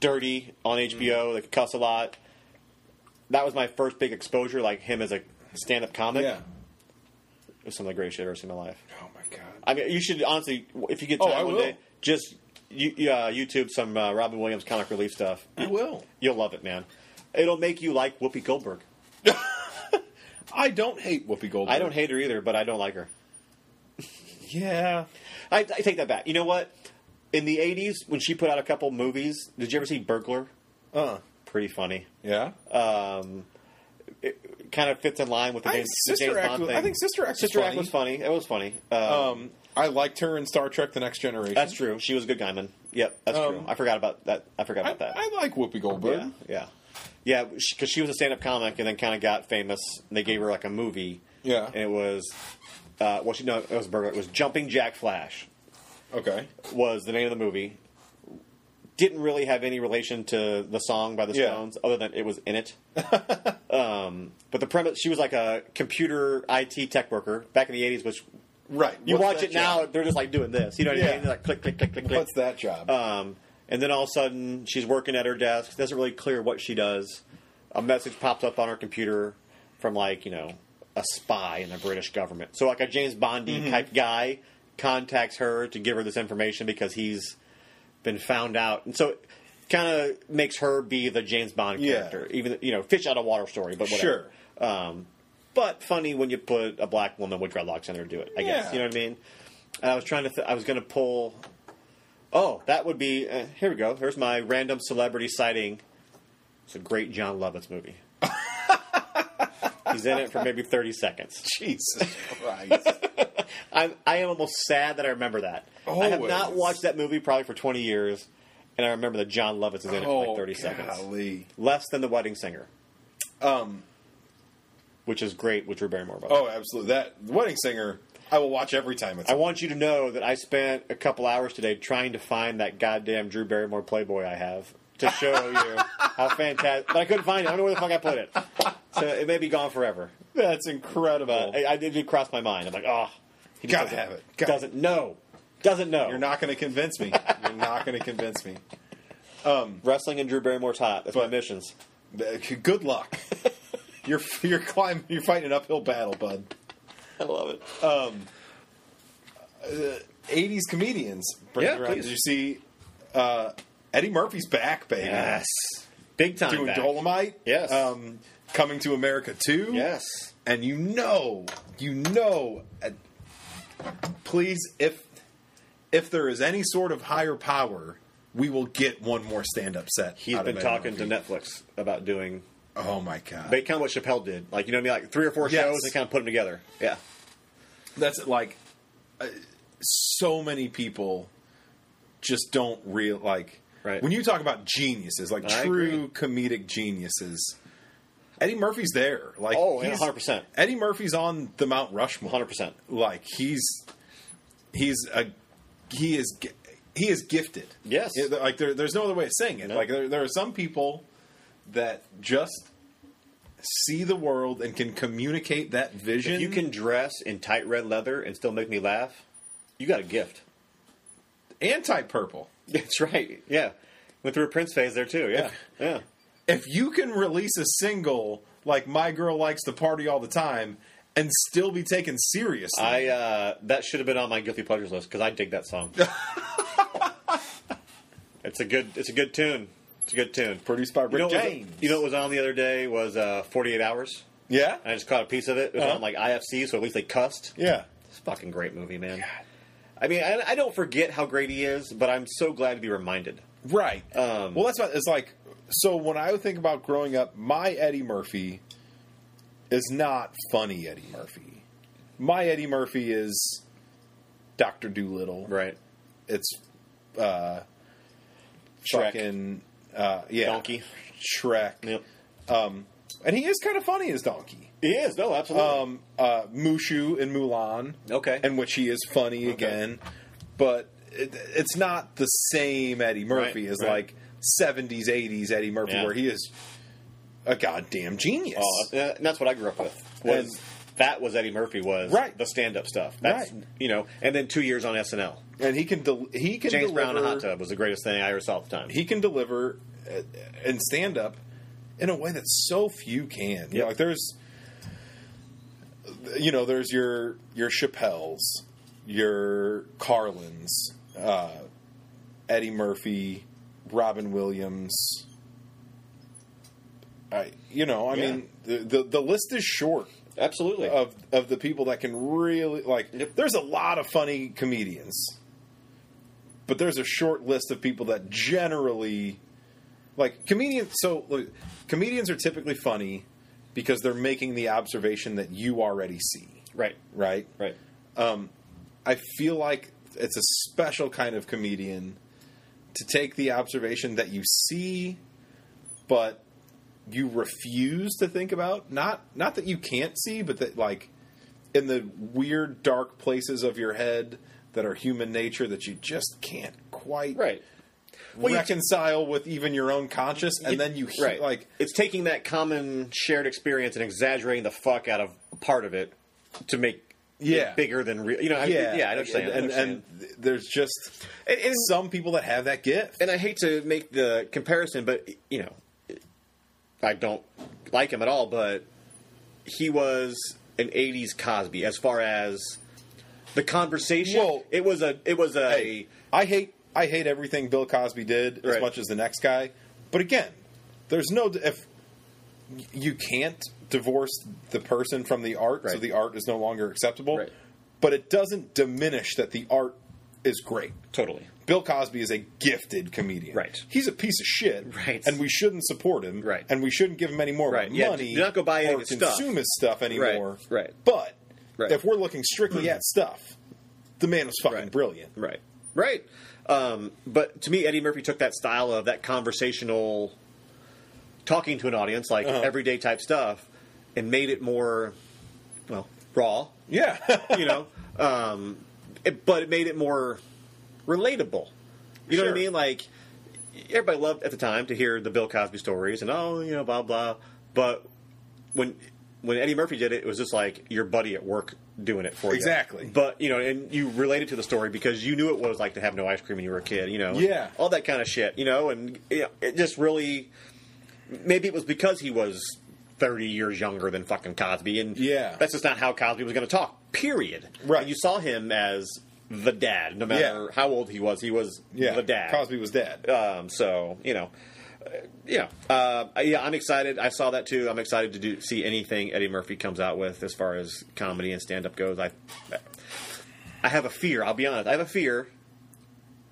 A: dirty on
B: Mm-hmm.
A: HBO. They could cuss a lot. That was my first big exposure, like him as a stand-up comic.
B: Yeah.
A: It was some of the greatest shit I've ever seen in my life.
B: Oh my god.
A: I mean, you should honestly, if you get
B: Oh,
A: time
B: I
A: one
B: will.
A: day, just you, you, uh, YouTube some uh, Robin Williams comic relief stuff.
B: I will.
A: You'll love it, man. It'll make you like Whoopi Goldberg.
B: I don't hate Whoopi Goldberg.
A: I don't hate her either, but I don't like her. yeah, I, I take that back. You know what? In the '80s, when she put out a couple movies, did you ever see Burglar?
B: Uh,
A: Pretty funny.
B: yeah.
A: Um, it kind of fits in line with the
B: I
A: James,
B: think
A: the
B: Sister
A: James
B: Act
A: Bond
B: was- I
A: thing.
B: think Sister Act was
A: Sister Act
B: funny.
A: was funny. It was funny. Um,
B: um, I liked her in Star Trek: The Next Generation.
A: that's true. She was a good guyman. Yep, that's true.
B: Um,
A: I forgot about that. I forgot
B: I,
A: about that.
B: I like Whoopi Goldberg.
A: Yeah, yeah, yeah. Because she was a stand-up comic and then kind of got famous. And they gave her like a movie.
B: Yeah.
A: and it was uh, well, she no, it was Burger. It was Jumping Jack Flash
B: Okay.
A: was the name of the movie. Didn't really have any relation to the song by the
B: Yeah.
A: Stones, other than it was in it. um, but the premise, she was like a computer IT tech worker back in the '80s, which.
B: Right.
A: You
B: What's
A: watch
B: that
A: it now;
B: job?
A: they're just like doing this. You know what I
B: Yeah.
A: mean? They're like click, click, click, click, click.
B: What's that job?
A: Um, and then all of a sudden, she's working at her desk. Doesn't really clear what she does. A message pops up on her computer from like you know a spy in the British government. So like a James Bondy
B: Mm-hmm.
A: type guy contacts her to give her this information because he's been found out, and so. Kind of makes her be the James Bond
B: Yeah.
A: character, even you know fish out of water story, but whatever.
B: Sure.
A: Um, but funny when you put a black woman with dreadlocks in there to do it. I guess
B: Yeah.
A: you know what I mean. I was trying to. Th- I was going to pull. Oh, that would be. Uh, here we go. Here's my random celebrity sighting. It's a great John Lovitz movie. He's in it for maybe 30 seconds.
B: Jesus Christ.
A: I'm, I am almost sad that I remember that. I have not
B: Always.
A: watched that movie probably for 20 years, and I remember that John Lovitz is in it for like 30 seconds.
B: Oh, golly.
A: Less than The Wedding Singer,
B: Um.
A: which is great with Drew Barrymore. by the way.
B: Oh, absolutely. That The Wedding Singer. I will watch every time it's.
A: I want you to know that I spent a couple hours today trying to find that goddamn Drew Barrymore Playboy I have to show you how fantastic. But I couldn't find it. I don't know where the fuck I put it. So it may be gone forever.
B: That's incredible.
A: But I, I did it crossed my mind. I'm like, oh, he just
B: Gotta
A: doesn't,
B: have it. Gotta-
A: Doesn't know. Doesn't know.
B: You're not going to convince me. You're not going to convince me.
A: wrestling and Drew Barrymore's hot. That's my
B: But-
A: missions.
B: Uh, Good luck. You're you're climbing. You're fighting an uphill battle, bud.
A: I love it.
B: 80s comedians.
A: Yeah,
B: Brandon Routh.
A: please.
B: Did you see uh, Eddie Murphy's back, baby?
A: yes, big time.
B: Doing
A: back.
B: Dolomite.
A: Yes.
B: Um, coming to America too.
A: Yes.
B: And you know, you know. uh, please, if if there is any sort of higher power, we will get one more stand-up set.
A: He's
B: out of
A: been
B: Eddie
A: talking to
B: Murphy.
A: Netflix about doing.
B: Oh my god.
A: They kind of what Chappelle did, like you know what I mean, like three or four
B: Yes.
A: shows and kind of put them together. Yeah,
B: that's like uh, so many people just don't real like
A: Right.
B: when you talk about geniuses like
A: I
B: true comedic geniuses eddie murphy's there like
A: Oh, yeah,
B: he's-
A: 100%.
B: eddie murphy's on the mount rushmore
A: hundred percent.
B: like he's he's a he is gi- he is gifted
A: Yes.
B: Yeah, like there, there's no other way of saying it
A: No.
B: like there, there are some people that just see the world and can communicate that vision
A: If you can dress in tight red leather and still make me laugh, you got a gift.
B: anti-purple
A: That's right. Yeah. Went through a Prince phase there too. Yeah. Yeah.
B: if you can release a single like my girl likes to party all the time and still be taken seriously
A: I uh, that should have been on my guilty pleasures list because I dig that song. it's a good. It's a good tune. It's a good tune.
B: produced by rick
A: You know, what was-
B: james
A: you know what was on the other day was uh, 48 Hours.
B: yeah
A: And I just caught a piece of it. It was
B: Uh-huh.
A: on like IFC, so at least they cussed.
B: yeah
A: It's a fucking great movie, man. I mean, I, I don't forget how great he is, but I'm so glad to be reminded.
B: right
A: Um,
B: well that's what it's like so when i think about growing up my eddie murphy is not funny eddie murphy my eddie murphy is dr doolittle
A: Right.
B: it's uh
A: Shrek.
B: fucking uh yeah
A: Donkey.
B: shrek
A: Yep.
B: and he is kind of funny as donkey
A: He is. No, absolutely.
B: um, uh, Mushu in Mulan.
A: Okay.
B: In which he is funny again, but it, it's not the same Eddie Murphy
A: Right,
B: as
A: right.
B: like 70s, 80s Eddie Murphy,
A: Yeah.
B: where he is a goddamn genius.
A: Oh, uh, and that's what I grew up with. Was
B: And-
A: that was Eddie Murphy was
B: Right.
A: the stand up stuff. That's
B: Right.
A: you know, and then two years on SNL.
B: and he can del- he can
A: James
B: deliver,
A: Brown in a hot tub was the greatest thing I ever saw at the time.
B: He can deliver uh, and stand up in a way that so few can. You
A: Yep.
B: know, like there's, you know, there's your your Chappelles, your Carlins, uh, Eddie Murphy, Robin Williams. I, you know, I
A: Yeah.
B: mean, the, the the list is short.
A: Absolutely.
B: of of the people that can really like.
A: Yep.
B: There's a lot of funny comedians, but there's a short list of people that generally like comedians. So look, comedians are typically funny because they're making the observation that you already see,
A: right.
B: right?
A: Right.
B: I feel like it's a special kind of comedian to take the observation that you see, but you refuse to think about. Not not that you can't see, but that like in the weird dark places of your head that are human nature that you just can't quite
A: Right. you-
B: reconcile with even your own conscious, and then you hear
A: right.
B: like
A: it's taking that common shared experience and exaggerating the fuck out of a part of it to make
B: Yeah.
A: it bigger than real. You know, I, yeah, yeah, I understand.
B: and, and,
A: I understand.
B: and th- there's just some people that have that gift.
A: and I hate to make the comparison, but you know, I don't like him at all. But he was an '80s Cosby as far as the conversation.
B: Well-
A: it was a it was a
B: Hey, I hate I hate everything Bill Cosby did as
A: Right.
B: much as the next guy. But again, there's no if you can't divorce the person from the art, so
A: Right.
B: the art is no longer acceptable.
A: Right.
B: But it doesn't diminish that the art is great.
A: totally
B: Bill Cosby is a gifted comedian.
A: Right.
B: He's a piece of shit.
A: Right.
B: And we shouldn't support him.
A: Right.
B: And we shouldn't give him any more
A: Right. Yeah,
B: money.
A: do not go buy any
B: or
A: of his stuff.
B: consume his stuff anymore.
A: Right. Right.
B: But
A: Right.
B: if we're looking strictly at stuff, the man was fucking
A: Right.
B: brilliant.
A: right, right. Um, but to me, Eddie Murphy took that style of that conversational talking to an audience, like
B: Uh-huh.
A: everyday type stuff, and made it more well raw.
B: Yeah.
A: you know. Um, it, but it made it more relatable. You know what
B: Sure.
A: I mean? Like everybody loved at the time to hear the Bill Cosby stories and oh, you know, blah blah. But when when Eddie Murphy did it, it was just like your buddy at work doing it for you.
B: Exactly.
A: But you know, and you related to the story because you knew what it was like to have no ice cream when you were a kid. You know,
B: Yeah.
A: all that kind of shit. You know, and yeah, it just really maybe it was because he was 30 years younger than fucking Cosby, and
B: Yeah.
A: that's just not how Cosby was going to talk. Period.
B: Right.
A: And you saw him as the dad, no matter
B: Yeah.
A: how old he was. He was
B: Yeah,
A: the dad.
B: Cosby was dead.
A: Um, so you know, uh, yeah, uh, yeah. I'm excited. I saw that too. I'm excited to do see anything Eddie Murphy comes out with as far as comedy and stand up goes. I, I have a fear. I'll be honest. I have a fear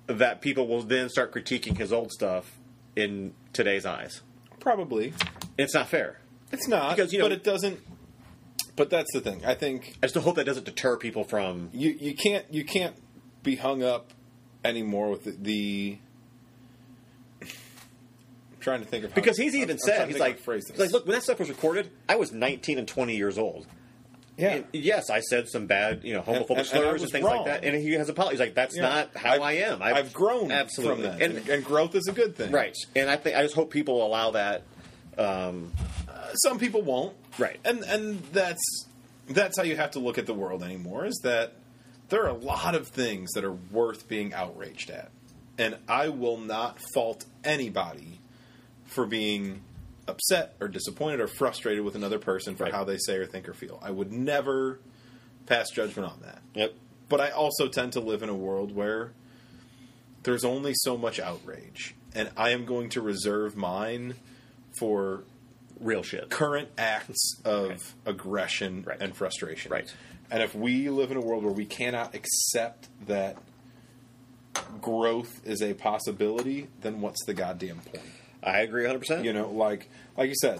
A: that people will then start critiquing his old stuff in today's eyes.
B: Probably.
A: It's not fair.
B: It's not
A: Because, you know-
B: but it doesn't. But that's the thing. I think
A: I still hope that doesn't deter people from
B: you you can't you can't be hung up anymore with the. the I'm trying to think of how,
A: because he's
B: I'm-
A: even
B: I'm trying to
A: said he's
B: think of
A: like,
B: how to phrase
A: he's
B: this.
A: like, look, when that stuff was recorded, I was 19 and 20 years old.
B: yeah,
A: And yes, I said some bad, you know, homophobic
B: And- and- and I
A: slurs and,
B: was
A: things
B: wrong.
A: like that, and he has apologized. He's like, that's
B: yeah.
A: not how
B: I've,
A: i am.
B: I've, grown
A: absolutely,
B: from that,
A: and,
B: and, and growth is a good thing.
A: right. And I think I just hope people allow that. Um,
B: some people won't
A: Right.
B: and and that's that's how you have to look at the world anymore is that there are a lot of things that are worth being outraged at and i will not fault anybody for being upset or disappointed or frustrated with another person for
A: Right.
B: how they say or think or feel i would never pass judgment on that
A: yep.
B: but I also tend to live in a world where there's only so much outrage, and I am going to reserve mine for
A: Real shit.
B: current acts of
A: Right.
B: aggression
A: Right.
B: and frustration.
A: Right.
B: And if we live in a world where we cannot accept that growth is a possibility, then what's the goddamn point?
A: I agree 100. percent
B: You know, like like you said,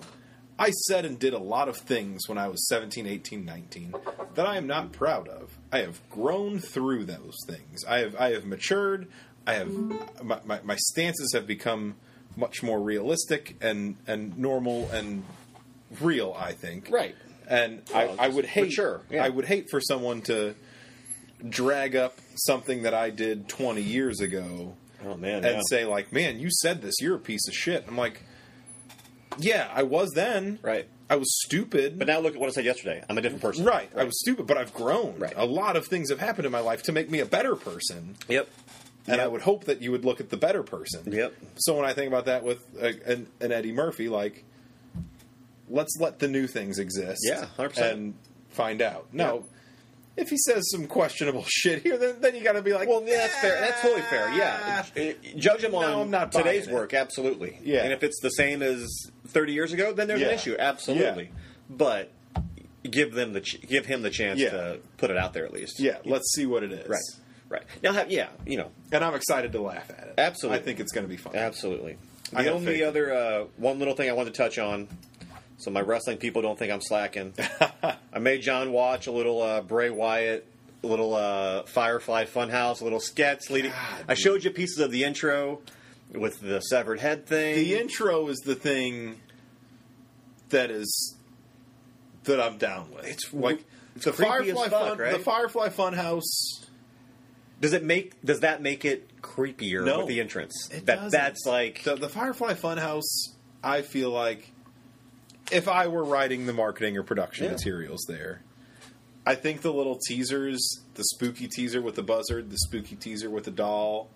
B: I said and did a lot of things when I was 17, 18, 19 that I am not proud of. I have grown through those things. I have I have matured. I have my, my, my stances have become much more realistic and and normal and real, I think.
A: Right.
B: And
A: Well,
B: I, I
A: just
B: would hate
A: mature, yeah.
B: I would hate for someone to drag up something that I did 20 years ago
A: Oh man,
B: and
A: yeah.
B: say like, "Man, you said this. You're a piece of shit." I'm like, "Yeah, I was then.
A: Right.
B: I was stupid.
A: But now look at what I said yesterday. I'm a different person.
B: right. I was stupid, but I've grown.
A: Right.
B: A lot of things have happened in my life to make me a better person,
A: Yep.
B: and I
A: Yep.
B: would hope that you would look at the better person.
A: Yep.
B: So when I think about that with uh, an, an Eddie Murphy, like, let's let the new things exist.
A: Yeah, 100%.
B: and find out. No. If he says some questionable shit here, then, then you got to be like,
A: Well, yeah, that's fair. That's totally fair. Yeah, judge him
B: No,
A: on
B: I'm not buying
A: today's
B: it.
A: work, absolutely.
B: Yeah.
A: and if it's the same as 30 years ago, then there's
B: Yeah.
A: an issue, absolutely.
B: Yeah.
A: But give them the ch- give him the chance
B: Yeah.
A: to put it out there at least.
B: Yeah, let's see what it is.
A: Right. Right. Now, have, yeah, you know,
B: And I'm excited to laugh at it.
A: Absolutely.
B: I think it's going to be fun.
A: absolutely.
B: I
A: The
B: got
A: only
B: faith.
A: other uh, one little thing I wanted to touch on, so my wrestling people don't think I'm slacking. I made John watch a little uh, Bray Wyatt, a little uh, Firefly Funhouse, a little sketch leading.
B: God,
A: I showed you pieces of the intro with the severed head thing.
B: The intro is the thing that is that I'm down with.
A: It's
B: like
A: w- it's
B: the
A: creepy as
B: Firefly
A: fuck,
B: Fun,
A: right?
B: the Firefly Funhouse.
A: does it make does that make it creepier
B: No.
A: with the entrance?
B: It
A: that
B: doesn't.
A: that's like
B: the, the Firefly Funhouse. I feel like if I were writing the marketing or production
A: Yeah.
B: materials there, I think the little teasers, the spooky teaser with the buzzard, the spooky teaser with the doll,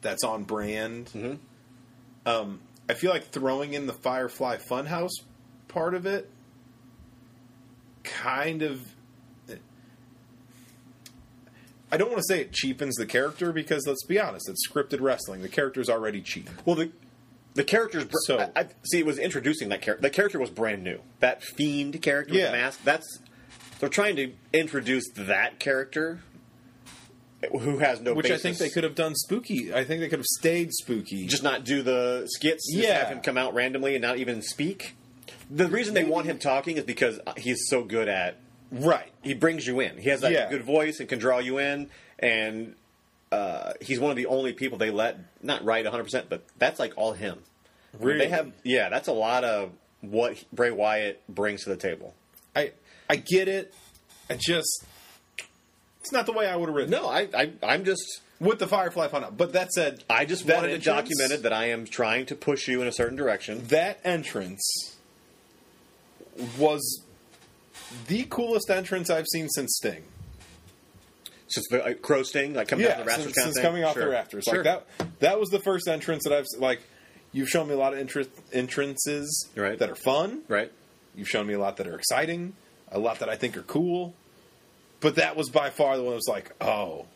B: that's on brand. Um, I feel like throwing in the Firefly Funhouse part of it kind of. I don't want to say it cheapens the character because let's be honest, it's scripted wrestling. The character's already cheap.
A: Well, the the character's br-
B: So-
A: I, I- see. It was introducing that character. The character was brand new. That fiend character with
B: Yeah.
A: the mask. That's they're trying to introduce that character, who has no.
B: Which I
A: basis.
B: think they could have done spooky. I think they could have stayed spooky.
A: just not do the skits. Just
B: Yeah.
A: have him come out randomly and not even speak. The reason they want him talking is because he's so good at.
B: right.
A: He brings you in. He has like,
B: Yeah.
A: a good voice and can draw you in. And uh, he's one of the only people they let not write 100, percent but that's like all him.
B: Really?
A: They have yeah, that's a lot of what Bray Wyatt brings to the table.
B: I I get it. I just it's not the way I would have written. it.
A: No, I, I I'm just
B: With the Firefly Fun, but that said,
A: I just
B: that
A: wanted it
B: entrance-
A: documented that I am trying to push you in a certain direction.
B: that entrance was the coolest entrance I've seen since Sting.
A: Since the uh, crow sting, like coming off the rafters,
B: since,
A: kind of
B: since
A: thing.
B: coming off
A: Sure.
B: the rafters,
A: Sure.
B: like that. That was the first entrance that I've s- like. You've shown me a lot of interest entrances
A: Right.
B: that are fun,
A: right?
B: You've shown me a lot that are exciting, a lot that I think are cool. But that was by far the one that was like, oh,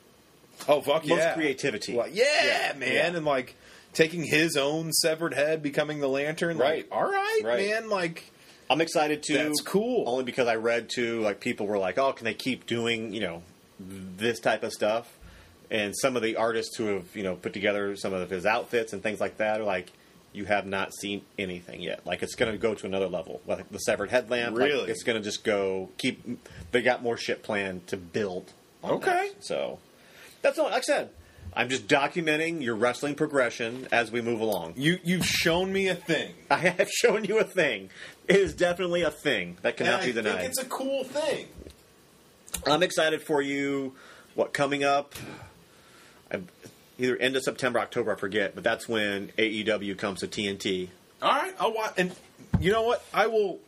B: oh fuck
A: Most
B: yeah,
A: creativity.
B: like, yeah,
A: Yeah,
B: man,
A: yeah.
B: and like taking his own severed head, becoming the lantern, like,
A: Right.
B: all right,
A: Right.
B: man, like
A: I'm excited too.
B: That's cool.
A: Only because I read too, like people were like, "Oh, can they keep doing you know this type of stuff?" And some of the artists who have you know put together some of his outfits and things like that are like, "You have not seen anything yet. Like it's going to go to another level. Like the severed headlamp. like,
B: Really?
A: it's going to just go keep. They got more shit planned to build. on
B: Okay.
A: that. So that's all. Like I said, I'm just documenting your wrestling progression as we move along.
B: you you've shown me a thing.
A: I have shown you a thing. It is definitely a thing that
B: And
A: cannot
B: I
A: be
B: think
A: denied.
B: it's a cool thing.
A: I'm excited for you. What coming up? I, either end of September, October, I forget, but that's when AEW comes to TNT.
B: All right, I'll watch. And you know what? I will.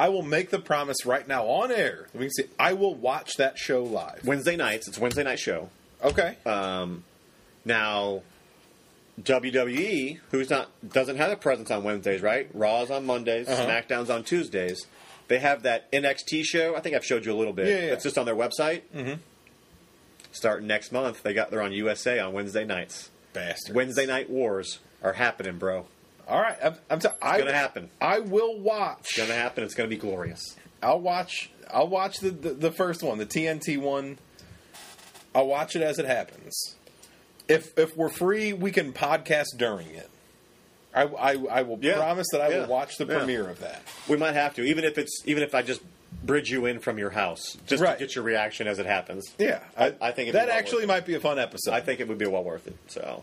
B: I will make the promise right now on air. We can see. I will watch that show live.
A: Wednesday nights. It's a Wednesday night show.
B: Okay.
A: Uh, Now, WWE, who's not doesn't have a presence on Wednesdays, right? Raw's on Mondays,
B: Uh-huh.
A: SmackDown's on Tuesdays. They have that NXT show. I think I've showed you a little bit.
B: Yeah, yeah, yeah.
A: It's just on their website. Mm-hmm. Starting next month, they got they're on USA on Wednesday nights.
B: Bastard.
A: Wednesday night wars are happening, bro.
B: All right, I'm, I'm t- I,
A: gonna happen.
B: I will watch.
A: It's gonna happen. It's gonna be glorious.
B: I'll watch. I'll watch the, the the first one, the TNT one. I'll watch it as it happens. If if we're free, we can podcast during it. I I, I will
A: Yeah.
B: promise that I
A: Yeah.
B: will watch the
A: Yeah.
B: premiere of that.
A: We might have to, even if it's even if I just bridge you in from your house, just
B: Right.
A: to get your reaction as it happens.
B: Yeah,
A: I- I think it'd be
B: that
A: well
B: actually
A: worth it.
B: might be a fun episode.
A: I think it would be well worth it. So,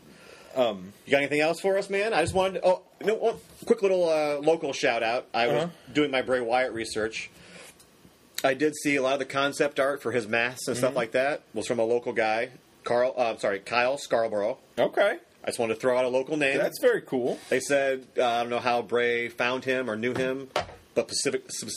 A: um, you got anything else for us, man? I just wanted oh, you know, one quick little uh, local shout out. I was
B: Uh-huh.
A: doing my Bray Wyatt research. I did see a lot of the concept art for his masks and
B: Mm-hmm.
A: stuff like that was from a local guy, Carl. Uh, I'm sorry, Kyle Scarborough.
B: okay,
A: I just wanted to throw out a local name.
B: that's very cool.
A: They said uh, I don't know how Bray found him or knew him, but Pacific, sp-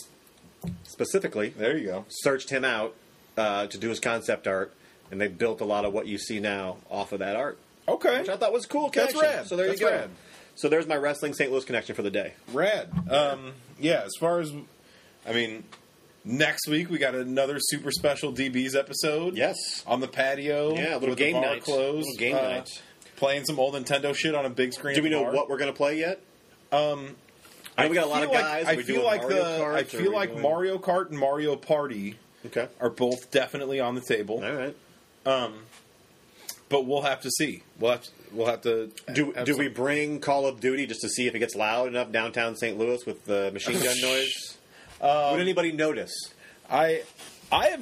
A: specifically
B: There you go.
A: searched him out uh, to do his concept art, and they built a lot of what you see now off of that art,
B: Okay,
A: which I thought was a cool.
B: That's
A: Connection.
B: rad.
A: So there
B: That's
A: you go.
B: rad.
A: So there's my wrestling St. Louis connection for the day.
B: rad. Um, yeah, as far as I mean, next week we got another super special DBs episode.
A: Yes.
B: on the patio.
A: Yeah, a little
B: with
A: game
B: the bar
A: night.
B: Closed, uh,
A: Little game night.
B: Playing some old Nintendo shit on a big screen.
A: Do
B: at
A: we
B: the
A: know
B: bar.
A: what we're gonna play yet? Um, I know we got a lot of
B: feel like-
A: guys.
B: I
A: we do a
B: feel like
A: Mario
B: the
A: Kart,
B: I
A: or
B: feel
A: we
B: like
A: doing-
B: Mario Kart and Mario Party
A: Okay.
B: are both definitely on the table,
A: All right.
B: but we'll have to see. We'll have to, we'll have to
A: Do
B: have
A: do
B: some-
A: we bring Call of Duty just to see if it gets loud enough downtown St. Louis with the machine gun noise? Would anybody notice?
B: I I have.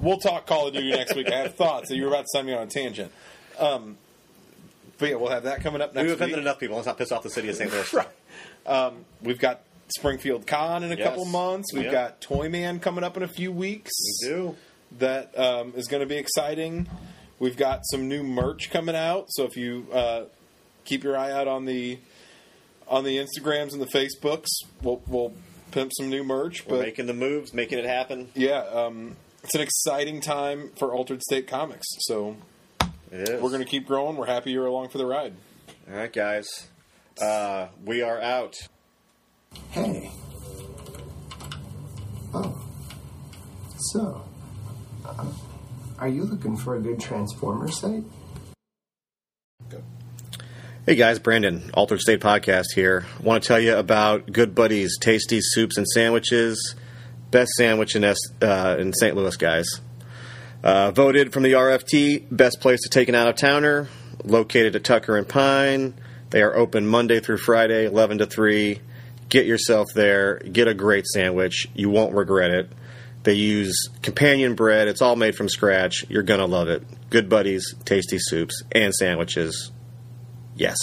B: We'll talk Call of Duty next week. I have thoughts. that You were about to send me on a tangent. Um, but yeah, we'll have that coming up next
A: We've
B: week.
A: offended enough people. Let's not piss off the city of St. Louis.
B: Right. Um, we've got Springfield Con in a
A: Yes.
B: couple months. We've
A: Yeah.
B: got Toy Man coming up in a few weeks.
A: We do.
B: That um, is going to be exciting. We've got some new merch coming out. So if you uh, keep your eye out on the on the Instagrams and the Facebooks, we'll, we'll pimp some new merch.
A: We're
B: but
A: making the moves, making it happen.
B: yeah, um, it's an exciting time for Altered State Comics. So
A: It is.
B: we're going to keep growing. We're happy you're along for the ride.
A: All right, guys. Uh, we are out.
C: Hey.
D: Oh. So, uh, are you looking for a good Transformer site?
A: Hey guys, Brandon, Altered State Podcast here. I want to tell you about Good Buddies Tasty Soups and Sandwiches. Best sandwich in, S- uh, in St. Louis, guys. Uh, voted from the RFT, best place to take an out of towner. Located at Tucker and Pine. They are open Monday through Friday, 11 to 3. Get yourself there. Get a great sandwich. You won't regret it. They use companion bread. It's all made from scratch. You're going to love it. Good Buddies, Tasty Soups, and Sandwiches. Yes.